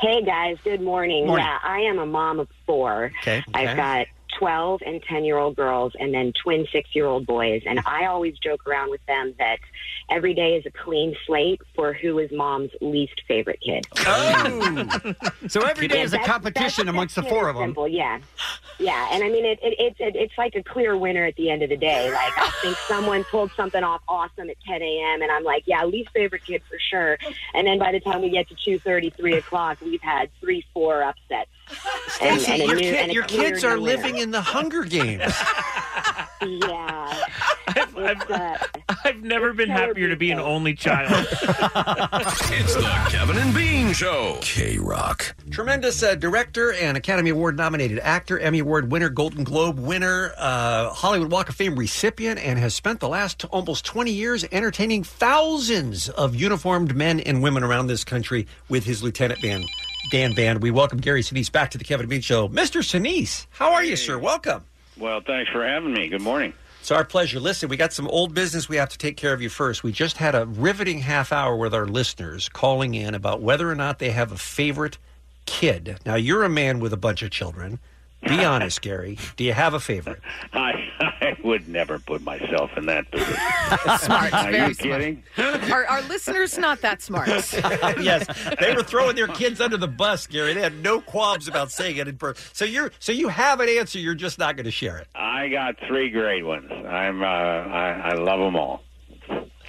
[SPEAKER 14] Hey guys, good morning.
[SPEAKER 11] Morning.
[SPEAKER 14] Yeah, I am a mom of four.
[SPEAKER 11] Okay.
[SPEAKER 14] I've got 12 and 10 year old girls and then twin six year old boys. And I always joke around with them that every day is a clean slate for who is mom's least favorite kid.
[SPEAKER 11] So every day is a competition amongst the four of them.
[SPEAKER 14] Simple, yeah. Yeah. And I mean, it, it, it's it, it's like a clear winner at the end of the day. Like, I think someone pulled something off awesome at 10 a.m. And I'm like, yeah, least favorite kid for sure. And then by the time we get to 2.30, 3 o'clock, we've had three, four upsets. And-
[SPEAKER 7] Stacey,
[SPEAKER 14] and a
[SPEAKER 7] your,
[SPEAKER 14] new-
[SPEAKER 7] kid-
[SPEAKER 14] and a
[SPEAKER 7] your
[SPEAKER 14] clear
[SPEAKER 7] kids are
[SPEAKER 14] new winner.
[SPEAKER 7] living in the Hunger Games.
[SPEAKER 14] Yeah.
[SPEAKER 8] I've, I've never been happier to be an only child.
[SPEAKER 12] It's the Kevin and Bean Show. K Rock.
[SPEAKER 7] Tremendous uh, director and Academy Award nominated actor, Emmy Award winner, Golden Globe winner, uh, Hollywood Walk of Fame recipient, and has spent the last almost 20 years entertaining thousands of uniformed men and women around this country with his lieutenant band, Dan Band. We welcome Gary Sinise back to the Kevin and Bean Show. Mr. Sinise, how are you, sir? Welcome.
[SPEAKER 16] Well, thanks for having me. Good morning.
[SPEAKER 7] It's our pleasure. Listen, we got some old business we have to take care of you first. We just had a riveting half hour with our listeners calling in about whether or not they have a favorite kid. Now, you're a man with a bunch of children. Be honest, Gary. Do you have a favorite?
[SPEAKER 16] I, I would never put myself in that position.
[SPEAKER 10] Smart.
[SPEAKER 16] Are
[SPEAKER 10] Very
[SPEAKER 16] you kidding?
[SPEAKER 10] Our, our listeners not that smart. Oh,
[SPEAKER 7] yes, they were throwing their kids under the bus, Gary. They had no qualms about saying it in person. So you're so you have an answer. You're just not going to share it.
[SPEAKER 16] I got three great ones. I'm uh, I, I love them all,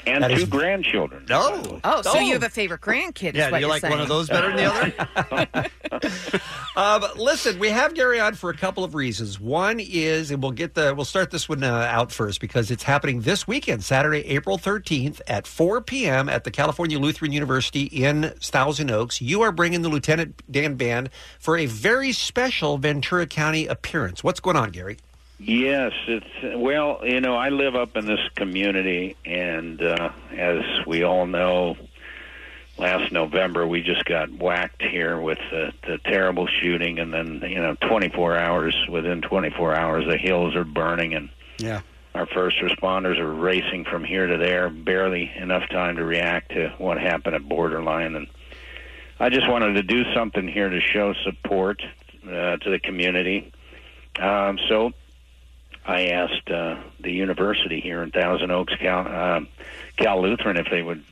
[SPEAKER 16] and
[SPEAKER 7] That is-
[SPEAKER 16] two grandchildren.
[SPEAKER 7] No.
[SPEAKER 10] Oh, so you have a favorite grandkid? is what you're saying.
[SPEAKER 7] other? um, listen, we have Gary on for a couple of reasons. One is, and we'll get the we'll start this one uh, out first because it's happening this weekend, Saturday, April thirteenth at four p.m. at the California Lutheran University in Thousand Oaks. You are bringing the Lieutenant Dan Band for a very special Ventura County appearance. What's going on, Gary?
[SPEAKER 16] Yes, it's well, you know, I live up in this community, and uh, as we all know, last November. We just got whacked here with the, the terrible shooting, and then you know, 24 hours within 24 hours, the hills are burning, and
[SPEAKER 11] Yeah.
[SPEAKER 16] our first responders are racing from here to there, barely enough time to react to what happened at Borderline. And I just wanted to do something here to show support uh, to the community. Um, so I asked uh, the university here in Thousand Oaks, Cal, uh, Cal Lutheran, if they would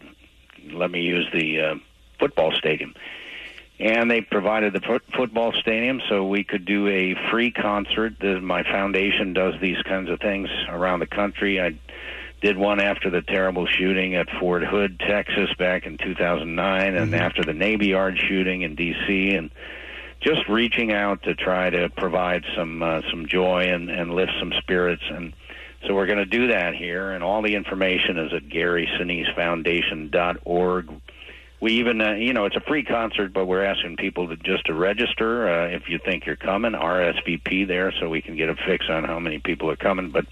[SPEAKER 16] let me use the uh, football stadium. And they provided the foot football stadium so we could do a free concert. The, my foundation does these kinds of things around the country. I did one after the terrible shooting at Fort Hood, Texas, back in 2009, and after the Navy Yard shooting in D.C. and just reaching out to try to provide some uh, some joy and, and lift some spirits and so we're going to do that here and all the information is at garysinisfoundation.org we even uh, you know it's a free concert but we're asking people to just to register uh, if you think you're coming rsvp there so we can get a fix on how many people are coming but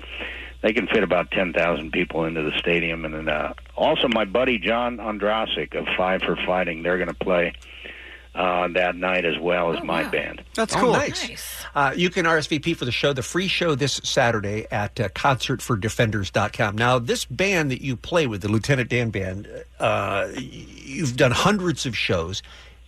[SPEAKER 16] they can fit about 10,000 people into the stadium and then, uh, also my buddy john andrasik of five for fighting they're going to play uh, that night as well as my band
[SPEAKER 7] That's
[SPEAKER 16] cool.
[SPEAKER 7] Oh, Nice. Uh, you can RSVP for the show, the free show this Saturday at uh, concertfordefenders.com. Now, this band that you play with, the Lieutenant Dan Band, uh, y- you've done hundreds of shows.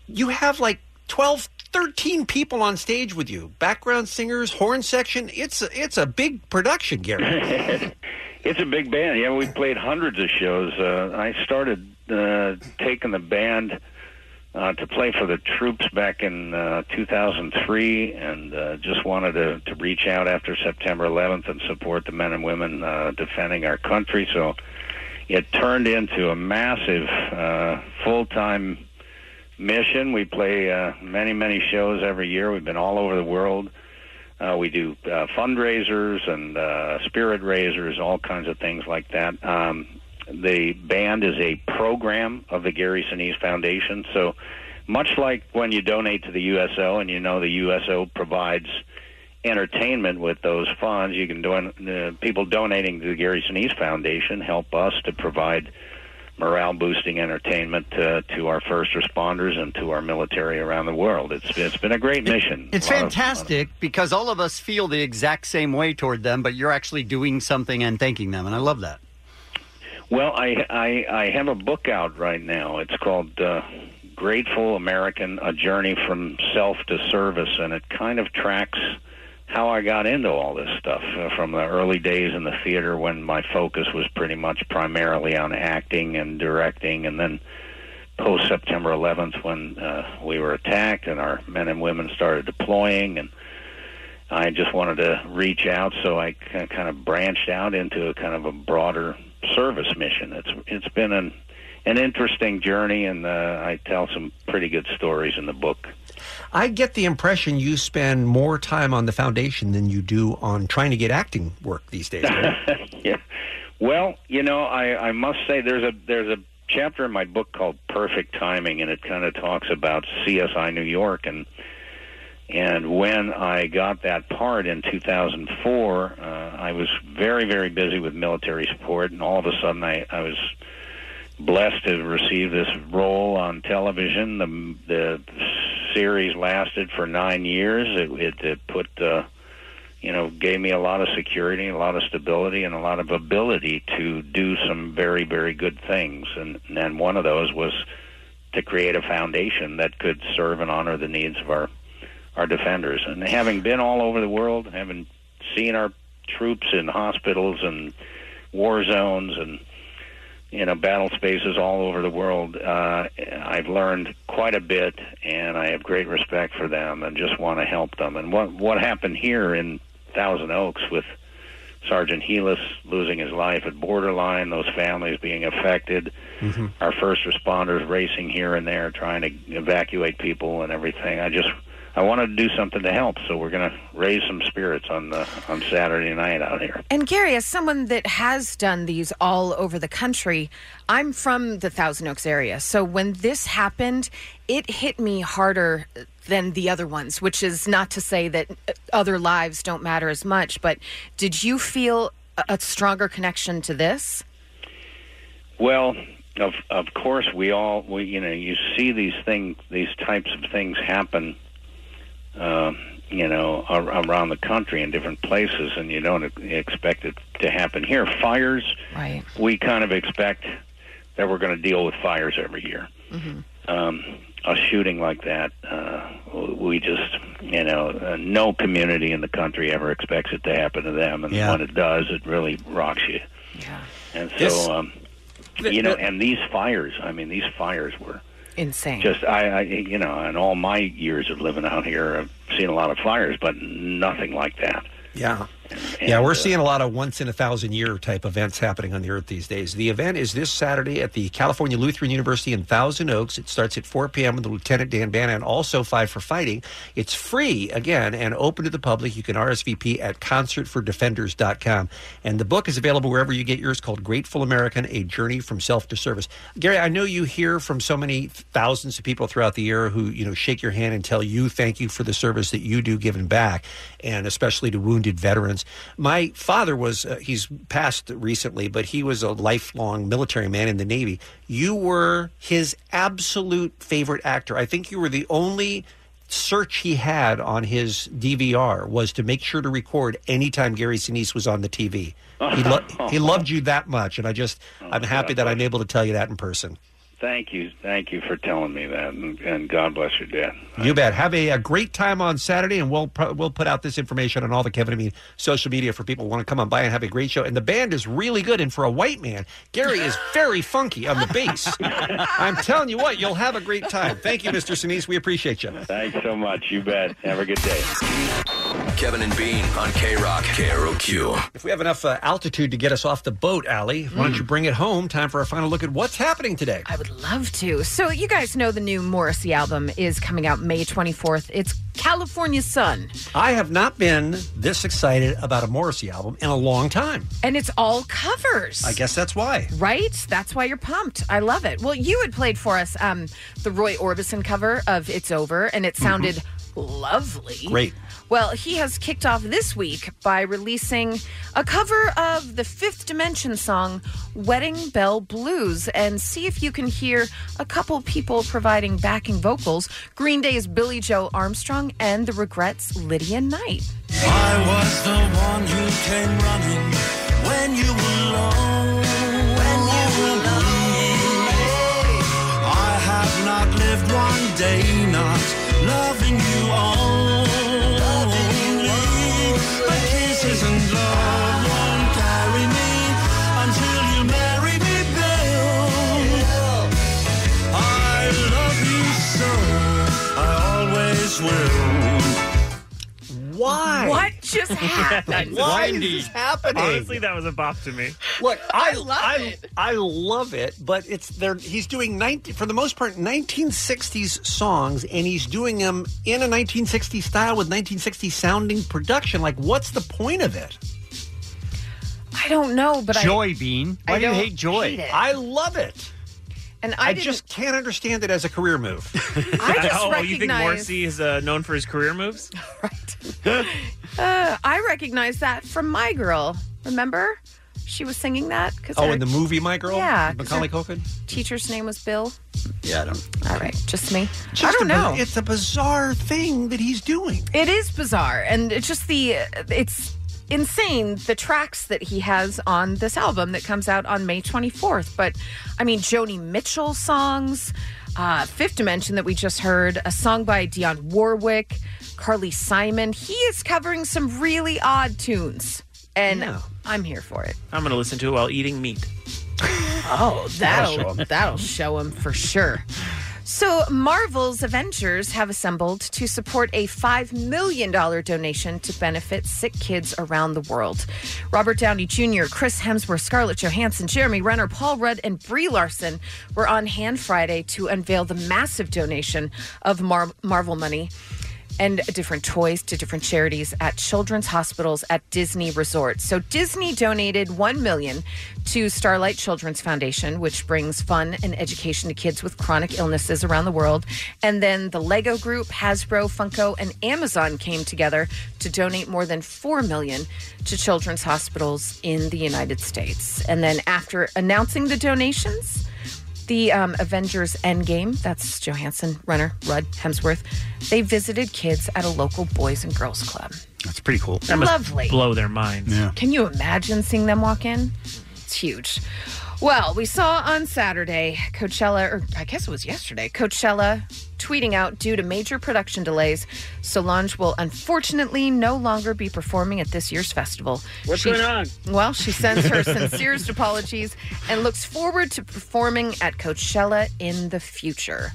[SPEAKER 7] You have like 12, 13 people on stage with you, background singers, horn section. It's a, it's a big production, Gary.
[SPEAKER 16] It's a big band. Yeah, we played hundreds of shows. Uh, I started uh, taking the band uh, to play for the troops back in uh, 2003, and uh, just wanted to, to reach out after September 11th and support the men and women uh, defending our country. So it turned into a massive uh, full-time mission. We play uh, many, many shows every year. We've been all over the world. Uh, we do uh, fundraisers and uh, spirit raisers, all kinds of things like that. Um, the band is a program of the Gary Sinise Foundation. So, much like when you donate to the USO and you know the USO provides entertainment with those funds, you can don- uh, people donating to the Gary Sinise Foundation help us to provide morale boosting entertainment uh, to our first responders and to our military around the world. It's it's been a great mission.
[SPEAKER 11] It's
[SPEAKER 16] A lot of-
[SPEAKER 11] fantastic because all of us feel the exact same way toward them, but you're actually doing something and thanking them, and I love that.
[SPEAKER 16] Well, I, I I have a book out right now. It's called uh, "Grateful American: A Journey from Self to Service," and it kind of tracks how I got into all this stuff uh, from the early days in the theater when my focus was pretty much primarily on acting and directing, and then post September 11th when uh, we were attacked and our men and women started deploying and I just wanted to reach out, so I ki- kind of branched out into a kind of a broader service mission. It's it's been an an interesting journey, and uh, I tell some pretty good stories in the book.
[SPEAKER 7] I get the impression you spend more time on the foundation than you do on trying to get acting work these days. right?
[SPEAKER 16] yeah. Well, you know, I, I must say there's a there's a chapter in my book called Perfect Timing, and it kind of talks about CSI New York and and when I got that part in 2004, uh, I was very very busy with military support, and all of a sudden I, I was blessed to receive this role on television. The the series lasted for nine years. It it, it put uh, you know, gave me a lot of security, a lot of stability, and a lot of ability to do some very, very good things. And, and one of those was to create a foundation that could serve and honor the needs of our, our defenders. And having been all over the world, having seen our troops in hospitals and war zones and you know battle spaces all over the world uh, i've learned quite a bit and i have great respect for them and just want to help them and what what happened here in thousand oaks with sergeant helis losing his life at borderline those families being affected our first responders racing here and there trying to evacuate people and everything i just I wanted to do something to help, so we're going to raise some spirits on the on Saturday night out here.
[SPEAKER 10] And Gary, as someone that has done these all over the country, I'm from the Thousand Oaks area. So when this happened, it hit me harder than the other ones, which is not to say that uh, other lives don't matter as much, but did you feel a a stronger connection to this?
[SPEAKER 16] Well, of of course we all we you know you see these thing these types of things happen uh, you know ar- around the country in different places and you don't e- expect it to happen here fires
[SPEAKER 10] Right.
[SPEAKER 16] we kind of expect that we're going to deal with fires every year
[SPEAKER 10] Mm-hmm.
[SPEAKER 16] um, a shooting like that uh, we just you know uh, no community in the country ever expects it to happen to them and
[SPEAKER 17] Yeah.
[SPEAKER 16] when it does it really rocks you and so
[SPEAKER 17] This-
[SPEAKER 16] um, you know and these fires i mean these fires were
[SPEAKER 10] Insane.
[SPEAKER 16] just I, I you know in all my years of living out here i've seen a lot of fires but nothing like that
[SPEAKER 7] Yeah. Yeah, we're seeing a lot of once in a thousand year type events happening on the earth these days. The event is this Saturday at the California Lutheran University in Thousand Oaks. It starts at 4 p.m. with Lieutenant Dan Bannon, and also Five for Fighting. It's free, again, and open to the public. You can RSVP at concertfordefenders.com. And the book is available wherever you get yours called Grateful American A Journey from Self to Service. Gary, I know you hear from so many thousands of people throughout the year who, you know, shake your hand and tell you thank you for the service that you do giving back and especially to wounded veterans. My father was, uh, he's passed recently, but he was a lifelong military man in the Navy. You were his absolute favorite actor. I think you were the only search he had on his DVR was to make sure to record anytime Gary Sinise was on the TV. He, lo- he loved you that much, and I just, I'm happy that I'm able to tell you that in person.
[SPEAKER 16] thank you thank you for telling me that and, and god bless your dad
[SPEAKER 7] You bet. Have a, a great time on Saturday, and we'll pro- we'll put out this information on all the Kevin and me social media for people who want to come on by and have a great show. And the band is really good. And for a white man, Gary is very funky on the bass. I'm telling you what, you'll have a great time. Thank you, Mr. Sinise. We appreciate you.
[SPEAKER 16] thanks so much you bet have a good day
[SPEAKER 12] Kevin and Bean on K Rock. KROQ.
[SPEAKER 7] If we have enough uh, altitude to get us off the boat, Allie, why don't you bring it home? Time for our final look at what's happening today. I
[SPEAKER 10] would Love to. So, you guys know the new Morrissey album is coming out May 24th. It's California Sun,
[SPEAKER 7] I have not been this excited about a Morrissey album in a long time.
[SPEAKER 10] and it's all covers.
[SPEAKER 7] I guess that's why.
[SPEAKER 10] Right? That's why you're pumped. I love it. Well, you had played for us um, the Roy Orbison cover of It's Over, and it sounded lovely.
[SPEAKER 7] Great.
[SPEAKER 10] Well, he has kicked off this week by releasing a cover of the Fifth Dimension song Wedding Bell Blues and see if you can hear a couple people providing backing vocals Green Day's Billy Joe Armstrong and The Regrets' Lydia Knight.
[SPEAKER 19] I was the one who came running when you were alone. When you were alone. I have not lived one day not loving you all. Loving you But kisses and love won't carry me until you marry me, Bill. I love you so. I always will.
[SPEAKER 7] Why?
[SPEAKER 10] What just happened?
[SPEAKER 7] Why is this happening?
[SPEAKER 8] Honestly, that was a bop to me.
[SPEAKER 7] Look, I, love it. I love it, but it's there. He's doing 19, for the most part 1960s songs, and he's doing them in a 1960s style with 1960s sounding production. Like, what's the point of it?
[SPEAKER 10] I don't know, but I.
[SPEAKER 7] joy bean.
[SPEAKER 10] Why I do you don't hate joy? hate it.
[SPEAKER 7] I love it.
[SPEAKER 10] And I,
[SPEAKER 7] I, just can't understand it as a career move.
[SPEAKER 10] I just
[SPEAKER 8] oh, you think
[SPEAKER 10] recognize-
[SPEAKER 8] Morrissey is uh, known for his career moves?
[SPEAKER 10] Uh, I recognize that from My Girl. Remember? She was singing that because
[SPEAKER 7] oh, in the movie, my girl,
[SPEAKER 10] Yeah,
[SPEAKER 7] Macaulay
[SPEAKER 10] 'cause
[SPEAKER 7] Culkin.
[SPEAKER 10] teacher's name was Bill.
[SPEAKER 7] Yeah, I don't.
[SPEAKER 10] All right, just me.
[SPEAKER 7] Just
[SPEAKER 10] I don't
[SPEAKER 7] a bu-
[SPEAKER 10] know.
[SPEAKER 7] It's a bizarre thing that he's doing.
[SPEAKER 10] It is bizarre, and it's just the it's insane the tracks that he has on this album that comes out on May 24th. But I mean, Joni Mitchell songs, uh, Fifth Dimension that we just heard, a song by Dionne Warwick, Carly Simon. He is covering some really odd tunes, and I'm here for it.
[SPEAKER 8] I'm going to listen to it while eating meat.
[SPEAKER 10] Oh, that'll
[SPEAKER 8] That'll
[SPEAKER 10] that'll
[SPEAKER 8] show 'em.
[SPEAKER 10] show, him for sure. So, Marvel's Avengers have assembled to support a $5 million donation to benefit sick kids around the world. Robert Downey Jr., Chris Hemsworth, Scarlett Johansson, Jeremy Renner, Paul Rudd, and Brie Larson were on hand Friday to unveil the massive donation of Mar- Marvel money and different toys to different charities at children's hospitals at Disney resorts. So Disney donated 1 million to Starlight Children's Foundation, which brings fun and education to kids with chronic illnesses around the world. And then the Lego group, Hasbro, Funko, and Amazon came together to donate more than 4 million to children's hospitals in the United States. And then after announcing the donations, the um, Avengers Endgame, that's Johansson, Runner, Rudd, Hemsworth, they visited kids at a local boys and girls club.
[SPEAKER 11] That's pretty cool.
[SPEAKER 10] That must Lovely. blow
[SPEAKER 8] their minds.
[SPEAKER 11] Yeah.
[SPEAKER 10] Can you imagine seeing them walk in? It's huge. Well, we saw on Saturday Coachella, or I guess it was yesterday, Coachella tweeting out due to major production delays, Solange will unfortunately no longer be performing at this year's festival.
[SPEAKER 13] What's going on?
[SPEAKER 10] Well, she sends her sincerest apologies and looks forward to performing at Coachella in the future.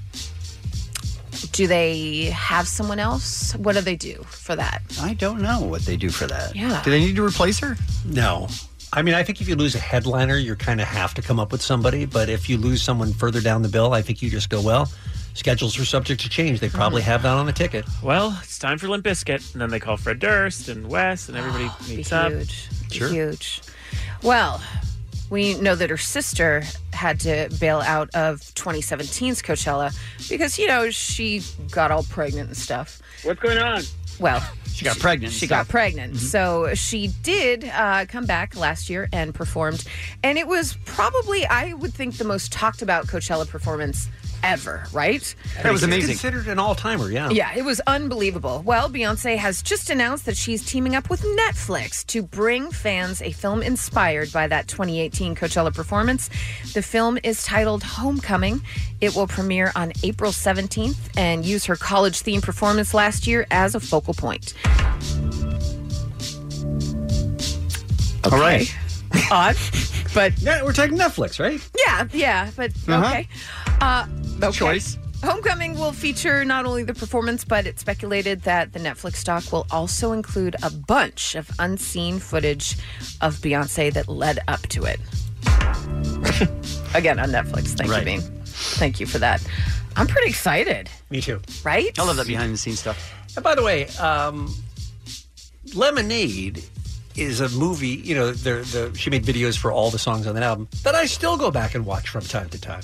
[SPEAKER 10] Do they have someone else? What do they do for that?
[SPEAKER 11] I don't know what they do for that.
[SPEAKER 10] Yeah.
[SPEAKER 11] Do they need to replace her?
[SPEAKER 7] No. I mean, I think if you lose a headliner, you kind of have to come up with somebody. But if you lose someone further down the bill, I think you just go, well, schedules are subject to change. They probably
[SPEAKER 10] Mm-hmm.
[SPEAKER 7] have that on the ticket.
[SPEAKER 8] Well, it's time for Limp Bizkit, and then they call Fred Durst and Wes, and everybody meets up.
[SPEAKER 10] huge. Oh, Be Huge. Well, we know that her sister had to bail out of 2017's Coachella because, you know, she got all pregnant and stuff.
[SPEAKER 13] What's going on?
[SPEAKER 10] Well,
[SPEAKER 11] She got pregnant.
[SPEAKER 10] she got pregnant. So she did uh, come back last year and performed. And it was probably, I would think, the most talked about Coachella performance ever, right?
[SPEAKER 7] That was amazing. Considered an all timer, yeah.
[SPEAKER 10] Yeah, it was unbelievable. Well, Beyonce has just announced that she's teaming up with Netflix to bring fans a film inspired by that 2018 Coachella performance. The film is titled Homecoming. It will premiere on April 17th and use her college themed performance last year as a focal point.
[SPEAKER 7] All right.
[SPEAKER 10] Odd, but.
[SPEAKER 7] Yeah, we're talking Netflix, right?
[SPEAKER 10] Yeah, yeah, but
[SPEAKER 7] Uh-huh.
[SPEAKER 10] okay. Uh, okay.
[SPEAKER 7] Choice.
[SPEAKER 10] Homecoming will feature not only the performance, but it's speculated that the Netflix doc will also include a bunch of unseen footage of Beyonce that led up to it. Again, on Netflix. Thank you,
[SPEAKER 11] Right.
[SPEAKER 10] Bean. Thank you for that. I'm pretty excited,
[SPEAKER 7] Me too.
[SPEAKER 10] right?
[SPEAKER 11] I love that behind the scenes stuff.
[SPEAKER 7] And by the way, um, Lemonade is a movie. You know, they're, the she made videos for all the songs on that album that I still go back and watch from time to time.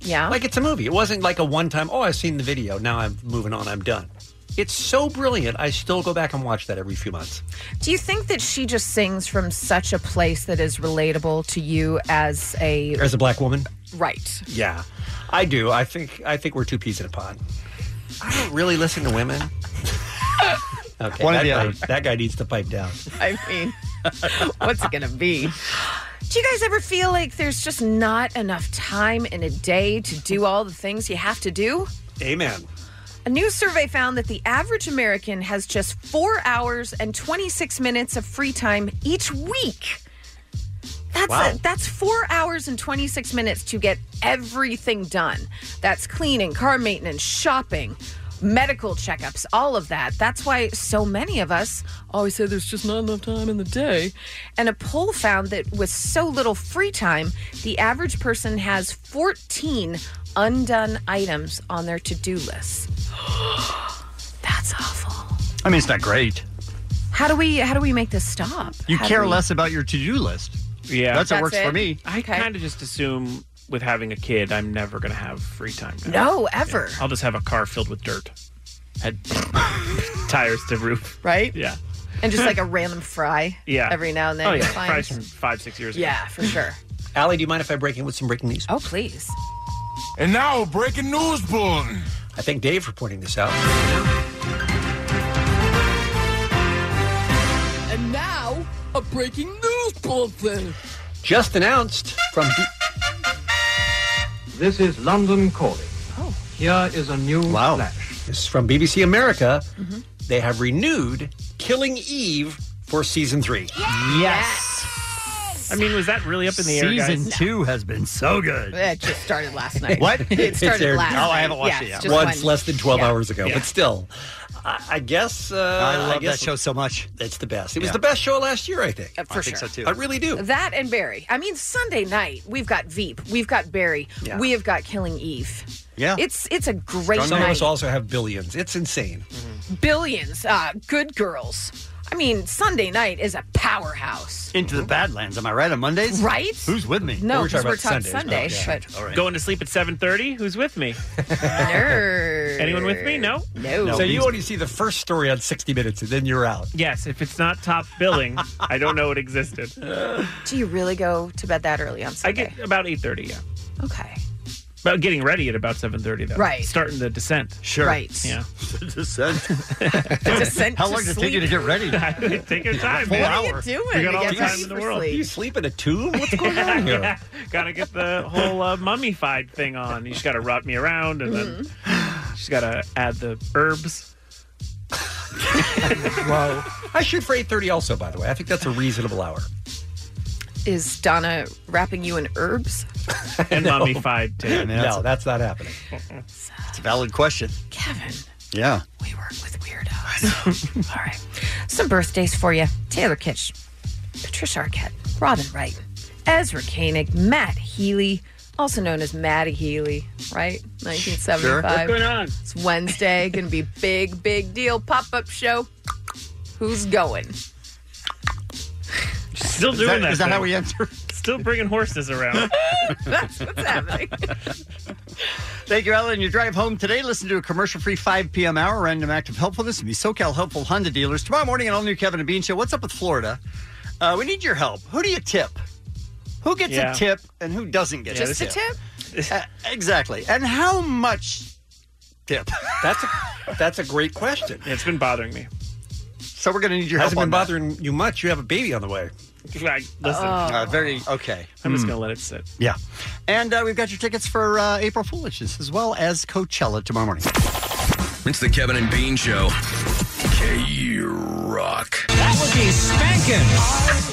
[SPEAKER 10] Yeah,
[SPEAKER 7] like it's a movie. It wasn't like a one time. Oh, I've seen the video. Now I'm moving on. I'm done. It's so brilliant. I still go back and watch that every few months.
[SPEAKER 10] Do you think that she just sings from such a place that is relatable to you as a.
[SPEAKER 7] As a black woman,
[SPEAKER 10] Right.
[SPEAKER 7] yeah, I do. I think I think we're two peas in a pod. I don't really listen to women. Okay,
[SPEAKER 10] One or
[SPEAKER 7] that,
[SPEAKER 10] the
[SPEAKER 7] guy,
[SPEAKER 10] other.
[SPEAKER 7] that guy needs to pipe down.
[SPEAKER 10] I mean, what's it going to be? Do you guys ever feel like there's just not enough time in a day to do all the things you have to do?
[SPEAKER 7] Amen.
[SPEAKER 10] A new survey found that the average American has just four hours and 26 minutes of free time each week. That's
[SPEAKER 17] Wow.
[SPEAKER 10] it. That's four hours and 26 minutes to get everything done. That's cleaning, car maintenance, shopping, medical checkups, all of that. That's why so many of us always say there's just not enough time in the day. And a poll found that with so little free time, the average person has 14 undone items on their to do list. That's awful.
[SPEAKER 11] I mean, it's not great.
[SPEAKER 10] How do we how do we make this stop?
[SPEAKER 11] You
[SPEAKER 10] How do
[SPEAKER 11] care
[SPEAKER 10] we-
[SPEAKER 11] less about your to do list.
[SPEAKER 8] Yeah,
[SPEAKER 11] That's what That's works for it? me.
[SPEAKER 8] I
[SPEAKER 10] Okay.
[SPEAKER 8] kind of just assume with having a kid, I'm never going to have free time. Now.
[SPEAKER 10] No, ever.
[SPEAKER 8] I'll just have a car filled with dirt, had tires to roof.
[SPEAKER 10] Right?
[SPEAKER 8] Yeah.
[SPEAKER 10] And just like a random fry.
[SPEAKER 8] Yeah.
[SPEAKER 10] Every now and then.
[SPEAKER 8] Oh
[SPEAKER 10] you're
[SPEAKER 8] yeah.
[SPEAKER 10] fine.
[SPEAKER 8] Probably from five six years ago.
[SPEAKER 10] Yeah, for sure.
[SPEAKER 7] Allie, do you mind if I break in with some breaking news?
[SPEAKER 10] Oh, please.
[SPEAKER 7] And now, breaking news bulletin. I thank Dave for pointing this out.
[SPEAKER 10] And now a breaking news bulletin.
[SPEAKER 7] Just announced from.
[SPEAKER 6] This is London calling.
[SPEAKER 10] Oh.
[SPEAKER 6] Here is a new
[SPEAKER 7] Wow. This is from BBC America.
[SPEAKER 10] Mm-hmm.
[SPEAKER 7] They have renewed Killing Eve for season three.
[SPEAKER 11] Yes.
[SPEAKER 8] I mean, was that really up in the air, guys?
[SPEAKER 11] Season two has been so good.
[SPEAKER 10] It just started last night.
[SPEAKER 11] What?
[SPEAKER 10] It
[SPEAKER 7] It's
[SPEAKER 10] started
[SPEAKER 7] aired-
[SPEAKER 10] last
[SPEAKER 7] Oh,
[SPEAKER 10] night.
[SPEAKER 7] I haven't watched
[SPEAKER 10] Yeah,
[SPEAKER 7] it
[SPEAKER 10] it's
[SPEAKER 7] yet.
[SPEAKER 10] just
[SPEAKER 7] Once
[SPEAKER 10] one.
[SPEAKER 7] less than 12
[SPEAKER 10] Yeah.
[SPEAKER 7] hours ago,
[SPEAKER 10] Yeah.
[SPEAKER 7] but still. I, I guess. Uh,
[SPEAKER 11] I love
[SPEAKER 7] guess
[SPEAKER 11] that show so much.
[SPEAKER 7] It's the best. It was
[SPEAKER 11] Yeah.
[SPEAKER 7] the best show last year, I think.
[SPEAKER 10] Uh, for sure.
[SPEAKER 7] I really do.
[SPEAKER 10] That and Barry. I mean, Sunday night we've got Veep, we've got Barry,
[SPEAKER 7] Yeah.
[SPEAKER 10] we have got Killing Eve.
[SPEAKER 7] Yeah.
[SPEAKER 10] it's it's a great Mm-hmm.
[SPEAKER 7] Some of
[SPEAKER 10] night.
[SPEAKER 7] us also have billions. It's insane.
[SPEAKER 10] Billions, uh, Good Girls. I mean, Sunday night is a powerhouse.
[SPEAKER 11] Into the Badlands. Am I right on Mondays?
[SPEAKER 10] Right?
[SPEAKER 11] Who's with me?
[SPEAKER 10] No, 'cause we're talking Sunday, but
[SPEAKER 8] Going to sleep at seven thirty. Who's with me?
[SPEAKER 10] Nerd.
[SPEAKER 8] Anyone with me? No.
[SPEAKER 7] so you only see the first story on 60 Minutes and then you're out.
[SPEAKER 8] Yes, if it's not top billing, I don't know it existed.
[SPEAKER 10] Do you really go to bed that early on
[SPEAKER 8] I
[SPEAKER 10] Sunday?
[SPEAKER 8] get about eight thirty. Yeah.
[SPEAKER 10] Okay.
[SPEAKER 8] But getting ready at about seven thirty, though.
[SPEAKER 10] Right.
[SPEAKER 8] Starting the descent.
[SPEAKER 10] Sure. Right.
[SPEAKER 8] Yeah.
[SPEAKER 11] descent.
[SPEAKER 10] descent
[SPEAKER 11] How long does it take you to get ready?
[SPEAKER 8] Take your time.
[SPEAKER 11] Four
[SPEAKER 8] man.
[SPEAKER 11] hours.
[SPEAKER 8] We got all the time in the world.
[SPEAKER 7] You sleep in a tube? What's going on here?
[SPEAKER 8] yeah. Gotta get the whole uh, mummified thing on. You just gotta wrap me around, and then
[SPEAKER 10] Mm-hmm.
[SPEAKER 8] she's gotta add the herbs.
[SPEAKER 7] Whoa. I shoot for eight thirty. Also, by the way, I think that's a reasonable hour.
[SPEAKER 10] Is Donna wrapping you in herbs?
[SPEAKER 8] And mummified too.
[SPEAKER 11] No,
[SPEAKER 7] No, that's not happening.
[SPEAKER 11] It's a valid question.
[SPEAKER 10] Kevin.
[SPEAKER 11] Yeah.
[SPEAKER 10] All right. Some birthdays for you Taylor Kitsch, Patricia Arquette, Robin Wright, Ezra Koenig, Matt Healy, also known as Matty Healy, right? 1975.
[SPEAKER 29] What's going on?
[SPEAKER 10] It's Wednesday. Going to be big, big deal. Pop up show. Who's going?
[SPEAKER 8] Still
[SPEAKER 10] Is
[SPEAKER 8] doing
[SPEAKER 10] that-
[SPEAKER 8] that.
[SPEAKER 10] is that how we
[SPEAKER 11] enter?
[SPEAKER 8] Still bringing horses around.
[SPEAKER 10] That's what's happening.
[SPEAKER 11] Thank you, Ellen. You drive home today. Listen to a commercial-free 5 p.m. hour random act of helpfulness and be SoCal helpful Honda dealers tomorrow morning. An all-new Kevin and Bean show. What's up with Florida? Uh, we need your help. Who do you tip? Who gets
[SPEAKER 8] Yeah.
[SPEAKER 11] a tip and who doesn't get
[SPEAKER 10] Just
[SPEAKER 11] a
[SPEAKER 10] a tip?
[SPEAKER 11] Uh, exactly. And how much tip?
[SPEAKER 7] That's a that's a great question.
[SPEAKER 8] It's been bothering me.
[SPEAKER 11] So we're going to need your
[SPEAKER 7] Hasn't
[SPEAKER 11] help.
[SPEAKER 7] been bothering you much. You have a baby on the way.
[SPEAKER 8] Like, listen.
[SPEAKER 11] Uh, very okay.
[SPEAKER 8] I'm just
[SPEAKER 11] Hmm.
[SPEAKER 8] gonna let it sit.
[SPEAKER 11] Yeah. And uh, we've got your tickets for uh, April Foolishness as well as Coachella tomorrow morning.
[SPEAKER 12] It's the Kevin and Bean Show. K Rock.
[SPEAKER 19] That would be spanking.